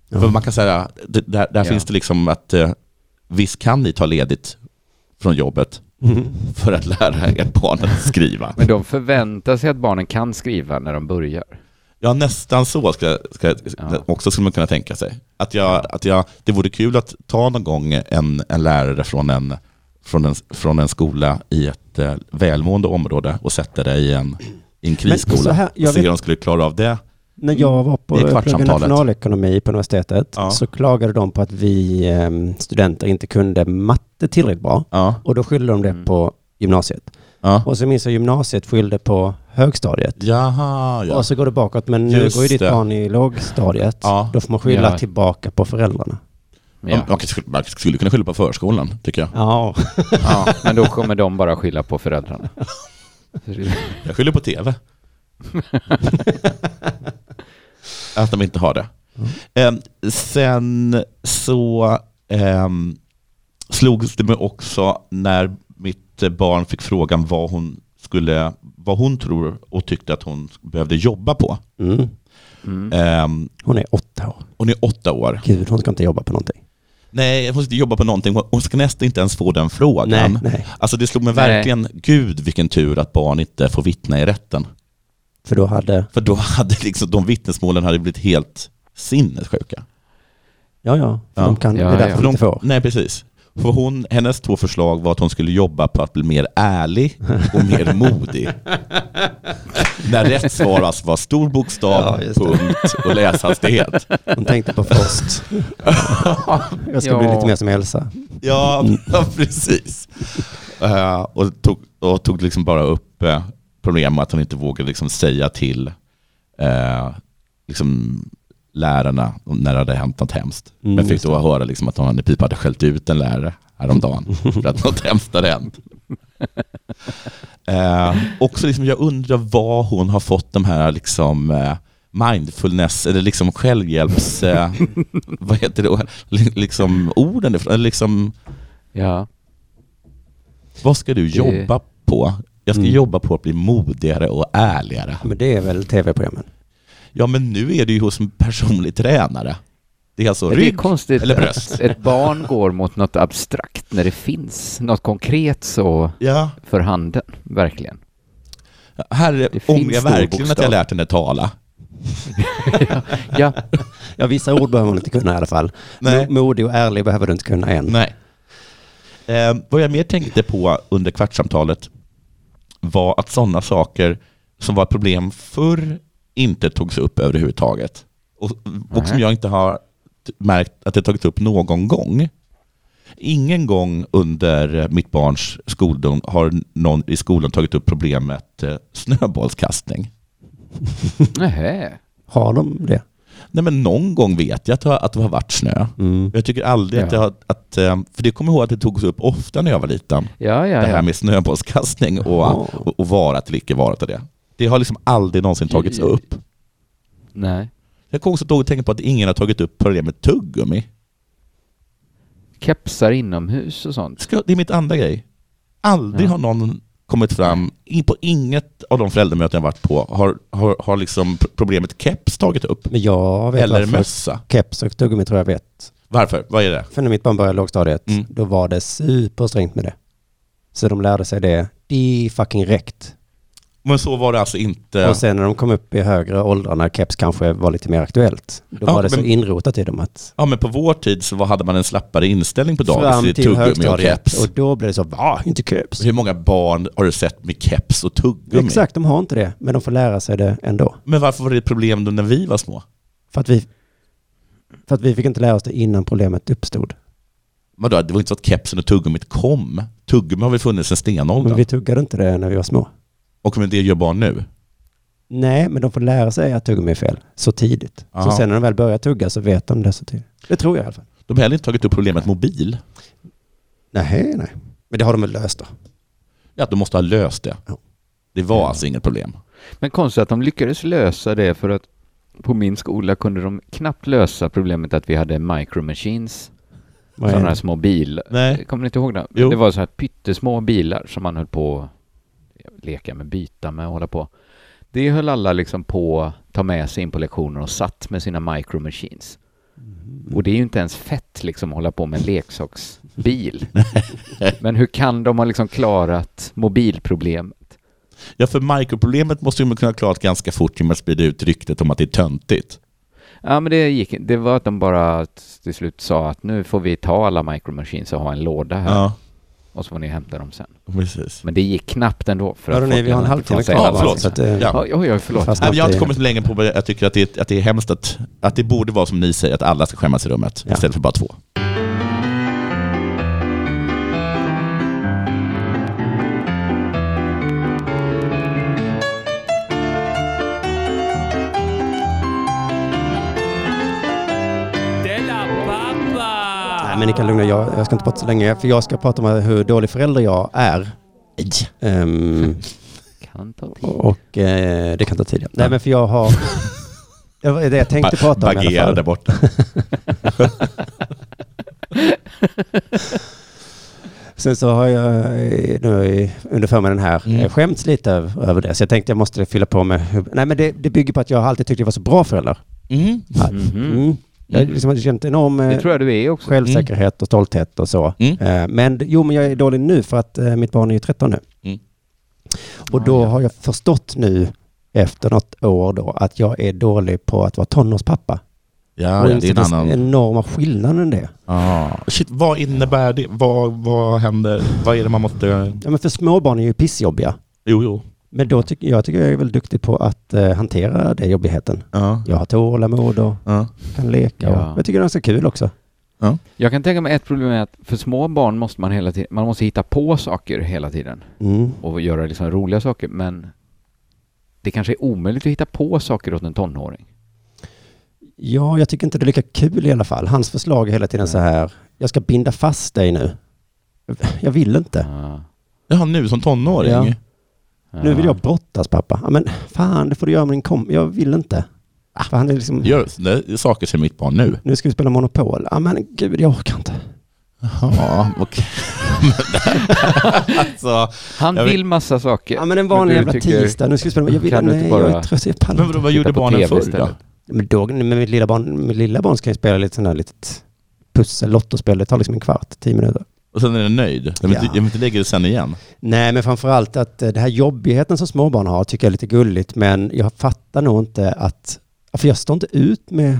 [SPEAKER 1] Ja.
[SPEAKER 3] För man kan säga, det, där, där
[SPEAKER 2] Ja.
[SPEAKER 3] finns det liksom att eh, visst kan ni ta ledigt från jobbet
[SPEAKER 1] Mm.
[SPEAKER 3] för att lära ert barn att skriva.
[SPEAKER 2] Men de förväntar sig att barnen kan skriva när de börjar.
[SPEAKER 3] Ja, nästan så ska, ska,
[SPEAKER 2] Ja.
[SPEAKER 3] också skulle man kunna tänka sig. Att jag, att jag, det vore kul att ta någon gång en, en lärare från en, från, en, från en skola i ett eh, välmående område och sätta det i en, i en
[SPEAKER 1] så
[SPEAKER 3] krisskola
[SPEAKER 1] här, jag
[SPEAKER 3] och se
[SPEAKER 1] vet-
[SPEAKER 3] hur de skulle klara av det.
[SPEAKER 1] När jag var på
[SPEAKER 3] Det är
[SPEAKER 1] pluggade
[SPEAKER 3] kvartssamtalet.
[SPEAKER 1] nationalekonomi på universitetet
[SPEAKER 3] Ja.
[SPEAKER 1] så klagade de på att vi ehm, studenter inte kunde matte tillräckligt bra.
[SPEAKER 3] Ja,
[SPEAKER 1] Och då skyllde de det
[SPEAKER 3] Mm.
[SPEAKER 1] på gymnasiet.
[SPEAKER 3] ja.
[SPEAKER 1] Och så minns jag gymnasiet skyllde på högstadiet.
[SPEAKER 3] Jaha, ja.
[SPEAKER 1] Och så går det bakåt, men nu
[SPEAKER 3] Just
[SPEAKER 1] går ju ditt
[SPEAKER 3] det.
[SPEAKER 1] barn i lågstadiet.
[SPEAKER 3] Ja.
[SPEAKER 1] Då får man skylla
[SPEAKER 2] Ja.
[SPEAKER 1] tillbaka på föräldrarna.
[SPEAKER 2] Ja.
[SPEAKER 3] Man, skulle, man skulle kunna skylla på förskolan, tycker jag.
[SPEAKER 1] Ja,
[SPEAKER 2] Ja, men då kommer de bara skylla på föräldrarna.
[SPEAKER 3] Jag skyller på tv. att de inte har det. Em, sen så um, slogs det mig också när mitt barn fick frågan vad hon, skulle, vad hon tror och tyckte att hon behövde jobba på.
[SPEAKER 1] mm.
[SPEAKER 2] Mm.
[SPEAKER 3] Em,
[SPEAKER 1] hon är åtta år.
[SPEAKER 3] hon är åtta år.
[SPEAKER 1] Gud, hon ska inte jobba på någonting.
[SPEAKER 3] Nej, hon ska inte jobba på någonting. Hon- Hon ska nästan inte ens få den frågan.
[SPEAKER 1] Nej, nej.
[SPEAKER 3] Alltså det slog mig
[SPEAKER 2] Nej.
[SPEAKER 3] verkligen, gud vilken tur att barn inte får vittna i rätten.
[SPEAKER 1] För då hade...
[SPEAKER 3] För då hade liksom, de vittnesmålen hade blivit helt sinnessjuka.
[SPEAKER 1] Ja, ja. För
[SPEAKER 3] Ja.
[SPEAKER 1] De kan,
[SPEAKER 2] Ja,
[SPEAKER 1] det är därför
[SPEAKER 2] ja.
[SPEAKER 1] de inte får.
[SPEAKER 3] nej, precis. För hon, hennes två förslag var att hon skulle jobba på att bli mer ärlig och mer modig. När rätt svar alltså var stor bokstav,
[SPEAKER 1] Ja, just det.
[SPEAKER 3] punkt och läshastighet.
[SPEAKER 1] Hon tänkte på Frost. Jag ska bli
[SPEAKER 2] Ja.
[SPEAKER 1] lite mer som Elsa.
[SPEAKER 3] Ja, ja, precis. Eh, och tog, och tog liksom bara upp eh, problem med att hon inte vågade liksom säga till eh, liksom lärarna om- när det hade hänt något hemskt.
[SPEAKER 1] Mm,
[SPEAKER 3] Men fick
[SPEAKER 1] just
[SPEAKER 3] då höra liksom att hon hade pipa hade skällt ut en lärare häromdagen för att något hemskt hade hänt. Eh, också liksom, jag undrar var hon har fått de här liksom, eh, mindfulness, eller liksom självhjälps... Eh, vad heter det? Li- Liksom orden ifrån. Eller liksom,
[SPEAKER 2] Ja.
[SPEAKER 3] vad ska du jobba på? Jag ska
[SPEAKER 1] Mm.
[SPEAKER 3] jobba på att bli modigare och ärligare.
[SPEAKER 1] Men det är väl tv-programmen.
[SPEAKER 3] Ja, men nu är du ju hos en personlig tränare. Det är alltså
[SPEAKER 2] Det är
[SPEAKER 3] rygg
[SPEAKER 2] konstigt
[SPEAKER 3] eller bröst.
[SPEAKER 2] att ett barn går mot något abstrakt när det finns något konkret så
[SPEAKER 3] Ja,
[SPEAKER 2] för handen, verkligen.
[SPEAKER 3] här
[SPEAKER 2] finns
[SPEAKER 3] ångrar jag
[SPEAKER 2] stor
[SPEAKER 3] verkligen att jag
[SPEAKER 2] bokstav.
[SPEAKER 3] lärt henne tala.
[SPEAKER 2] Ja,
[SPEAKER 1] Ja, vissa ord behöver man inte kunna i alla fall.
[SPEAKER 3] Nej.
[SPEAKER 1] Mo- Modig och ärlig behöver du inte kunna än.
[SPEAKER 3] Nej. Eh, vad jag mer tänkte på under kvartssamtalet var att sådana saker som var ett problem förr inte togs upp överhuvudtaget. Och, och som
[SPEAKER 2] Nej.
[SPEAKER 3] jag inte har t- märkt att det tagits upp någon gång. Ingen gång under eh, mitt barns skoldom har någon i skolan tagit upp problemet eh, snöbollskastning.
[SPEAKER 2] nähä.
[SPEAKER 1] Har de det?
[SPEAKER 3] Nej men någon gång vet jag att det har, att det har varit snö.
[SPEAKER 1] Mm.
[SPEAKER 3] Jag tycker aldrig att, det
[SPEAKER 2] Ja.
[SPEAKER 3] har, att, eh, för det kommer jag ihåg att det togs upp ofta när jag var liten.
[SPEAKER 2] Ja, ja,
[SPEAKER 3] det här
[SPEAKER 2] ja.
[SPEAKER 3] med snöbollskastning
[SPEAKER 1] Ja.
[SPEAKER 3] och, och, och vara till icke vara till det. Det har liksom aldrig någonsin tagits
[SPEAKER 2] Ja.
[SPEAKER 3] upp.
[SPEAKER 2] Nej.
[SPEAKER 3] Jag kommer också ihåg att tänka på att ingen har tagit upp problemet tuggummi.
[SPEAKER 2] kepsar inomhus och sånt.
[SPEAKER 3] Ska, det är mitt andra grej. Aldrig
[SPEAKER 2] Ja.
[SPEAKER 3] har någon kommit fram, in på inget av de föräldramöten jag varit på har, har, har liksom pr- problemet keps tagit upp.
[SPEAKER 1] Men jag vet
[SPEAKER 3] Eller
[SPEAKER 1] varför.
[SPEAKER 3] mössa.
[SPEAKER 1] Keps och tuggummi tror jag vet.
[SPEAKER 3] Varför? Vad är det?
[SPEAKER 1] För när mitt barn började lågstadiet,
[SPEAKER 3] Mm.
[SPEAKER 1] då var det supersträngt med det. Så de lärde sig det. De fucking räckt.
[SPEAKER 3] Men så var det alltså inte.
[SPEAKER 1] Och sen när de kom upp i högre åldrar, när keps kanske var lite mer aktuellt, då
[SPEAKER 3] Ja,
[SPEAKER 1] var det så
[SPEAKER 3] men-
[SPEAKER 1] inrotat i dem att
[SPEAKER 3] Ja men på vår tid så var- hade man en slappare inställning på dagis.
[SPEAKER 1] fram
[SPEAKER 3] i
[SPEAKER 1] till
[SPEAKER 3] Tuggummi och
[SPEAKER 1] högstadiet.
[SPEAKER 3] keps.
[SPEAKER 1] Och då blev det så, va? Inte keps?
[SPEAKER 3] Hur många barn har du sett med keps och tuggummi?
[SPEAKER 1] Exakt, de har inte det, men de får lära sig det ändå.
[SPEAKER 3] Men varför var det ett problem då när vi var små?
[SPEAKER 1] För att vi, för att vi fick inte lära oss det innan problemet uppstod.
[SPEAKER 3] Vadå, det var inte så att kepsen och tuggummit kom. Tuggummi har väl funnits sedan stenåldern?
[SPEAKER 1] Men vi tuggade inte det när vi var små.
[SPEAKER 3] Och men det gör barn nu?
[SPEAKER 1] Nej, men de får lära sig att tuggummi är fel så tidigt.
[SPEAKER 3] Aha.
[SPEAKER 1] Så sen när de väl börjar tugga så vet de det så tidigt. Det tror jag i alla fall.
[SPEAKER 3] De har heller inte tagit upp problemet mobil.
[SPEAKER 1] Nej, nej. Men det har de väl löst då?
[SPEAKER 3] Ja, de måste ha löst det.
[SPEAKER 1] Ja. Mm.
[SPEAKER 3] Det var alltså inget problem.
[SPEAKER 2] Men konstigt att de lyckades lösa det för att på min skola kunde de knappt lösa problemet att vi hade micromachines,
[SPEAKER 1] Vad är
[SPEAKER 2] sådana här
[SPEAKER 1] det?
[SPEAKER 2] små bilar.
[SPEAKER 3] Nej.
[SPEAKER 2] Kommer ni inte ihåg det?
[SPEAKER 3] Jo.
[SPEAKER 2] Det var så här pyttesmå bilar som man höll på att leka med, byta med och hålla på. Det höll alla liksom på att ta med sig in på lektioner och satt med sina micromachines.
[SPEAKER 3] Mm.
[SPEAKER 2] Och det är ju inte ens fett liksom att hålla på med en leksaksbil. Men hur kan de ha liksom klarat mobilproblemet?
[SPEAKER 3] Ja, för microproblemet måste ju kunna klarat ganska fort genom att sprida ut ryktet om att det är töntigt.
[SPEAKER 2] Ja, men det gick Det var att de bara till slut sa att nu får vi ta alla micromachines och ha en låda här
[SPEAKER 3] Ja,
[SPEAKER 2] och så får ni hämta dem sen.
[SPEAKER 3] precis.
[SPEAKER 2] Men det gick knappt ändå. För
[SPEAKER 1] Hörrni,
[SPEAKER 2] folk
[SPEAKER 1] vi har en
[SPEAKER 2] inte
[SPEAKER 1] halvtimme
[SPEAKER 2] kan säga
[SPEAKER 1] kvar,
[SPEAKER 3] Ja,
[SPEAKER 2] vad
[SPEAKER 1] va?
[SPEAKER 2] som
[SPEAKER 3] förlåt.
[SPEAKER 1] Så att, eh,
[SPEAKER 3] Ja.
[SPEAKER 2] Oj, oj, oj, förlåt.
[SPEAKER 1] Fast-
[SPEAKER 3] Nej, jag har inte kommit längre på vad jag tycker att det, är- att det är hemskt att, att det borde vara som ni säger, att alla ska skämmas i rummet
[SPEAKER 1] Ja.
[SPEAKER 3] istället för bara två.
[SPEAKER 4] Della Pappa!
[SPEAKER 1] Nej, men ni kan lugna jag, jag ska inte prata så länge, för jag ska prata om hur dålig förälder jag är. Ehm,
[SPEAKER 2] Kan ta tid.
[SPEAKER 1] och eh, det kan ta tid. ja.
[SPEAKER 3] Ja.
[SPEAKER 1] Nej, men för jag har... Det var det jag tänkte prata om i alla
[SPEAKER 3] Bagheera
[SPEAKER 1] fall.
[SPEAKER 3] där borta.
[SPEAKER 1] Sen så har jag eh, nu i- under förmiddagen här
[SPEAKER 3] Mm.
[SPEAKER 1] mm. skämts lite över över det. Så jag tänkte jag måste fylla på med... hur- Nej men det, det bygger på att jag alltid tyckte jag var så bra förälder.
[SPEAKER 3] Mm.
[SPEAKER 2] Mhm.
[SPEAKER 1] Mm. Jag har liksom känt enorm eh,
[SPEAKER 2] Det tror jag du är också.
[SPEAKER 1] självsäkerhet och stolthet och så.
[SPEAKER 3] Mm.
[SPEAKER 1] Eh, Men d- jo men jag är dålig nu för att eh, mitt barn är ju 13 nu.
[SPEAKER 3] Mm.
[SPEAKER 1] Och då
[SPEAKER 2] Ah, ja.
[SPEAKER 1] har jag förstått nu efter något år då att jag är dålig på att vara tonårspappa.
[SPEAKER 3] Ja,
[SPEAKER 1] och
[SPEAKER 3] ja, det
[SPEAKER 1] inser
[SPEAKER 3] är en
[SPEAKER 1] den
[SPEAKER 3] annan.
[SPEAKER 1] enorma skillnaden det.
[SPEAKER 3] Ah. Shit, vad innebär det? Vad, vad händer? Vad är det man måste...
[SPEAKER 1] Ja men för småbarn är ju pissjobbiga.
[SPEAKER 3] Jo, jo.
[SPEAKER 1] Men då tycker jag tycker jag är väldigt duktig på att eh, hantera den jobbigheten.
[SPEAKER 3] Ja.
[SPEAKER 1] Jag har tålamod och
[SPEAKER 3] Ja.
[SPEAKER 1] kan leka.
[SPEAKER 2] Ja.
[SPEAKER 1] Och, jag tycker det är ganska kul också.
[SPEAKER 2] Jag kan tänka mig ett problem är att för små barn måste man hela tiden, man måste hitta på saker hela tiden
[SPEAKER 1] Mm.
[SPEAKER 2] och göra liksom roliga saker, men det kanske är omöjligt att hitta på saker åt en tonåring.
[SPEAKER 1] Ja, jag tycker inte det är lika kul i alla fall. Hans förslag är hela tiden så här, jag ska binda fast dig nu. Jag vill inte.
[SPEAKER 2] Ja.
[SPEAKER 3] Jaha, nu som tonåring?
[SPEAKER 1] Ja.
[SPEAKER 2] Ja.
[SPEAKER 1] Nu vill jag brottas pappa. Ja, men fan, det får du göra med din kom. Jag vill inte.
[SPEAKER 2] Ah.
[SPEAKER 1] För han är liksom,
[SPEAKER 3] Gör sådana saker som mitt barn nu?
[SPEAKER 1] nu ska vi spela Monopol. Ja, men gud, jag orkar inte.
[SPEAKER 3] Ja, okej. Men- alltså,
[SPEAKER 2] ah. Han
[SPEAKER 3] Jag
[SPEAKER 2] vill
[SPEAKER 3] vet-
[SPEAKER 2] massa saker.
[SPEAKER 1] Ja, men en
[SPEAKER 2] Men
[SPEAKER 1] vanlig
[SPEAKER 2] du
[SPEAKER 1] jävla
[SPEAKER 2] tycker-
[SPEAKER 1] tisdag. Nu ska vi spela. Jag vill
[SPEAKER 2] Kan du inte
[SPEAKER 1] nej,
[SPEAKER 2] bara-
[SPEAKER 1] jag är trött. Jag pallar
[SPEAKER 3] men
[SPEAKER 1] inte.
[SPEAKER 3] vadå, vad gjorde
[SPEAKER 2] Titta på
[SPEAKER 3] barnen
[SPEAKER 2] TV
[SPEAKER 3] förr då?
[SPEAKER 2] istället.
[SPEAKER 1] Men då, med mitt lilla barn, mitt lilla barn ska ju spela lite sån här litet pussel, lottospel. Det tar liksom en kvart, tio minuter.
[SPEAKER 3] Och sen är den nöjd? Jag vill,
[SPEAKER 1] Ja.
[SPEAKER 3] inte, jag vill inte lägga det sen igen.
[SPEAKER 1] Nej, men framförallt att eh, det här jobbigheten som småbarn har tycker jag är lite gulligt, men jag fattar nog inte att, ja, för jag står inte ut med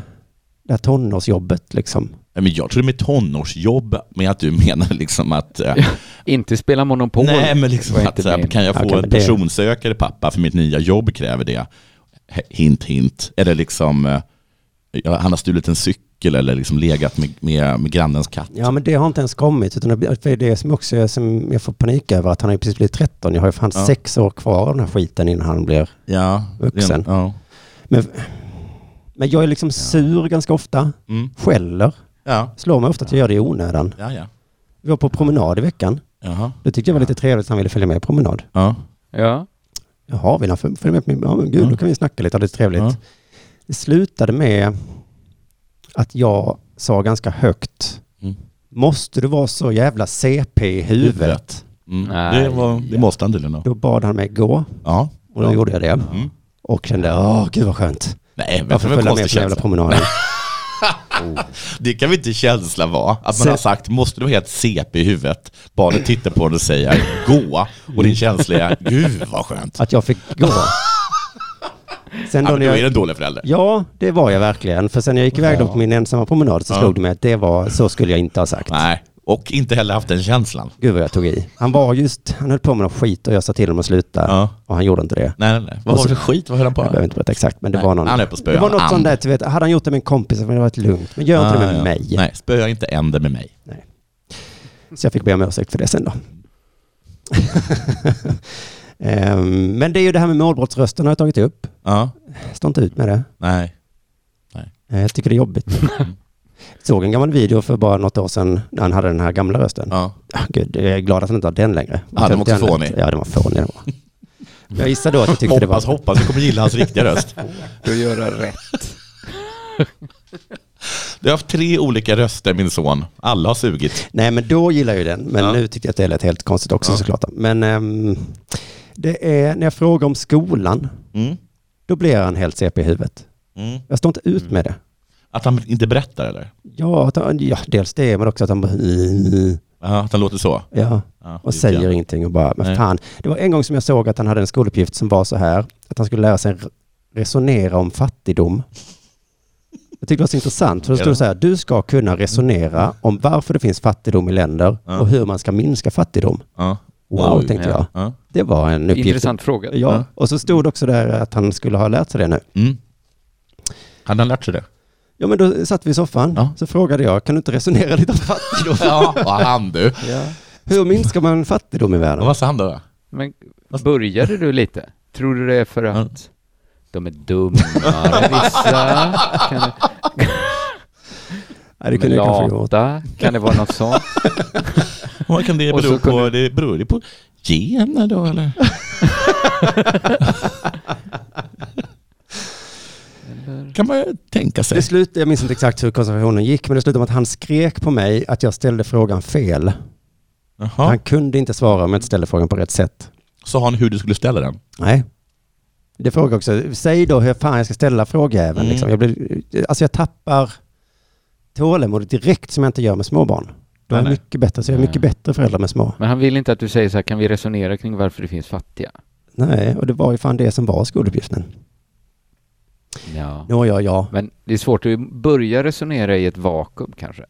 [SPEAKER 1] det här tonårsjobbet liksom.
[SPEAKER 3] Nej, Men jag trodde med tonårsjobb, men att du menar liksom att... eh,
[SPEAKER 2] Inte spela Monopol.
[SPEAKER 3] nej, men liksom
[SPEAKER 2] Var
[SPEAKER 3] att
[SPEAKER 2] inte
[SPEAKER 3] så här,
[SPEAKER 2] min.
[SPEAKER 3] kan jag få
[SPEAKER 1] Okej, men
[SPEAKER 3] en
[SPEAKER 1] det-
[SPEAKER 3] personsökare pappa, för mitt nya jobb kräver det. H- Hint, hint. Eller liksom, eh, ja, han har stulit en cykel eller liksom legat med, med, med grannens katt.
[SPEAKER 1] Ja, men det har inte ens kommit, utan det för det är det som också är, som jag får panik över, att han har ju precis blivit 13. Jag har ju fan
[SPEAKER 3] Ja.
[SPEAKER 1] sex år kvar av den här skiten innan han blir...
[SPEAKER 3] Ja,
[SPEAKER 1] Vuxen.
[SPEAKER 3] Ja.
[SPEAKER 1] Men, men jag är liksom sur ganska ofta,
[SPEAKER 3] Mm.
[SPEAKER 1] skäller,
[SPEAKER 3] Ja.
[SPEAKER 1] slår mig ofta att jag gör det i onödan.
[SPEAKER 3] Ja, ja.
[SPEAKER 1] Vi var på promenad i veckan.
[SPEAKER 3] Jaha.
[SPEAKER 1] Det tyckte jag var lite trevligt, han ville följa med på promenad.
[SPEAKER 3] Ja.
[SPEAKER 2] Ja.
[SPEAKER 1] Jaha, vill han föl- följa med på min... Ja, men gud,
[SPEAKER 3] Ja.
[SPEAKER 1] då kan vi snacka lite, ha det trevligt.
[SPEAKER 3] Ja.
[SPEAKER 1] Det slutade med att jag sa ganska högt
[SPEAKER 3] Mm.
[SPEAKER 1] Måste du vara så jävla CP i huvudet?
[SPEAKER 3] Huvudet. Mm.
[SPEAKER 2] Nej,
[SPEAKER 3] Det, var, det måste han tydligen ha.
[SPEAKER 1] Då bad han mig gå
[SPEAKER 3] Ja.
[SPEAKER 1] och då gjorde jag det.
[SPEAKER 3] Mm.
[SPEAKER 1] Och kände, åh gud vad skönt.
[SPEAKER 3] Nej, men
[SPEAKER 1] Varför
[SPEAKER 3] det
[SPEAKER 1] följde
[SPEAKER 3] var
[SPEAKER 1] jag
[SPEAKER 3] en
[SPEAKER 1] med på
[SPEAKER 3] konstig
[SPEAKER 1] den jävla
[SPEAKER 3] känsla.
[SPEAKER 1] promenaden?
[SPEAKER 3] Det kan väl inte känsla vara? Att man
[SPEAKER 1] Så-
[SPEAKER 3] har sagt, måste du vara helt CP i huvudet? Barnet tittar på dig och säger, gå. Och din känsla är, gud vad skönt.
[SPEAKER 1] Att jag fick gå. Sen
[SPEAKER 3] Ja,
[SPEAKER 1] då när
[SPEAKER 3] men du är
[SPEAKER 1] jag,
[SPEAKER 3] en dålig förälder.
[SPEAKER 1] ja, det var jag verkligen. För sen jag gick iväg då på min ensamma promenad så
[SPEAKER 3] Ja.
[SPEAKER 1] slog det mig att det var, så skulle jag inte ha sagt.
[SPEAKER 3] Nej, och inte heller haft den känslan.
[SPEAKER 1] Gud vad jag tog i. Han var just, han höll på med någon skit och jag sa till honom att sluta.
[SPEAKER 3] Ja.
[SPEAKER 1] Och han gjorde inte det.
[SPEAKER 3] Nej, nej, nej.
[SPEAKER 1] Och
[SPEAKER 3] Vad var
[SPEAKER 1] så-
[SPEAKER 3] det för skit? Vad höll han på
[SPEAKER 1] Jag
[SPEAKER 3] med?
[SPEAKER 1] behöver inte berätta exakt, men det
[SPEAKER 3] Nej,
[SPEAKER 1] var någon...
[SPEAKER 3] han är på spö,
[SPEAKER 1] Det var något
[SPEAKER 3] han.
[SPEAKER 1] sånt där, du vet, hade han gjort det med en kompis så hade det varit lugnt. Men gör inte det
[SPEAKER 3] Ah,
[SPEAKER 1] med
[SPEAKER 3] ja.
[SPEAKER 1] mig.
[SPEAKER 3] Nej, spöa inte änder med mig.
[SPEAKER 1] Så jag fick be om ursäkt för det sen då. Ehm, men det är ju det här med målbrottsrösten har jag tagit upp.
[SPEAKER 3] Ja,
[SPEAKER 1] Står inte ut med det.
[SPEAKER 3] nej.
[SPEAKER 1] Eh, Jag tycker det är jobbigt. Såg en gammal video för bara något år sedan när han hade den här gamla rösten.
[SPEAKER 3] Ja.
[SPEAKER 1] Ah, Gud, jag är glad att han inte har den längre.
[SPEAKER 3] Ja, den var också
[SPEAKER 1] Den-
[SPEAKER 3] fånig.
[SPEAKER 1] Ja, den var fånig. Den var. Jag gissar då att jag tyckte det
[SPEAKER 3] Hoppas,
[SPEAKER 1] var...
[SPEAKER 3] hoppas du kommer gilla hans riktiga röst.
[SPEAKER 2] Du göra rätt.
[SPEAKER 3] Du har haft tre olika röster, min son. Alla har sugit.
[SPEAKER 1] Nej, men då gillar jag ju den. Men
[SPEAKER 3] Ja.
[SPEAKER 1] nu tyckte jag att det lät helt konstigt också
[SPEAKER 3] Ja.
[SPEAKER 1] såklart. Men ehm, det är när jag frågar om skolan,
[SPEAKER 3] Mm.
[SPEAKER 1] då blir han helt CP i huvudet.
[SPEAKER 3] Mm.
[SPEAKER 1] Jag står inte ut med det.
[SPEAKER 3] Att han inte berättar, eller?
[SPEAKER 1] Ja, att han, ja, dels det, men också att han bara...
[SPEAKER 3] Ja, att han låter så.
[SPEAKER 1] Ja,
[SPEAKER 3] Ja,
[SPEAKER 1] och
[SPEAKER 3] det är
[SPEAKER 1] säger
[SPEAKER 3] jävla-
[SPEAKER 1] ingenting och bara, men
[SPEAKER 3] Nej.
[SPEAKER 1] fan. Det var en gång som jag såg att han hade en skoluppgift som var så här, att han skulle lära sig re- resonera om fattigdom. Jag tyckte det var så intressant, för då
[SPEAKER 3] Ja.
[SPEAKER 1] stod det så här, du ska kunna resonera om varför det finns fattigdom i länder
[SPEAKER 3] Ja.
[SPEAKER 1] och hur man ska minska fattigdom.
[SPEAKER 3] Ja.
[SPEAKER 1] Wow,
[SPEAKER 3] Oj,
[SPEAKER 1] tänkte
[SPEAKER 2] ja.
[SPEAKER 1] jag.
[SPEAKER 3] Ja.
[SPEAKER 1] Det var en uppgift.
[SPEAKER 2] Intressant fråga.
[SPEAKER 1] Ja, och så stod det också där att han skulle ha lärt sig det nu.
[SPEAKER 3] Mm. Hade han lärt sig det?
[SPEAKER 1] Ja, men då satt vi i soffan,
[SPEAKER 3] Ja.
[SPEAKER 1] så frågade jag, kan du inte resonera lite om fattigdom?
[SPEAKER 3] Ja, vad han du.
[SPEAKER 1] Hur minskar man fattigdom i världen?
[SPEAKER 3] Vad sa han då?
[SPEAKER 2] Ah. Men började du lite? Tror du det är för att de är dummare vissa? Kan det,
[SPEAKER 1] Nej, det
[SPEAKER 2] de
[SPEAKER 1] kunde
[SPEAKER 2] är
[SPEAKER 1] jag kanske gjort.
[SPEAKER 2] lata? Kan det vara något sånt?
[SPEAKER 3] Vad kan det
[SPEAKER 2] Och så
[SPEAKER 3] bero på?
[SPEAKER 2] kunde-
[SPEAKER 3] Det beror det på gener då, eller? kan man ju tänka sig.
[SPEAKER 1] Det slut, jag minns inte exakt hur konversationen gick, men det slutade med att han skrek på mig att jag ställde frågan fel.
[SPEAKER 3] Jaha.
[SPEAKER 1] Han kunde inte svara om jag inte ställde frågan på rätt sätt.
[SPEAKER 3] Sa han hur du skulle ställa den?
[SPEAKER 1] Nej. Det frågade också, säg då hur fan jag ska ställa frågjäveln.
[SPEAKER 3] Mm.
[SPEAKER 1] Liksom. Jag, blir, alltså jag tappar tålamodet direkt som jag inte gör med småbarn. Då är
[SPEAKER 3] Nej,
[SPEAKER 1] jag
[SPEAKER 3] nej.
[SPEAKER 1] mycket bättre, så jag är mycket
[SPEAKER 2] Nej.
[SPEAKER 1] bättre förälder med små.
[SPEAKER 2] Men han vill inte att du säger så här, kan vi resonera kring varför det finns fattiga?
[SPEAKER 1] Nej, och det var ju fan det som var skoluppgiften.
[SPEAKER 2] Ja.
[SPEAKER 1] Nåja, ja.
[SPEAKER 2] Men det är svårt att börja resonera i ett vakuum kanske.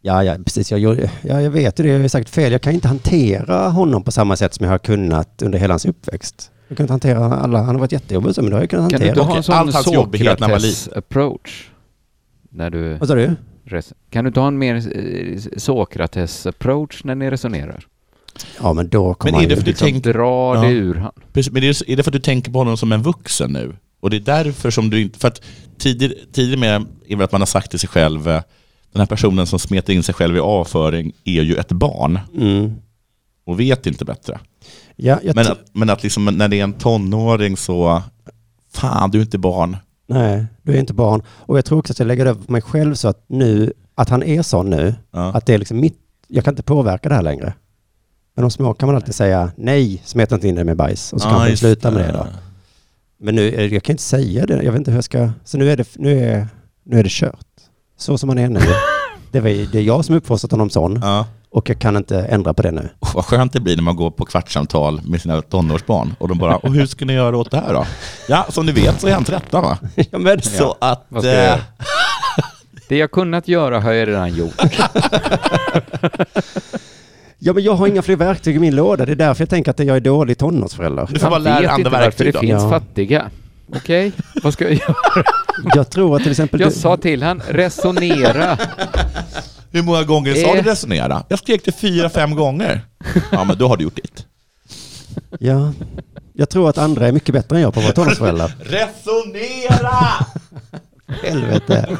[SPEAKER 1] Ja, ja, precis. Jag, gjorde- ja, jag vet ju det. Jag har ju sagt fel. Jag kan inte hantera honom på samma sätt som jag har kunnat under hela hans uppväxt. Jag kan inte hantera alla. Han har varit jättejobbig så, men det har jag kunnat
[SPEAKER 2] Kan du inte
[SPEAKER 1] hantera.
[SPEAKER 2] ha
[SPEAKER 3] Okej,
[SPEAKER 2] en sån
[SPEAKER 3] allt hans jobbighet när man var liten.
[SPEAKER 2] Sokrates-approach? När du
[SPEAKER 1] Vad sa du?
[SPEAKER 2] res- Kan du inte ha en mer eh, Sokrates-approach när ni resonerar?
[SPEAKER 1] Ja, men då kommer
[SPEAKER 3] Men är
[SPEAKER 1] han
[SPEAKER 3] det
[SPEAKER 1] ju-
[SPEAKER 3] för Du
[SPEAKER 2] Liksom
[SPEAKER 3] tänker-
[SPEAKER 2] dra
[SPEAKER 3] Ja.
[SPEAKER 2] det ur han.
[SPEAKER 3] Precis, Men är det, är det för att du tänker på honom som en vuxen nu? Och det är därför som du inte... För att tidigare, tidigare med är väl att man har sagt till sig själv, eh, den här personen som smetar in sig själv i avföring är ju ett barn
[SPEAKER 1] Mm.
[SPEAKER 3] och vet inte bättre.
[SPEAKER 1] Ja, jag
[SPEAKER 3] Men
[SPEAKER 1] t-
[SPEAKER 3] att, men att liksom, när det är en tonåring så, fan du är inte barn.
[SPEAKER 1] Nej, du är inte barn. Och jag tror också att jag lägger det över på mig själv så att nu, att han är sån nu,
[SPEAKER 3] Ja.
[SPEAKER 1] att det är liksom mitt, jag kan inte påverka det här längre. Men de små kan man alltid säga, nej, smeta inte in dig med bajs. Och så kan man
[SPEAKER 3] just
[SPEAKER 1] sluta med det då. Men nu, är- jag kan inte säga det. Jag vet inte hur jag ska... Så nu är det, nu är, nu är det kört. Så som han är nu. Det, var, ju- det är jag som uppfostrat honom sån
[SPEAKER 3] Ja.
[SPEAKER 1] och jag kan inte ändra på det nu.
[SPEAKER 3] Oh, vad skönt det blir när man går på kvartssamtal med sina tonårsbarn och de bara, och hur ska ni göra åt det här då? Ja, som ni vet så är han 13 va?
[SPEAKER 1] ja, men
[SPEAKER 3] Så att...
[SPEAKER 2] Vad ska jag
[SPEAKER 3] eh,
[SPEAKER 2] göra? Det jag kunnat göra har jag redan gjort.
[SPEAKER 1] ja, men jag har inga fler verktyg i min låda. Det är därför jag tänker att jag är dålig tonårsförälder.
[SPEAKER 3] Du får bara lära dig andra
[SPEAKER 2] varför
[SPEAKER 3] verktyg
[SPEAKER 2] det
[SPEAKER 3] då.
[SPEAKER 2] finns
[SPEAKER 1] Ja.
[SPEAKER 2] fattiga. Okej, vad ska jag göra?
[SPEAKER 1] Jag tror att till exempel...
[SPEAKER 2] Jag
[SPEAKER 1] du-
[SPEAKER 2] sa till han, resonera.
[SPEAKER 3] Hur många gånger sa du
[SPEAKER 2] Eh.
[SPEAKER 3] resonera? Jag skrek det fyra, fem gånger. Ja, men då har du gjort ditt.
[SPEAKER 1] Ja. Jag tror att andra är mycket bättre än jag på att vara tonårsförälder.
[SPEAKER 3] Resonera!
[SPEAKER 1] Helvete.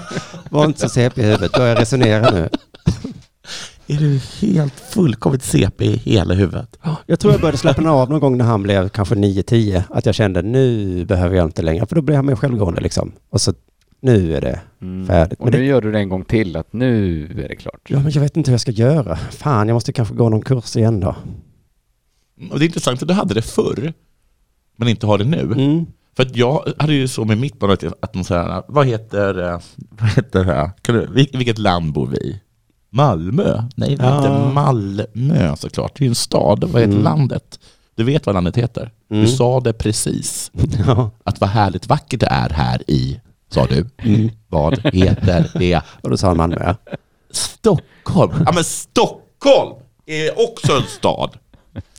[SPEAKER 1] Var inte så CP i huvudet. Börja resonera nu.
[SPEAKER 3] Är du helt fullkomligt CP i hela huvudet?
[SPEAKER 1] Jag tror jag började slappna av någon gång när han blev kanske 9-10. Att jag kände nu behöver jag inte längre. För då blev han mer självgående liksom. Och så Nu är det
[SPEAKER 5] Mm.
[SPEAKER 1] färdigt.
[SPEAKER 5] Och
[SPEAKER 1] Men
[SPEAKER 5] nu
[SPEAKER 1] det,
[SPEAKER 5] gör du det en gång till, att nu är det klart.
[SPEAKER 1] ja, men jag vet inte hur jag ska göra. Fan, jag måste kanske gå någon kurs igen då.
[SPEAKER 3] Mm, Och det är intressant att du hade det förr, men inte har det nu.
[SPEAKER 1] Mm.
[SPEAKER 3] För att jag hade ju så med mitt barn att, jag- att de säger, vad heter, eh, vad heter det här? Kan du, vil- vilket land bor vi i? Malmö? Nej, det är
[SPEAKER 1] Ja.
[SPEAKER 3] inte Malmö såklart. Det är ju en stad. Vad heter
[SPEAKER 1] Ah. Mm.
[SPEAKER 3] landet? Du vet vad landet heter.
[SPEAKER 1] Mm.
[SPEAKER 3] Du sa det precis.
[SPEAKER 1] Ja.
[SPEAKER 3] Att vad härligt vackert det är här i, sa du.
[SPEAKER 1] Mm.
[SPEAKER 3] Vad heter det?
[SPEAKER 1] Och då sa han Malmö. ja.
[SPEAKER 3] Stockholm. Ja men Stockholm är också en stad.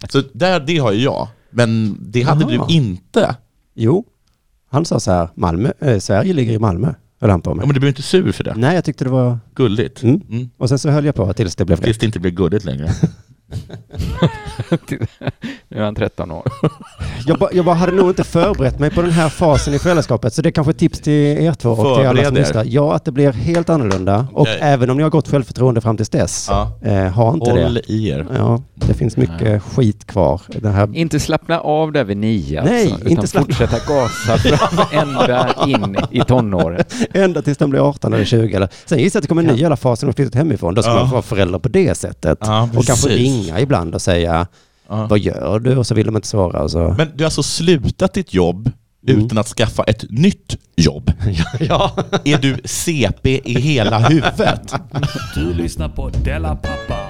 [SPEAKER 3] Så där, det har ju jag. Men det hade
[SPEAKER 1] Jaha.
[SPEAKER 3] du inte.
[SPEAKER 1] Jo, han sa så här, Malmö, eh, Sverige ligger i Malmö, höll han på
[SPEAKER 3] Ja,
[SPEAKER 1] med.
[SPEAKER 3] men du blir inte sur för det.
[SPEAKER 1] Nej, jag tyckte det var...
[SPEAKER 3] Gulligt.
[SPEAKER 1] Mm.
[SPEAKER 3] Mm.
[SPEAKER 1] Och sen så höll jag på tills det blev
[SPEAKER 3] Tills
[SPEAKER 1] rätt.
[SPEAKER 3] det inte blir gulligt längre.
[SPEAKER 5] Nu är han 13 år.
[SPEAKER 1] Jag, ba, jag bara hade nog inte förberett mig på den här fasen i föräldraskapet, så det är kanske ett tips till er två och till alla
[SPEAKER 3] Förbered
[SPEAKER 1] som
[SPEAKER 3] er.
[SPEAKER 1] lyssnar. Ja, att det blir helt annorlunda. Och
[SPEAKER 3] Okej.
[SPEAKER 1] även om ni har gott självförtroende fram tills dess,
[SPEAKER 3] Ja.
[SPEAKER 1] eh, ha inte
[SPEAKER 3] Håll
[SPEAKER 1] det.
[SPEAKER 3] i er.
[SPEAKER 1] Ja, det finns mycket skit kvar. Den här
[SPEAKER 5] Inte slappna av där vid nio
[SPEAKER 1] Nej,
[SPEAKER 5] alltså, utan
[SPEAKER 1] inte slappna-
[SPEAKER 5] fortsätta gasa fram ända in i tonåren.
[SPEAKER 1] Ända tills de blir 18 eller 20. Eller. Sen gissar jag att det kommer en ny jävla fas när de flyttat hemifrån. Då ska
[SPEAKER 3] Ja.
[SPEAKER 1] man vara förälder på det sättet.
[SPEAKER 3] Ja,
[SPEAKER 1] och kanske
[SPEAKER 3] precis.
[SPEAKER 1] ringa ibland och säga
[SPEAKER 3] Ja.
[SPEAKER 1] vad gör du? Och så vill de inte svara. Och så.
[SPEAKER 3] Men du har alltså slutat ditt jobb
[SPEAKER 1] Mm.
[SPEAKER 3] utan att skaffa ett nytt jobb.
[SPEAKER 1] ja.
[SPEAKER 3] Är du CP i hela huvudet?
[SPEAKER 4] Du lyssnar på Della Pappa.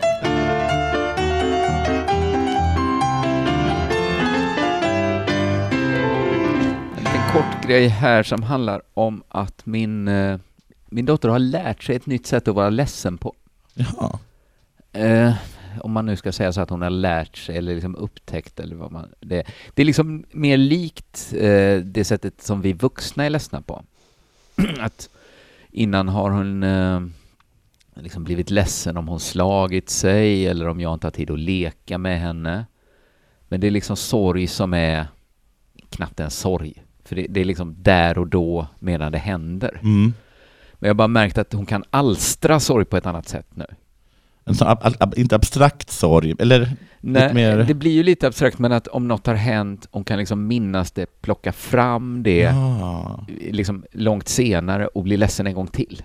[SPEAKER 2] En liten kort grej här som handlar om att min, eh, min dotter har lärt sig ett nytt sätt att vara ledsen på.
[SPEAKER 3] Ja.
[SPEAKER 2] Eh, om man nu ska säga så att hon har lärt sig eller liksom upptäckt eller vad man... Det, det är liksom mer likt eh, det sättet som vi vuxna är ledsna på. att innan har hon eh, liksom blivit ledsen om hon slagit sig eller om jag inte har tid att leka med henne. Men det är liksom sorg som är knappt en sorg. För det, det är liksom där och då medan det händer.
[SPEAKER 3] Mm.
[SPEAKER 2] Men jag har bara märkt att hon kan alstra sorg på ett annat sätt nu.
[SPEAKER 3] En sån ab- ab- inte abstrakt sorg, eller?
[SPEAKER 2] Nej,
[SPEAKER 3] Lite mer-
[SPEAKER 2] det blir ju lite abstrakt, men att om något har hänt, hon kan liksom minnas det, plocka fram det
[SPEAKER 3] Ja.
[SPEAKER 2] liksom långt senare och bli ledsen en gång till.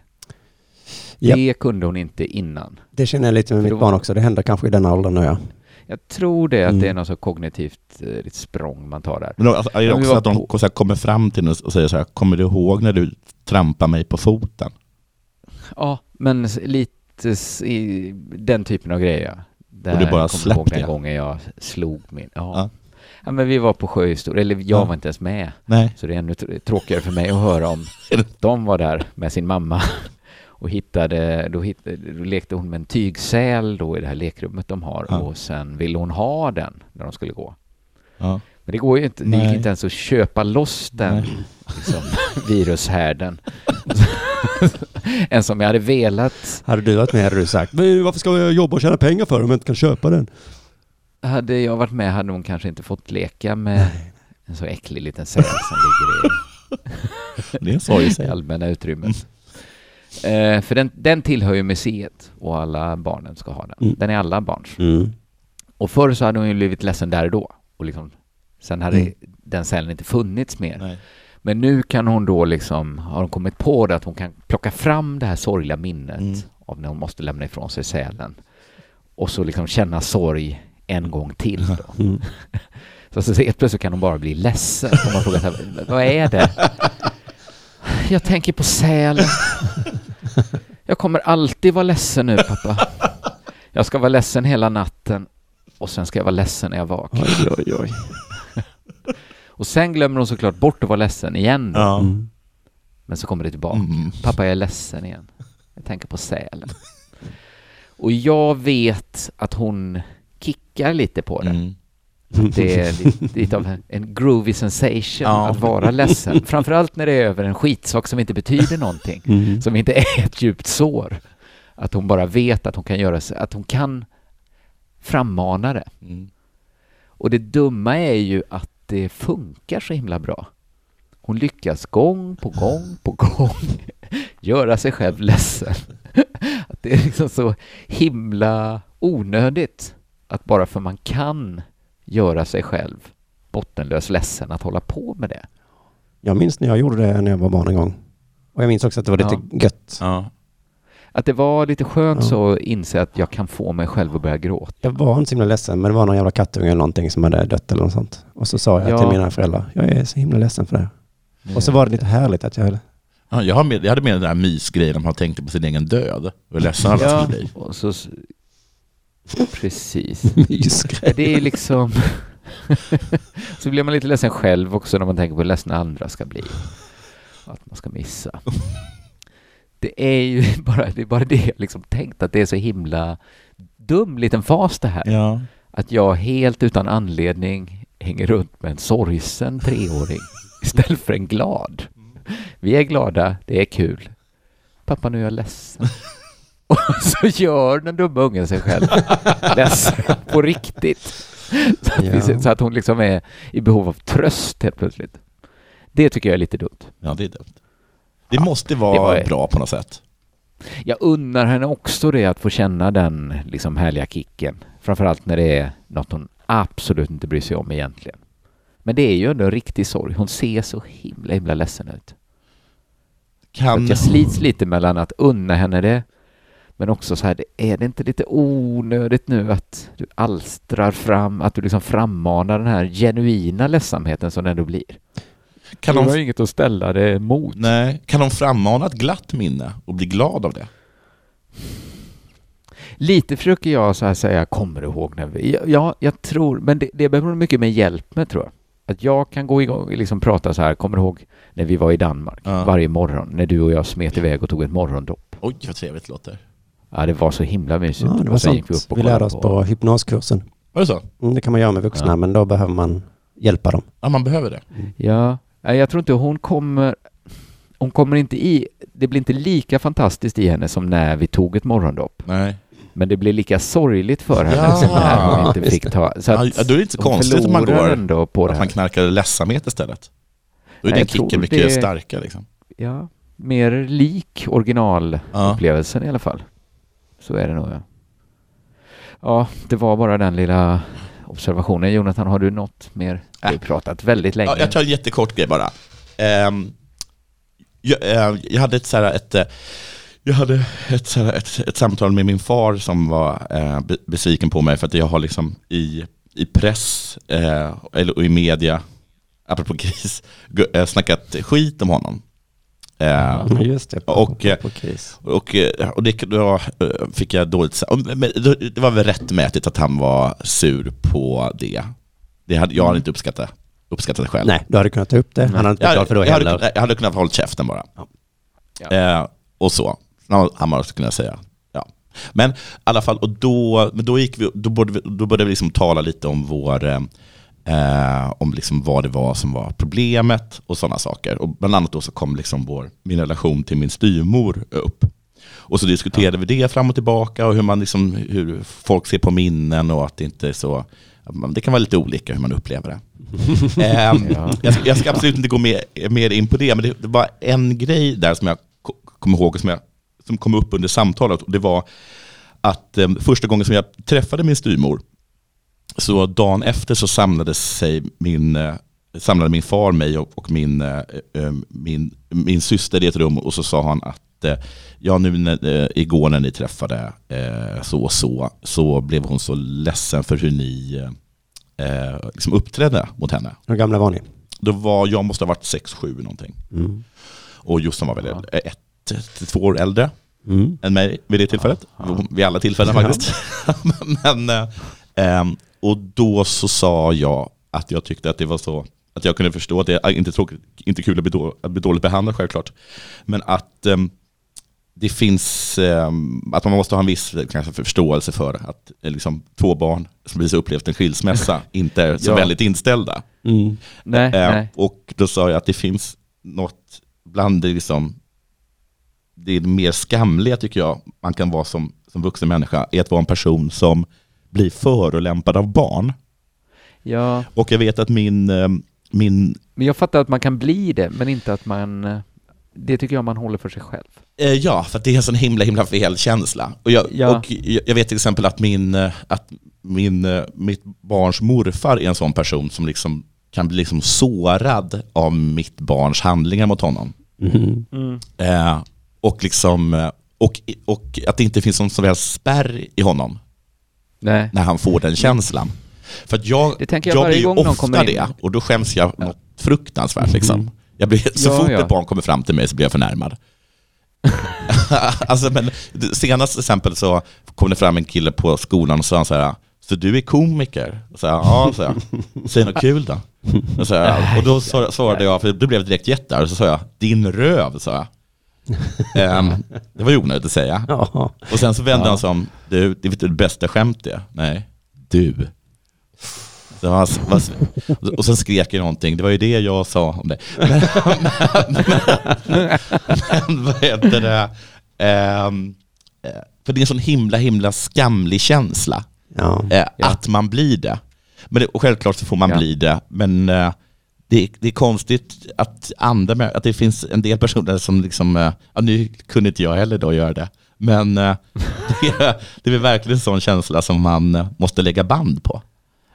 [SPEAKER 1] Ja.
[SPEAKER 2] Det kunde hon inte innan.
[SPEAKER 1] Det känner jag lite med
[SPEAKER 2] För då-
[SPEAKER 1] mitt barn också. Det händer kanske i den åldern nu. Ja.
[SPEAKER 2] Jag tror det, att
[SPEAKER 1] Mm.
[SPEAKER 2] det är något så kognitivt eh, litet språng man tar där.
[SPEAKER 3] Men då, alltså, är det
[SPEAKER 2] Men vi
[SPEAKER 3] också
[SPEAKER 2] var
[SPEAKER 3] att de så här, kommer fram till en och säger så här, kommer du ihåg när du trampade mig på foten?
[SPEAKER 2] Ja, men s- lite s- i den typen av grejer. Där
[SPEAKER 3] Och du bara
[SPEAKER 2] kommer jag
[SPEAKER 3] släppte
[SPEAKER 2] ihåg den
[SPEAKER 3] det.
[SPEAKER 2] gången jag slog min... Ja.
[SPEAKER 3] Ja.
[SPEAKER 2] Ja. men vi var på Sjöhistor, eller jag
[SPEAKER 3] Ja.
[SPEAKER 2] var inte ens med.
[SPEAKER 3] Nej.
[SPEAKER 2] Så det är ännu tr- tråkigare för mig att höra om de var där med sin mamma och hittade, då, hittade, då lekte hon med en tygsäl då i det här lekrummet de har
[SPEAKER 3] Ja.
[SPEAKER 2] och sen ville hon ha den när de skulle gå.
[SPEAKER 3] Ja.
[SPEAKER 2] Men det går ju inte, det gick
[SPEAKER 3] Nej.
[SPEAKER 2] inte ens att köpa loss den
[SPEAKER 3] Nej.
[SPEAKER 2] liksom, virushärden. en som jag hade velat
[SPEAKER 1] Hade du varit med hade du sagt, "Men varför ska jag jobba och tjäna pengar för om jag inte kan köpa den?
[SPEAKER 2] Hade jag varit med hade hon kanske inte fått leka med en så äcklig liten säl som ligger i
[SPEAKER 3] Det är en sorg i
[SPEAKER 2] det
[SPEAKER 3] sig.
[SPEAKER 2] allmänna utrymmet. Eh, för den, den tillhör ju museet och alla barnen ska ha den.
[SPEAKER 1] Mm.
[SPEAKER 2] Den är alla barns. Och förr så hade hon ju blivit ledsen där och då. Och liksom, sen hade
[SPEAKER 3] Mm.
[SPEAKER 2] den cellen inte funnits mer.
[SPEAKER 3] Nej.
[SPEAKER 2] Men nu kan hon då liksom, har hon kommit på det att hon kan plocka fram det här sorgliga minnet
[SPEAKER 3] Mm.
[SPEAKER 2] av när hon måste lämna ifrån sig sälen. Och så liksom känna sorg en gång till då.
[SPEAKER 1] Mm.
[SPEAKER 2] Så, så helt plötsligt kan hon bara bli ledsen. Om man frågar så här, vad är det? Jag tänker på sälen. Jag kommer alltid vara ledsen nu pappa. Jag ska vara ledsen hela natten och sen ska jag vara ledsen när jag vaknar.
[SPEAKER 1] Oj, oj, oj.
[SPEAKER 2] Och sen glömmer hon såklart bort att vara ledsen igen. Då.
[SPEAKER 3] Ja.
[SPEAKER 1] Mm.
[SPEAKER 2] Men så kommer det tillbaka.
[SPEAKER 3] Mm.
[SPEAKER 2] Pappa, jag är ledsen igen. Jag tänker på sälen. Och jag vet att hon kickar lite på det.
[SPEAKER 3] Mm.
[SPEAKER 2] Det är lite, lite av en- en groovy sensation
[SPEAKER 3] Ja.
[SPEAKER 2] att vara ledsen. Framförallt när det är över en skitsak som inte betyder någonting.
[SPEAKER 1] Mm.
[SPEAKER 2] Som inte är ett djupt sår. Att hon bara vet att hon kan göra så, att hon kan frammana det.
[SPEAKER 3] Mm.
[SPEAKER 2] Och det dumma är ju att det funkar så himla bra. Hon lyckas gång på gång på gång göra sig själv ledsen. Att det är liksom så himla onödigt att bara för man kan göra sig själv bottenlös ledsen att hålla på med det.
[SPEAKER 1] Jag minns när jag gjorde det när jag var barn en gång. Och jag minns också att det var lite gött.
[SPEAKER 3] Ja.
[SPEAKER 2] Att det var lite skönt
[SPEAKER 1] Ja.
[SPEAKER 2] så att inse att jag kan få mig själv att börja gråta.
[SPEAKER 1] Jag var inte så himla ledsen, men det var någon jävla kattunge eller någonting som hade dött eller något sånt. Och så sa jag
[SPEAKER 2] Ja.
[SPEAKER 1] till mina föräldrar, jag är så himla ledsen för det här. Och så var det lite härligt att jag höll...
[SPEAKER 3] Ja, jag, har med, jag hade med den där mysgrejen när man tänkte på sin egen död. Hur ledsen alla
[SPEAKER 2] ja,
[SPEAKER 3] skulle bli.
[SPEAKER 2] och så... s- Precis.
[SPEAKER 1] Mysgrej.
[SPEAKER 2] Det är liksom... så blir man lite ledsen själv också när man tänker på hur ledsna andra ska bli. Att man ska missa. Det är ju bara det, är bara det jag liksom tänkt, att det är så himla dum liten fas det här.
[SPEAKER 3] Ja.
[SPEAKER 2] Att jag helt utan anledning hänger runt med en sorgsen treåring istället för en glad. Vi är glada, det är kul. Pappa, nu är jag ledsen. Och så gör den dumma ungen sig själv ledsen på riktigt. Så att, vi,
[SPEAKER 1] Ja.
[SPEAKER 2] så att hon liksom är i behov av tröst helt plötsligt. Det tycker jag är lite dumt.
[SPEAKER 3] ja, det är dumt. Det måste vara
[SPEAKER 2] det var-
[SPEAKER 3] bra på något sätt.
[SPEAKER 2] Jag unnar henne också det att få känna den liksom härliga kicken. Framförallt när det är något hon absolut inte bryr sig om egentligen. Men det är ju ändå en riktig sorg. Hon ser så himla, himla ledsen ut.
[SPEAKER 3] Kan,
[SPEAKER 2] Att jag slits lite mellan att unna henne det, men också så här, det- är det inte lite onödigt nu att du alstrar fram, att du liksom frammanar den här genuina ledsamheten som det ändå blir?
[SPEAKER 3] kan,
[SPEAKER 2] du har
[SPEAKER 3] de,
[SPEAKER 2] ju inget att ställa det mot.
[SPEAKER 3] nej, kan de frammana ett glatt minne och bli glad av det?
[SPEAKER 2] Lite försöker jag så här säga, kommer du ihåg när vi... Ja, jag tror, men det, det behöver nog mycket med hjälp med tror jag. Att jag kan gå igång och liksom prata så här, kommer du ihåg när vi var i Danmark
[SPEAKER 3] Ja.
[SPEAKER 2] varje morgon, när du och jag smet iväg och tog ett morgondopp?
[SPEAKER 3] Oj, vad trevligt det låter.
[SPEAKER 2] Ja, det var så himla mysigt.
[SPEAKER 1] Ja, det var
[SPEAKER 2] och sen
[SPEAKER 1] sånt
[SPEAKER 2] gick vi upp och
[SPEAKER 1] vi lärde
[SPEAKER 2] kollade
[SPEAKER 1] oss på hypnoskursen.
[SPEAKER 3] Var det så?
[SPEAKER 1] Mm, det kan man göra med vuxna,
[SPEAKER 2] Ja.
[SPEAKER 1] men då behöver man hjälpa dem.
[SPEAKER 3] Ja, man behöver det.
[SPEAKER 2] Ja, nej, jag tror inte hon kommer... Hon kommer inte i... Det blir inte lika fantastiskt i henne som när vi tog ett morgondopp.
[SPEAKER 3] Nej.
[SPEAKER 2] Men det blir lika sorgligt för henne
[SPEAKER 3] Ja.
[SPEAKER 2] som när hon inte fick ta... Så
[SPEAKER 3] Ja, då är det inte så
[SPEAKER 2] hon
[SPEAKER 3] konstigt om man
[SPEAKER 2] förlorar
[SPEAKER 3] går-
[SPEAKER 2] ändå på det
[SPEAKER 3] Att
[SPEAKER 2] här.
[SPEAKER 3] man knarkar ledsamhet istället. Då är
[SPEAKER 2] Nej,
[SPEAKER 3] den
[SPEAKER 2] jag tror
[SPEAKER 3] kicken mycket
[SPEAKER 2] det-
[SPEAKER 3] starkare. Liksom.
[SPEAKER 2] Ja, mer lik
[SPEAKER 3] Ja.
[SPEAKER 2] originalupplevelsen i alla fall. Så är det nog, ja. Ja, det var bara den lilla observationen. Jonathan, har du något mer? Vi har ju pratat väldigt länge.
[SPEAKER 3] Ja, jag tar en jättekort grej bara. Ehm, jag, eh, jag hade ett, så här, ett, eh, jag hade ett, så här, ett, ett samtal med min far som var eh, be- besviken på mig för att jag har liksom i, i press eh, eller, och i media, apropå gris, gu- eh, snackat skit om honom. Eh,
[SPEAKER 1] Ja, just det. På,
[SPEAKER 3] Och, eh,
[SPEAKER 1] på kris.
[SPEAKER 3] och, eh, och det, då eh, fick jag dåligt... sa- Men då- det var väl rättmätigt att han var sur på det. det hade, jag hade inte uppskattat, uppskattat det själv.
[SPEAKER 1] Nej, du hade kunnat ta upp det. Han hade inte
[SPEAKER 3] Jag,
[SPEAKER 1] betalt för det
[SPEAKER 3] jag,
[SPEAKER 1] heller.
[SPEAKER 3] hade, jag hade kunnat hålla käften bara.
[SPEAKER 2] Ja.
[SPEAKER 3] Eh, och så. Ja, Han hade också kunnat säga. Ja. Men i alla fall, och då, men då, gick vi, då, började, vi, då började vi liksom tala lite om vår... eh, Eh, om liksom vad det var som var problemet och sådana saker. Och bland annat då så kom liksom vår, min relation till min styvmor upp. Och så diskuterade vi det fram och tillbaka och hur, man liksom, hur folk ser på minnen och att det inte är så... att man- Det kan vara lite olika hur man upplever det. Ehm, jag, ska, jag ska absolut inte gå mer, mer in på det, men det, det var en grej där som jag ko- kommer ihåg och som, jag, som kom upp under samtalet. Och det var att eh, första gången som jag träffade min styvmor, så dagen efter så samlade, sig min, eh, samlade min far mig och, och min, eh, eh, min, min syster i ett rum och så sa han att eh, ja, nu när, eh, igår när ni träffade eh, så och så, så blev hon så ledsen för hur ni eh, eh, liksom uppträdde mot henne.
[SPEAKER 1] Hur gamla var ni?
[SPEAKER 3] Då var, jag måste ha varit 6-7 någonting.
[SPEAKER 1] Mm.
[SPEAKER 3] Och Jossan var väl ja. ett till två år äldre
[SPEAKER 1] Mm.
[SPEAKER 3] än mig vid det tillfället. Vid alla tillfällen faktiskt. Men, eh, ehm, och då så sa jag att jag tyckte att det var så, att jag kunde förstå att det är inte tråkigt, inte kul att bli, då, att bli dåligt behandlad självklart. Men att ehm, det finns, ehm, att man måste ha en viss eh, kanske, förståelse för att eh, liksom, två barn som precis har upplevt en skilsmässa inte är så
[SPEAKER 2] Ja.
[SPEAKER 3] väldigt inställda.
[SPEAKER 1] Mm.
[SPEAKER 2] nej,
[SPEAKER 3] Eh,
[SPEAKER 2] nej.
[SPEAKER 3] Och då sa jag att det finns något bland det liksom, det är det mer skamliga tycker jag man kan vara som, som vuxen människa, är att vara en person som blir förolämpad av barn.
[SPEAKER 2] Ja,
[SPEAKER 3] Och jag vet att min, eh, min
[SPEAKER 2] men jag fattar att man kan bli det, men inte att man... eh, Det tycker jag man håller för sig själv.
[SPEAKER 3] Eh, Ja, för att det är en sån himla himla fel känsla. Och jag,
[SPEAKER 2] Ja.
[SPEAKER 3] och jag jag vet till exempel att, min, eh, att min, eh, mitt barns morfar är en sån person som liksom kan bli liksom sårad av mitt barns handlingar mot honom.
[SPEAKER 1] Mhm.
[SPEAKER 3] Eh, och, liksom, eh, och, och att det inte finns någon som helst spärr i honom
[SPEAKER 2] Nej.
[SPEAKER 3] när han får den känslan. För att jag,
[SPEAKER 2] Det tänker jag varje
[SPEAKER 3] blir ju
[SPEAKER 2] gång någon
[SPEAKER 3] ofta
[SPEAKER 2] kommer in. Mm.
[SPEAKER 3] det och då skäms jag något fruktansvärt. Liksom. Jag blir, så
[SPEAKER 2] Ja,
[SPEAKER 3] fort
[SPEAKER 2] ja.
[SPEAKER 3] ett barn kommer fram till mig så blir jag förnärmad. alltså, men, det- senast till exempel så kom det fram en kille på skolan och sa så här, så du är komiker? Och så här, ja, så jag. Säg något kul då. Och, så här, och då svar- svarade jag, för då blev jag direkt jättearg, så sa jag, din röv, sa jag. Ehm, det var ju onödigt att säga.
[SPEAKER 1] Ja.
[SPEAKER 3] Och sen så vände han sig om. Du, det är inte det bästa skämt det. Nej, du. Så han, vad- och sen skrek jag någonting. Det var ju det jag sa om det. Men, men, men vad heter det? Ehm, eh, för det är en sån himla, himla skamlig känsla.
[SPEAKER 1] Ja.
[SPEAKER 3] eh, Att man blir det. Men det, och självklart så får man
[SPEAKER 2] Ja.
[SPEAKER 3] bli det. Men eh, det, det är konstigt att andra, män- att det finns en del personer som liksom, eh, ja nu kunde inte jag heller då göra det. Men eh, det, det är verkligen en sån känsla som man eh, måste lägga band på.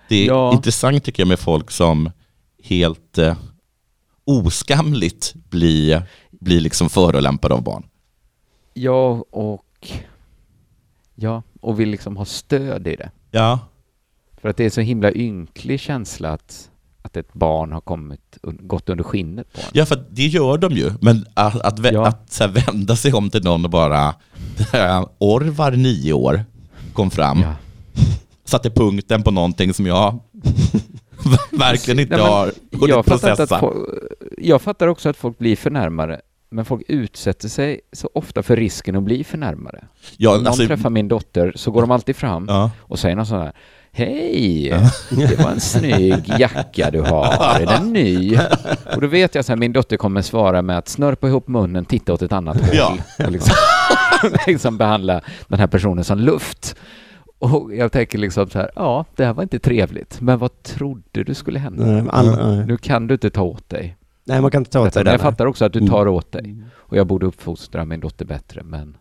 [SPEAKER 3] Det är
[SPEAKER 2] Ja.
[SPEAKER 3] intressant tycker jag med folk som helt eh, oskamligt blir, blir liksom förolämpade av barn.
[SPEAKER 2] Ja, och... Ja, och vill liksom ha stöd i det.
[SPEAKER 3] Ja,
[SPEAKER 2] För att det är så himla ynklig känsla att, att ett barn har kommit, un- gått under skinnet på en.
[SPEAKER 3] Ja, för det gör de ju. Men att, att, vä-
[SPEAKER 2] Ja.
[SPEAKER 3] att så här, vända sig om till någon och bara... Orvar, nio år, kom fram.
[SPEAKER 2] Ja.
[SPEAKER 3] Satte punkten på någonting som jag verkligen inte
[SPEAKER 2] Nej, men
[SPEAKER 3] har hunnit
[SPEAKER 2] Jag fattar, inte
[SPEAKER 3] processa.
[SPEAKER 2] att folk, jag fattar också att folk blir förnärmare, men folk utsätter sig så ofta för risken att bli förnärmare.
[SPEAKER 3] ja,
[SPEAKER 2] Om någon
[SPEAKER 3] alltså,
[SPEAKER 2] träffar min dotter så går de alltid fram
[SPEAKER 3] ja.
[SPEAKER 2] och säger någon sån här Hej! Det var en snygg jacka du har. Är den ny? Och då vet jag så här, min dotter kommer svara med att snörpa ihop munnen, titta åt ett annat håll.
[SPEAKER 3] Ja.
[SPEAKER 2] Och liksom, liksom behandla den här personen som luft. Och jag tänker liksom så här, ja, det här var inte trevligt, men vad trodde du skulle hända?
[SPEAKER 1] Nej, men an- nej.
[SPEAKER 2] Nu kan du inte ta åt dig.
[SPEAKER 1] eh, Nej, man kan inte ta åt sig
[SPEAKER 2] Men
[SPEAKER 1] det.
[SPEAKER 2] jag
[SPEAKER 1] nej.
[SPEAKER 2] fattar också att du tar åt dig. Och jag borde uppfostra min dotter bättre, men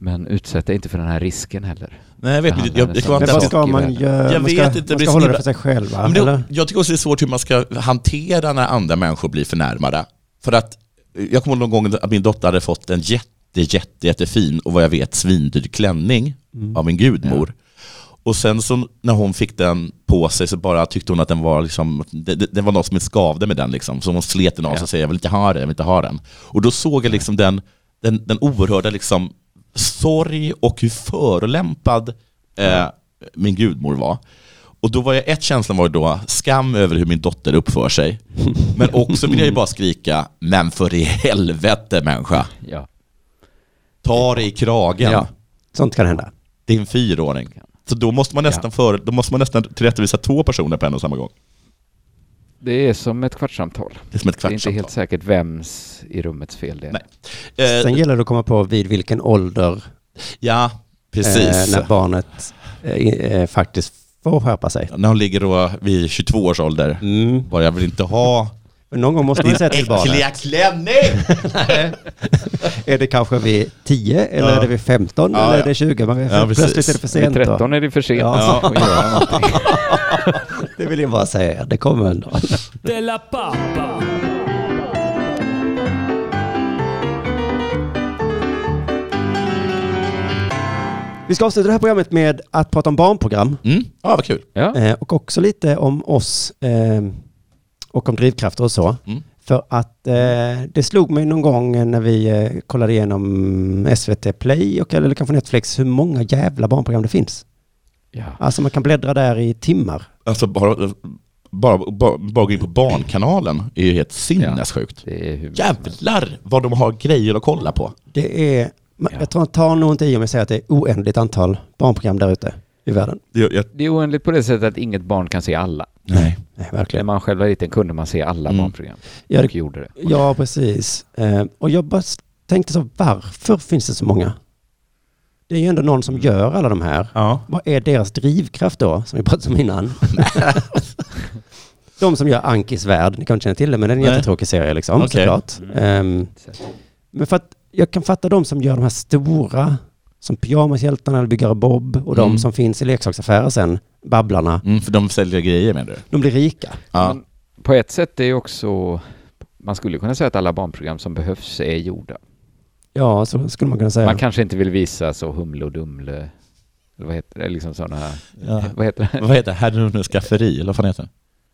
[SPEAKER 2] men utsätt dig inte för den här risken heller.
[SPEAKER 3] Nej, jag vet
[SPEAKER 2] Behandla
[SPEAKER 3] inte. Jag,
[SPEAKER 2] det
[SPEAKER 3] jag
[SPEAKER 2] som-
[SPEAKER 3] kommer
[SPEAKER 1] Men vad
[SPEAKER 3] inte ihåg.
[SPEAKER 1] ska
[SPEAKER 2] Sak i
[SPEAKER 1] man
[SPEAKER 2] världen.
[SPEAKER 1] göra?
[SPEAKER 3] Jag
[SPEAKER 1] man
[SPEAKER 3] vet
[SPEAKER 1] ska,
[SPEAKER 3] inte,
[SPEAKER 1] man
[SPEAKER 3] det
[SPEAKER 1] ska hålla
[SPEAKER 3] är
[SPEAKER 1] det för sig själv va?
[SPEAKER 3] Ja, men det-
[SPEAKER 1] Eller?
[SPEAKER 3] jag tycker också det är svårt hur man ska hantera när andra människor blir förnärmade. För att eh, jag kommer ihåg någon gång att min dotter hade fått en jätte, jätte, jättefin och vad jag vet svindyr klänning
[SPEAKER 2] Mm.
[SPEAKER 3] av min gudmor. Och sen så när hon fick den på sig så bara tyckte hon att den var liksom, det, det, det var något som skavde med den liksom. Så hon slet den av sig och säger jag vill inte ha den, jag vill inte ha den. Och då såg jag liksom den, den, den oerhörda liksom sorg och hur förolämpad eh, min gudmor var. Och då var jag, ett känslan var ju då skam över hur min dotter uppför sig. Men också vill jag ju bara skrika, men för i helvete människa,
[SPEAKER 2] Ja.
[SPEAKER 3] ta dig i kragen.
[SPEAKER 2] Ja.
[SPEAKER 1] Sånt kan hända.
[SPEAKER 3] Det är en fyraåring. Så då måste man nästan, för, då måste man nästan tillrättavisa två personer på en och samma gång.
[SPEAKER 2] Det är som ett kvartssamtal.
[SPEAKER 3] Det är som ett
[SPEAKER 2] Det är inte
[SPEAKER 3] kvartssamtal.
[SPEAKER 2] helt säkert vems i rummets fel det är.
[SPEAKER 3] Nej. Eh,
[SPEAKER 1] Sen gäller det att komma på vid vilken ålder
[SPEAKER 3] ja, precis.
[SPEAKER 1] eh, när barnet eh, eh, faktiskt får skärpa sig.
[SPEAKER 3] när hon ligger då vid 22 års ålder.
[SPEAKER 1] Mm.
[SPEAKER 3] Bara jag vill inte ha
[SPEAKER 1] Men någon gång måste man säga till barnet.
[SPEAKER 3] äckliga klänning!
[SPEAKER 1] Är det kanske vid 10 eller
[SPEAKER 3] Ja.
[SPEAKER 1] är det vid 15
[SPEAKER 3] Ja,
[SPEAKER 1] eller
[SPEAKER 3] ja.
[SPEAKER 1] är det 20? Man,
[SPEAKER 3] Ja, precis.
[SPEAKER 1] plötsligt är det för
[SPEAKER 2] Vid
[SPEAKER 1] sent. då.
[SPEAKER 2] 13 är det för sent
[SPEAKER 1] Ja.
[SPEAKER 2] att göra någonting.
[SPEAKER 1] Det vill jag bara säga, det kommer en dag.
[SPEAKER 4] Della Pappa!
[SPEAKER 1] Vi ska avsluta det här programmet med att prata om barnprogram
[SPEAKER 3] Mm. Ja, vad kul.
[SPEAKER 2] Ja.
[SPEAKER 1] eh, och också lite om oss eh, och om drivkrafter och så.
[SPEAKER 3] Mm.
[SPEAKER 1] För att eh, det slog mig någon gång när vi eh, kollade igenom SVT Play och eller kanske Netflix hur många jävla barnprogram det finns.
[SPEAKER 2] Ja.
[SPEAKER 1] Alltså man kan bläddra där i timmar.
[SPEAKER 3] Alltså bara, bara, bara, bara gå in på Barnkanalen är ju helt sinnessjukt.
[SPEAKER 2] Det är hur
[SPEAKER 3] Jävlar vad de har grejer att kolla på.
[SPEAKER 1] Det är, man-
[SPEAKER 2] Ja.
[SPEAKER 1] jag tror jag tar nog inte i om jag säger att det är oändligt antal barnprogram där ute i världen.
[SPEAKER 3] Det, jag,
[SPEAKER 2] Det är oändligt på det sättet att inget barn kan se alla.
[SPEAKER 3] nej.
[SPEAKER 1] Nej,
[SPEAKER 2] När
[SPEAKER 1] verkligen.
[SPEAKER 2] man själv var liten kunde man se alla
[SPEAKER 3] Mm.
[SPEAKER 2] barnprogram.
[SPEAKER 1] Ja,
[SPEAKER 2] Och
[SPEAKER 1] det,
[SPEAKER 2] gjorde det.
[SPEAKER 1] ja precis. Eh, och jag bara s- tänkte så, varför finns det så många? Det är ju ändå någon som
[SPEAKER 3] Mm.
[SPEAKER 1] gör alla de här.
[SPEAKER 3] Ja.
[SPEAKER 1] Vad är deras drivkraft då, som vi pratade om innan? de som gör Ankis värld, ni kanske inte känner till det, men det är en
[SPEAKER 3] Nej.
[SPEAKER 1] jättetråkig serie liksom,
[SPEAKER 3] Okej. Mm.
[SPEAKER 1] såklart. Ehm, men för att jag kan fatta de som gör de här stora, som Pyjamashjältarna eller Byggare Bob och de
[SPEAKER 3] Mm.
[SPEAKER 1] som finns i leksaksaffärer sen, Babblarna,
[SPEAKER 3] Mm, för de säljer grejer menar du?
[SPEAKER 1] de blir rika.
[SPEAKER 3] Ja.
[SPEAKER 2] Men på ett sätt är ju också man skulle kunna säga att alla barnprogram som behövs är gjorda.
[SPEAKER 1] Ja, så skulle man kunna säga.
[SPEAKER 2] Man kanske inte vill visa så Humle och Dumle, eller vad heter det, liksom sådana här,
[SPEAKER 3] Ja.
[SPEAKER 2] vad heter det?
[SPEAKER 3] Vad heter det? Herrnunnes skafferi, eller vad fan heter det?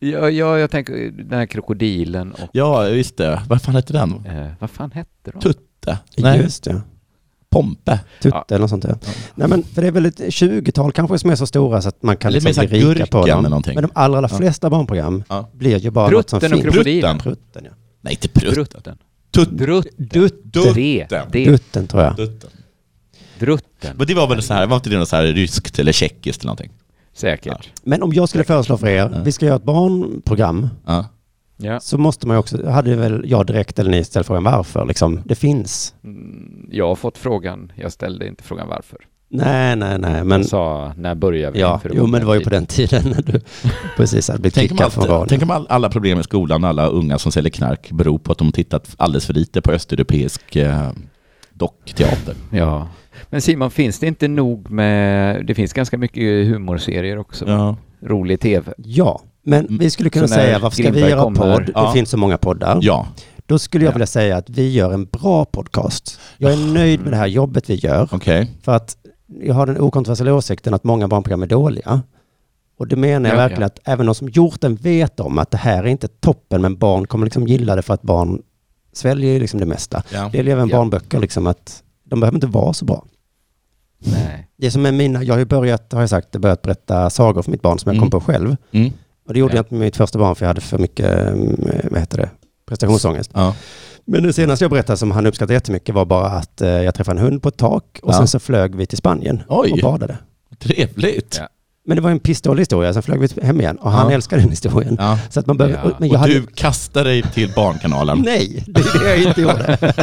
[SPEAKER 2] Ja, ja, jag tänker den här krokodilen och,
[SPEAKER 3] Ja, just det. Vad fan heter den?
[SPEAKER 2] eh, vad fan hette de?
[SPEAKER 3] Tutte? Nej,
[SPEAKER 1] Just det.
[SPEAKER 3] Pompe?
[SPEAKER 1] Tutte
[SPEAKER 2] Ja.
[SPEAKER 1] eller något sånt där. Nej men för det är väl ett 20-tal kanske som är så stora så att man kan
[SPEAKER 3] Lite
[SPEAKER 1] liksom
[SPEAKER 3] mer
[SPEAKER 1] bli
[SPEAKER 3] så här
[SPEAKER 1] rika på
[SPEAKER 3] gurka med
[SPEAKER 1] dem.
[SPEAKER 3] någonting.
[SPEAKER 1] Men de allra allra
[SPEAKER 3] Ja.
[SPEAKER 1] flesta barnprogram
[SPEAKER 3] Ja.
[SPEAKER 1] blir ju bara något som
[SPEAKER 2] Prutten och
[SPEAKER 1] finns.
[SPEAKER 2] krokodilen.
[SPEAKER 1] Prutten, ja.
[SPEAKER 3] Nej, inte Prutt.
[SPEAKER 2] Drutten.
[SPEAKER 3] Tutt.
[SPEAKER 2] Drutten.
[SPEAKER 3] Dutt.
[SPEAKER 2] Dre.
[SPEAKER 3] Dutten.
[SPEAKER 2] Det.
[SPEAKER 1] Prutten tror jag.
[SPEAKER 3] Dutten.
[SPEAKER 2] Drutten.
[SPEAKER 3] Men det var väl så här, var inte det något så här ryskt eller tjeckiskt eller någonting?
[SPEAKER 2] Säkert.
[SPEAKER 1] Men om jag skulle föreslå för er,
[SPEAKER 3] Ja.
[SPEAKER 1] vi ska göra ett barnprogram,
[SPEAKER 3] Ja.
[SPEAKER 2] Ja.
[SPEAKER 1] så måste man ju också, hade väl jag direkt eller ni ställt frågan varför liksom, det finns.
[SPEAKER 2] Mm, Jag har fått frågan, jag ställde inte frågan varför.
[SPEAKER 1] Nej, nej, nej, men
[SPEAKER 2] Jag sa, när börjar vi?
[SPEAKER 1] ja,
[SPEAKER 2] För
[SPEAKER 1] jo men det var ju
[SPEAKER 2] tid.
[SPEAKER 1] på den tiden när du precis hade blivit
[SPEAKER 3] Tänk om,
[SPEAKER 1] kickad från
[SPEAKER 3] allt,
[SPEAKER 1] radion.
[SPEAKER 3] tänk om all, alla problem i skolan, alla unga som säljer knark beror på att de tittat alldeles för lite på östeuropeisk eh, dockteater.
[SPEAKER 2] Ja. Men Simon, finns det inte nog med, det finns ganska mycket humorserier också.
[SPEAKER 3] Ja.
[SPEAKER 2] Rolig tv.
[SPEAKER 1] Ja, men
[SPEAKER 3] Mm,
[SPEAKER 1] vi skulle kunna
[SPEAKER 2] så när
[SPEAKER 1] säga, varför ska vi
[SPEAKER 2] Grimberg
[SPEAKER 1] göra
[SPEAKER 2] kommer-
[SPEAKER 1] podd? Det
[SPEAKER 3] Ja.
[SPEAKER 1] finns så många poddar.
[SPEAKER 3] ja.
[SPEAKER 1] Då skulle jag
[SPEAKER 3] Ja.
[SPEAKER 1] vilja säga att vi gör en bra podcast. Jag är nöjd med det här jobbet vi gör.
[SPEAKER 3] Okej.
[SPEAKER 1] För att jag har den okontroversiella åsikten att många barnprogram är dåliga. Och det menar jag
[SPEAKER 2] Ja,
[SPEAKER 1] verkligen
[SPEAKER 2] ja.
[SPEAKER 1] att även de som gjort den vet om att det här är inte toppen, men barn kommer liksom gilla det för att barn sväljer ju liksom det mesta.
[SPEAKER 3] Ja.
[SPEAKER 1] Det gäller även
[SPEAKER 2] Ja.
[SPEAKER 1] barnböcker, liksom att de behöver inte vara så bra.
[SPEAKER 2] Nej.
[SPEAKER 1] Det som är mina, jag har ju börjat, har jag sagt, börjat berätta sagor för mitt barn som jag
[SPEAKER 3] Mm.
[SPEAKER 1] kom på själv.
[SPEAKER 3] Mm.
[SPEAKER 1] Och det gjorde
[SPEAKER 2] Ja.
[SPEAKER 1] jag inte med mitt första barn för jag hade för mycket, eh, vad heter det, prestationsångest.
[SPEAKER 3] Ja.
[SPEAKER 1] Men det senaste jag berättade som han uppskattade jättemycket var bara att eh, jag träffade en hund på ett tak och
[SPEAKER 3] Ja.
[SPEAKER 1] sen så flög vi till Spanien
[SPEAKER 3] Oj.
[SPEAKER 1] och badade.
[SPEAKER 3] Trevligt.
[SPEAKER 2] Ja.
[SPEAKER 1] Men det var en pissdålig historia, sen flög vi hem igen och han
[SPEAKER 3] Ja.
[SPEAKER 1] älskade den historien.
[SPEAKER 3] Ja.
[SPEAKER 1] Så att man behöver...
[SPEAKER 2] Ja.
[SPEAKER 1] Men jag
[SPEAKER 3] Och
[SPEAKER 1] hade...
[SPEAKER 3] du kastar dig till Barnkanalen.
[SPEAKER 1] Nej, det är det jag inte gjorde.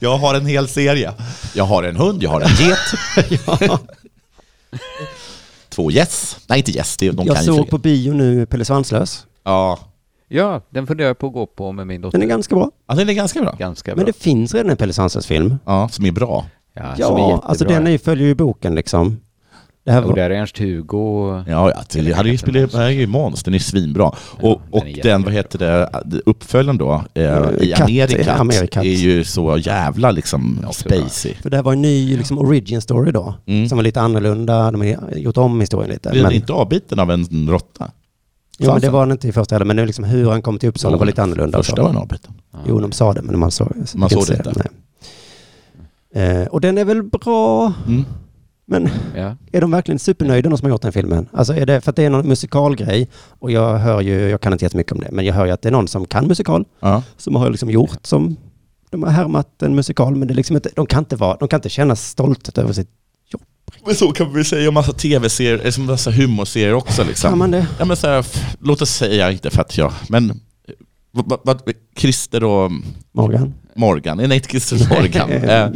[SPEAKER 3] Jag har en hel serie. Jag har en hund, jag har en get. Två gäss. Nej, inte gäss. det- De
[SPEAKER 1] jag
[SPEAKER 3] kan
[SPEAKER 1] såg
[SPEAKER 3] ju
[SPEAKER 1] på
[SPEAKER 3] på...
[SPEAKER 1] bio nu Pelle Svanslös.
[SPEAKER 3] Ja,
[SPEAKER 2] Ja, den funderar jag på att gå på med min dotter.
[SPEAKER 1] Den är ganska bra.
[SPEAKER 3] alltså, den är ganska bra.
[SPEAKER 2] Ganska bra.
[SPEAKER 1] Men det finns redan en Pelle Svanslös-film.
[SPEAKER 3] Ja, som är bra.
[SPEAKER 2] Ja, som är
[SPEAKER 1] Ja, alltså
[SPEAKER 2] jättebra.
[SPEAKER 1] den är, ju- följer ju boken liksom. Det här
[SPEAKER 2] Och
[SPEAKER 1] var...
[SPEAKER 2] där är Ernst-Hugo.
[SPEAKER 3] Ja, ja det hade ju spelat, det här är ju Måns, den är svinbra. Och,
[SPEAKER 2] den är
[SPEAKER 3] och den, vad heter det, uppföljaren då, eh, i
[SPEAKER 1] Katt,
[SPEAKER 3] Amerika,
[SPEAKER 1] i Amerikat.
[SPEAKER 3] är ju så jävla liksom
[SPEAKER 2] Ja, tyvärr.
[SPEAKER 3] spacey.
[SPEAKER 1] För det här var en ny liksom, origin story då,
[SPEAKER 3] Mm.
[SPEAKER 1] som var lite annorlunda. De har gjort om historien lite.
[SPEAKER 3] Blir
[SPEAKER 1] men-
[SPEAKER 3] den inte avbiten av en råtta?
[SPEAKER 1] Jo, men det
[SPEAKER 3] Svansen.
[SPEAKER 1] var den inte i första heller, men det är liksom hur han kom till Uppsala var lite annorlunda. och så.
[SPEAKER 3] Oh, Första var den avbiten.
[SPEAKER 1] Jo, de sa det, men man såg,
[SPEAKER 3] Man såg det inte.
[SPEAKER 1] Nej. Eh, och den är väl bra,
[SPEAKER 3] Mm.
[SPEAKER 1] men
[SPEAKER 2] Ja.
[SPEAKER 1] är de verkligen supernöjda de som har gjort den filmen? Alltså är det för att det är någon musikalgrej och jag hör ju, jag kan inte jättemycket om det, men jag hör ju att det är någon som kan musikal
[SPEAKER 3] Ja.
[SPEAKER 1] som har liksom gjort som, de har härmat en musikal, men det är liksom inte, de kan inte vara, de kan inte känna stolthet över sitt,
[SPEAKER 3] Men så kan vi säga om massa tv-serier, eller som massa humorserier också liksom.
[SPEAKER 1] kan man det?
[SPEAKER 3] Ja, men så här, f- låt oss säga, inte för att jag, men eh, vad, vad, Christer och
[SPEAKER 1] Morgan?
[SPEAKER 3] Morgan, nej inte Christer och Morgan, eh,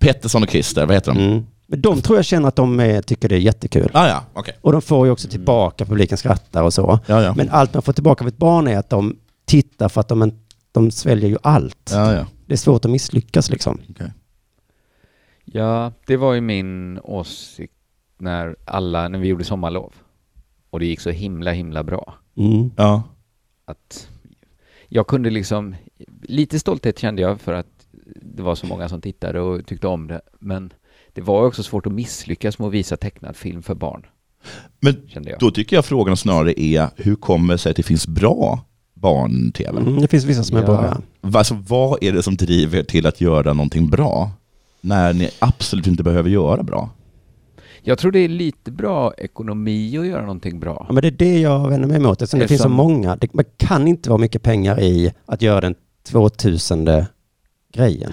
[SPEAKER 3] Pettersson och Christer, vad heter de?
[SPEAKER 1] Mm. Men de tror jag känner att de eh, tycker det är jättekul.
[SPEAKER 3] Ah, ja, okej.
[SPEAKER 1] Och de får ju också tillbaka, publiken skrattar och så.
[SPEAKER 3] Ja, ja.
[SPEAKER 1] Men allt man får tillbaka av ett barn är att de tittar för att de, en- de sväljer ju allt.
[SPEAKER 3] Ja, ja.
[SPEAKER 1] Det är svårt att misslyckas liksom.
[SPEAKER 3] okej.
[SPEAKER 2] ja, det var ju min åsikt när alla, när vi gjorde sommarlov. Och det gick så himla, himla bra.
[SPEAKER 1] Mm.
[SPEAKER 3] Ja.
[SPEAKER 2] Att jag kunde liksom, lite stolthet kände jag för att det var så många som tittade och tyckte om det. Men det var ju också svårt att misslyckas med att visa tecknad film för barn,
[SPEAKER 3] Men
[SPEAKER 2] kände jag.
[SPEAKER 3] då tycker jag frågan snarare är, hur kommer det sig att det finns bra barn-tv?
[SPEAKER 1] Mm, det finns vissa som är
[SPEAKER 2] Ja.
[SPEAKER 1] bra. ja.
[SPEAKER 3] Alltså, vad är det som driver er till att göra någonting bra, när ni absolut inte behöver göra bra?
[SPEAKER 2] Jag tror det är lite bra ekonomi att göra någonting bra.
[SPEAKER 1] Ja, men det är det jag vänder mig emot. Eftersom det finns så
[SPEAKER 2] Eftersom-
[SPEAKER 1] många. Det, man kan inte vara mycket pengar i att göra den 2000 grejen.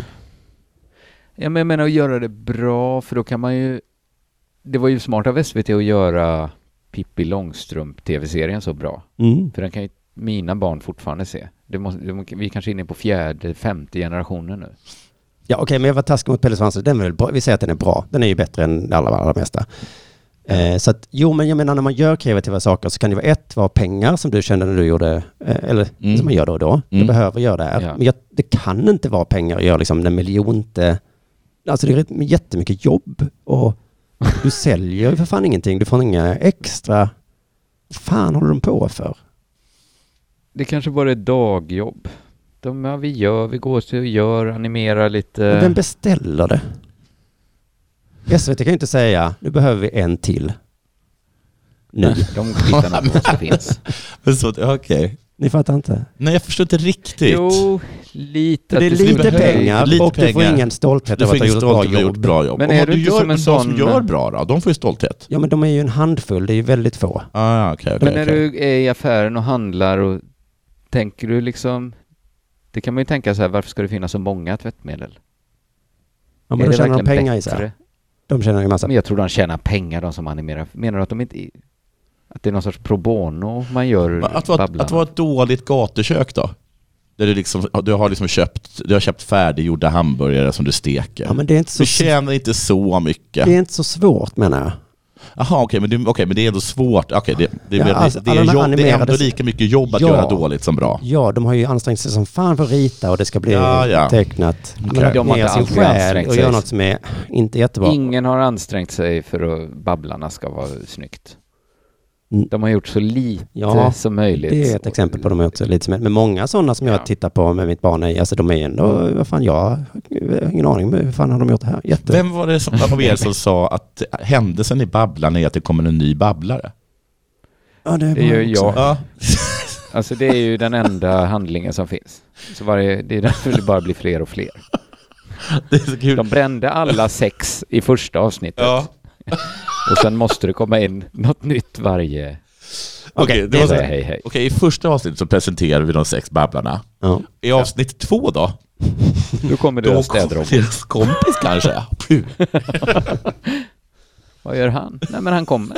[SPEAKER 2] Ja, men jag menar att göra det bra, för då kan man ju... Det var ju smart av SVT att göra Pippi Långstrump-tv-serien så bra.
[SPEAKER 1] Mm.
[SPEAKER 2] För den kan ju mina barn fortfarande se. Det måste, det, vi är kanske inne på fjärde, femte generationen nu.
[SPEAKER 1] Ja okej, men jag var taskig mot Pelle Svanslös. Den är väl bra. Vi säger att den är bra. Den är ju bättre än det allra, allra mesta. Eh, så att, jo men jag menar när man gör kreativa saker så kan det vara ett, vara pengar som du kände när du gjorde, eh, eller
[SPEAKER 3] Mm.
[SPEAKER 1] som man gör då och då.
[SPEAKER 3] Mm.
[SPEAKER 1] Du behöver göra det här.
[SPEAKER 2] Ja.
[SPEAKER 1] Men jag, det kan inte vara pengar att göra liksom den miljonte, alltså det är rätt- jättemycket jobb och du säljer ju för fan ingenting. Du får inga extra, fan håller de på för?
[SPEAKER 2] det kanske bara är dagjobb. De, ja, vi gör, vi går och gör, animerar lite.
[SPEAKER 1] Men Vem beställer det? SVT kan ju inte säga, nu behöver vi en till. Nu.
[SPEAKER 5] De tittarna på oss finns.
[SPEAKER 3] Men så, Okej.
[SPEAKER 1] Ni fattar inte?
[SPEAKER 3] Nej, jag förstår inte riktigt.
[SPEAKER 2] Jo, lite.
[SPEAKER 1] Det
[SPEAKER 2] att
[SPEAKER 1] är
[SPEAKER 2] skulle
[SPEAKER 1] lite
[SPEAKER 2] behövas.
[SPEAKER 1] pengar
[SPEAKER 3] lite
[SPEAKER 1] och du får
[SPEAKER 3] pengar.
[SPEAKER 1] ingen stolthet
[SPEAKER 3] Du
[SPEAKER 1] över
[SPEAKER 3] får
[SPEAKER 1] att du
[SPEAKER 3] ingen
[SPEAKER 1] gjort ett bra jobb.
[SPEAKER 3] stolthet över att ha gjort bra jobb.
[SPEAKER 2] Men
[SPEAKER 3] Och
[SPEAKER 2] är
[SPEAKER 3] om
[SPEAKER 2] du
[SPEAKER 3] du
[SPEAKER 2] inte
[SPEAKER 3] gör,
[SPEAKER 2] som en
[SPEAKER 3] men de som
[SPEAKER 2] sån- eh?
[SPEAKER 3] gör bra då, de får ju stolthet.
[SPEAKER 1] Ja men de är ju en handfull, det är ju väldigt få.
[SPEAKER 3] Ah, okay, okay,
[SPEAKER 2] Men när du är i affären och handlar och tänker du liksom... Det kan man ju tänka så här, varför ska det finnas så många tvättmedel?
[SPEAKER 1] Ja,
[SPEAKER 2] Är
[SPEAKER 1] men då
[SPEAKER 2] det
[SPEAKER 1] tjänar de
[SPEAKER 2] verkligen
[SPEAKER 1] pengar i sig.
[SPEAKER 2] bättre?
[SPEAKER 1] De tjänar en massa
[SPEAKER 2] Men jag tror de tjänar pengar de som animerar. Menar du att de inte... Att det är någon sorts pro bono man gör ur
[SPEAKER 3] Att vara,
[SPEAKER 2] Babblarna?
[SPEAKER 3] att vara ett dåligt gatukök då? Där du, liksom, du har liksom köpt, du har köpt färdiggjorda hamburgare som du steker.
[SPEAKER 1] Ja men det är inte så,
[SPEAKER 3] Du tjänar inte så mycket.
[SPEAKER 1] det är inte så svårt menar jag.
[SPEAKER 3] Jaha, okej, men, det- okej, men det är ändå svårt. Okej, det, det,
[SPEAKER 1] Ja,
[SPEAKER 3] det,
[SPEAKER 1] alltså,
[SPEAKER 3] det, är
[SPEAKER 1] alla de här
[SPEAKER 3] jobb, det är ändå
[SPEAKER 1] animerades-
[SPEAKER 3] lika mycket jobb att
[SPEAKER 1] Ja.
[SPEAKER 3] göra dåligt som bra.
[SPEAKER 1] Ja, de har ju ansträngt sig som fan för att rita och det ska bli
[SPEAKER 3] Ja, ja.
[SPEAKER 1] tecknat. Men
[SPEAKER 3] Okej.
[SPEAKER 1] att
[SPEAKER 2] De har
[SPEAKER 1] ge
[SPEAKER 2] inte
[SPEAKER 1] sin
[SPEAKER 2] alltid
[SPEAKER 1] själ
[SPEAKER 2] ansträngt
[SPEAKER 1] och
[SPEAKER 2] sig.
[SPEAKER 1] göra något som är inte jättebra.
[SPEAKER 2] Ingen har ansträngt sig för att Babblarna ska vara snyggt.
[SPEAKER 1] Mm.
[SPEAKER 2] De har gjort så lite
[SPEAKER 1] Ja,
[SPEAKER 2] som möjligt.
[SPEAKER 1] Det är ett exempel på de har gjort så lite som helst. Men många sådana som jag
[SPEAKER 2] Ja. Mm.
[SPEAKER 1] tittar på med mitt barn är, alltså de är ändå, vad fan jag har ingen aning om hur fan har de gjort det här? Jätte...
[SPEAKER 3] Vem var det som, av er som sa att händelsen i Babblan är att det kommer en ny babblare?
[SPEAKER 1] Ja,
[SPEAKER 2] Det gör
[SPEAKER 1] många också.
[SPEAKER 2] jag.
[SPEAKER 3] Ja.
[SPEAKER 2] Alltså det är ju den enda handlingen som finns. Så varje, det är därför det bara blir fler och fler.
[SPEAKER 3] Det är så kul.
[SPEAKER 2] De brände alla sex i första avsnittet
[SPEAKER 3] Ja.
[SPEAKER 2] och sen måste det komma in något nytt varje...
[SPEAKER 3] Okej, det
[SPEAKER 2] Det
[SPEAKER 3] var så
[SPEAKER 2] är så här,
[SPEAKER 3] här.
[SPEAKER 2] hej hej.
[SPEAKER 3] Okej, i första avsnittet så presenterar vi de sex babblarna.
[SPEAKER 1] Ja.
[SPEAKER 3] I avsnitt två då,
[SPEAKER 2] Då kommer
[SPEAKER 3] då
[SPEAKER 2] deras
[SPEAKER 3] kommer
[SPEAKER 2] städrobot.
[SPEAKER 3] deras kompis kanske. Puh.
[SPEAKER 2] Vad gör han? Nej men han kommer.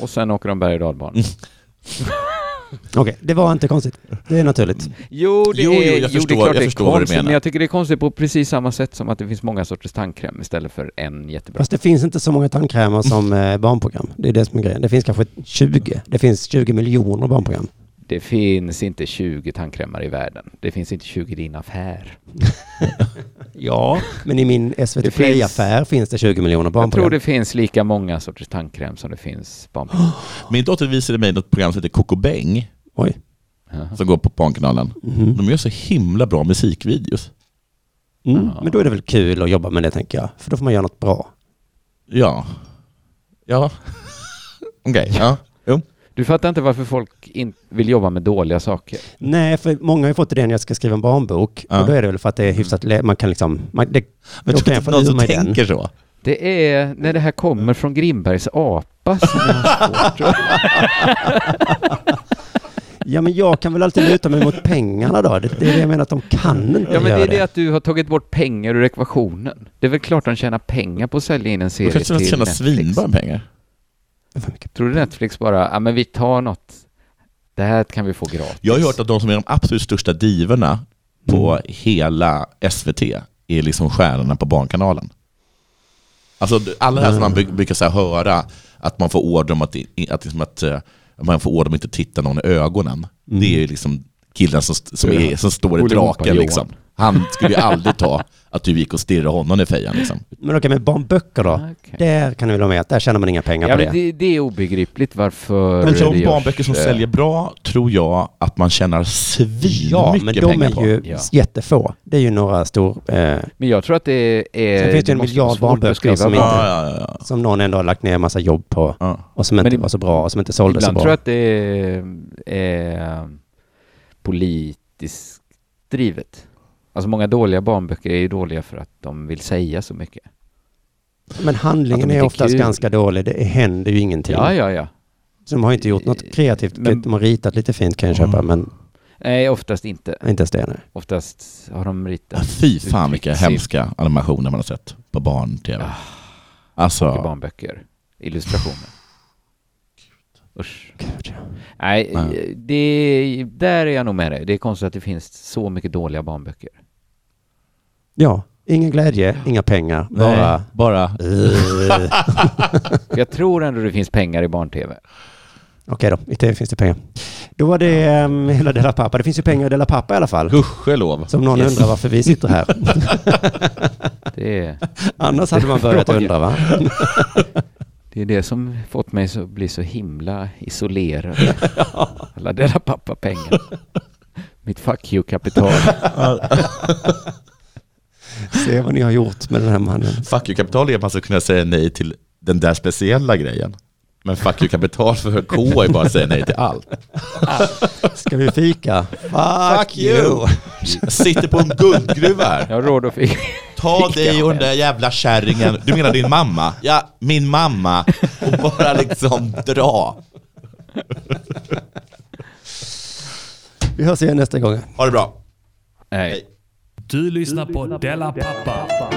[SPEAKER 2] Och sen åker de berg och dalbana.
[SPEAKER 3] Mm.
[SPEAKER 1] Okej, det var inte konstigt. Det är naturligt.
[SPEAKER 2] Mm. Jo, det
[SPEAKER 3] Jo, jo,
[SPEAKER 2] är,
[SPEAKER 3] jag
[SPEAKER 2] jo, det
[SPEAKER 3] förstår-
[SPEAKER 2] är klart
[SPEAKER 3] jag
[SPEAKER 2] det är
[SPEAKER 3] förstår vad du
[SPEAKER 2] konstigt,
[SPEAKER 3] menar.
[SPEAKER 2] men jag tycker det är konstigt på precis samma sätt som att det finns många sorters tandkräm istället för en jättebra.
[SPEAKER 1] Fast det finns inte så många tandkrämer som eh, barnprogram. Det är det som är grejen. Det finns kanske 20. Det finns 20 miljoner barnprogram.
[SPEAKER 2] Det finns inte 20 tandkrämar i världen. Det finns inte 20 i din affär.
[SPEAKER 1] Ja. Men i min
[SPEAKER 2] Det
[SPEAKER 1] SVT Play-affär finns... det 20 miljoner
[SPEAKER 2] Jag tror
[SPEAKER 1] barnprogram.
[SPEAKER 2] det finns lika många sorters tandkräm som det finns barnprogram.
[SPEAKER 3] Min dotter visade mig något program som heter Coco Bang,
[SPEAKER 1] Oj.
[SPEAKER 2] Jaha.
[SPEAKER 3] som går på Barnkanalen.
[SPEAKER 1] Mhm.
[SPEAKER 3] De gör så himla bra musikvideos.
[SPEAKER 1] Mm.
[SPEAKER 2] Ja.
[SPEAKER 1] Men då är det väl kul att jobba med det tänker jag. För då får man göra något bra.
[SPEAKER 3] Ja. Ja. Okej. Ja. Jo.
[SPEAKER 2] Du fattar inte varför folk in vill jobba med dåliga saker.
[SPEAKER 1] Nej, för många har ju fått idén att jag ska skriva en barnbok.
[SPEAKER 3] Ja.
[SPEAKER 1] Och då är det väl för att det är
[SPEAKER 2] Mm.
[SPEAKER 1] hyfsat lä- Man kan liksom... Man, det,
[SPEAKER 3] Men
[SPEAKER 1] Då kan
[SPEAKER 3] tror
[SPEAKER 1] jag
[SPEAKER 3] inte
[SPEAKER 1] få
[SPEAKER 3] någon
[SPEAKER 1] ur
[SPEAKER 3] som
[SPEAKER 1] mig den.
[SPEAKER 3] tänker så?
[SPEAKER 2] Det är när det här kommer från Grimbergs apa som jag har svårt att-
[SPEAKER 1] ja, men jag kan väl alltid luta mig mot pengarna då. Det, det är det jag menar att de kan inte
[SPEAKER 2] Ja men det
[SPEAKER 1] göra
[SPEAKER 2] är det att du har tagit bort pengar ur ekvationen. Det är väl klart de tjänar pengar på att sälja in en
[SPEAKER 3] De
[SPEAKER 2] serie till
[SPEAKER 3] kanske tjänar
[SPEAKER 2] Netflix.
[SPEAKER 3] svinbra pengar.
[SPEAKER 1] För mycket.
[SPEAKER 2] Tror du Netflix bara, ja men vi tar något, det här kan vi få gratis.
[SPEAKER 3] Jag har hört att de som är de absolut största divorna på hela SVT är liksom stjärnorna på Barnkanalen. Alltså alla här som man bru- brukar så här höra att man får order om att, i- att, liksom att eh, man får order om att inte titta någon i ögonen. Det är ju liksom killen som, st- som, är, som står i
[SPEAKER 2] Olle
[SPEAKER 3] draken
[SPEAKER 2] Johan.
[SPEAKER 3] liksom. Han skulle ju aldrig ta att du gick och stirrade honom i fejan liksom.
[SPEAKER 1] Men okej, men barnböcker då?
[SPEAKER 2] Ah, okej.
[SPEAKER 1] Där kan du väl vara med att där tjänar man inga pengar
[SPEAKER 2] Ja,
[SPEAKER 1] på det.
[SPEAKER 2] men det, det är obegripligt varför
[SPEAKER 3] Men
[SPEAKER 2] det
[SPEAKER 3] de
[SPEAKER 2] görs,
[SPEAKER 3] barnböcker som
[SPEAKER 2] eh,
[SPEAKER 3] säljer bra tror jag att man tjänar svinmycket
[SPEAKER 1] Ja, men de
[SPEAKER 3] pengar
[SPEAKER 1] är
[SPEAKER 3] på.
[SPEAKER 1] ju
[SPEAKER 2] Ja.
[SPEAKER 1] jättefå. Det är ju några stor... Eh,
[SPEAKER 2] Men jag tror att det är...
[SPEAKER 1] Sen finns det ju en
[SPEAKER 2] måste
[SPEAKER 1] miljard
[SPEAKER 2] vara svårt att
[SPEAKER 1] barnböcker
[SPEAKER 2] beskriva
[SPEAKER 1] som
[SPEAKER 2] vad-
[SPEAKER 1] inte-
[SPEAKER 3] Ja, ja, ja, ja.
[SPEAKER 1] som någon ändå har lagt ner en massa jobb på
[SPEAKER 3] ja.
[SPEAKER 1] och som inte
[SPEAKER 2] Men det-
[SPEAKER 1] var så bra och som inte sålde så
[SPEAKER 2] Ibland
[SPEAKER 1] bra.
[SPEAKER 2] tror jag att det är, är eh, politiskt drivet. Alltså många dåliga barnböcker är ju dåliga för att de vill säga så mycket.
[SPEAKER 1] Men handlingen
[SPEAKER 2] att de
[SPEAKER 1] är
[SPEAKER 2] inte är
[SPEAKER 1] oftast
[SPEAKER 2] kul.
[SPEAKER 1] ganska dålig. Det händer ju ingenting.
[SPEAKER 2] Ja, ja, ja.
[SPEAKER 1] Så de har inte gjort något kreativt.
[SPEAKER 2] Men-
[SPEAKER 1] De har ritat lite fint kan jag köpa, men
[SPEAKER 2] Nej, oftast inte.
[SPEAKER 1] inte ens det. Nej.
[SPEAKER 2] Oftast har de ritat.
[SPEAKER 3] Ja, Fy fan vilka
[SPEAKER 2] uttryckssätt
[SPEAKER 3] hemska animationer man har sett på barn-tv.
[SPEAKER 2] Ah, i
[SPEAKER 3] Alltså,
[SPEAKER 2] barnböcker. Illustrationer. Usch.
[SPEAKER 1] Gud, ja.
[SPEAKER 2] Nej,
[SPEAKER 3] Nej.
[SPEAKER 2] det, där är jag nog med dig. Det är konstigt att det finns så mycket dåliga barnböcker.
[SPEAKER 1] Ja, ingen glädje, inga pengar,
[SPEAKER 3] bara...
[SPEAKER 1] bara...
[SPEAKER 3] bara
[SPEAKER 1] Eh,
[SPEAKER 2] Jag tror ändå det finns pengar i barn-tv.
[SPEAKER 1] Okej då, i tv finns det pengar. Då var det ehm, hela Della Pappa. Det finns ju pengar i Della Pappa i alla fall.
[SPEAKER 3] gudskelov.
[SPEAKER 1] Som någon undrar varför vi sitter här.
[SPEAKER 2] Det är,
[SPEAKER 1] Annars hade man börjat undra va?
[SPEAKER 2] Det är det som fått mig att bli så himla isolerad. Alla dela pappa pengar. Mitt fuck you-kapital.
[SPEAKER 1] Se vad ni har gjort med den här mannen.
[SPEAKER 3] Fuck you-kapital är att man ska kunna säga nej till den där speciella grejen. Men fuck you-kapital för K är bara att säga nej till allt.
[SPEAKER 1] Ska vi fika? Fuck,
[SPEAKER 3] Sitter på en guldgruva här.
[SPEAKER 2] Jag har råd att fika.
[SPEAKER 3] Ta dig och den där jävla kärringen. Du menar din mamma? Ja, min mamma. Och bara liksom dra.
[SPEAKER 1] Vi hörs igen nästa gång.
[SPEAKER 3] Ha det bra.
[SPEAKER 2] Nej.
[SPEAKER 4] Du lyssnar på Della Pappa.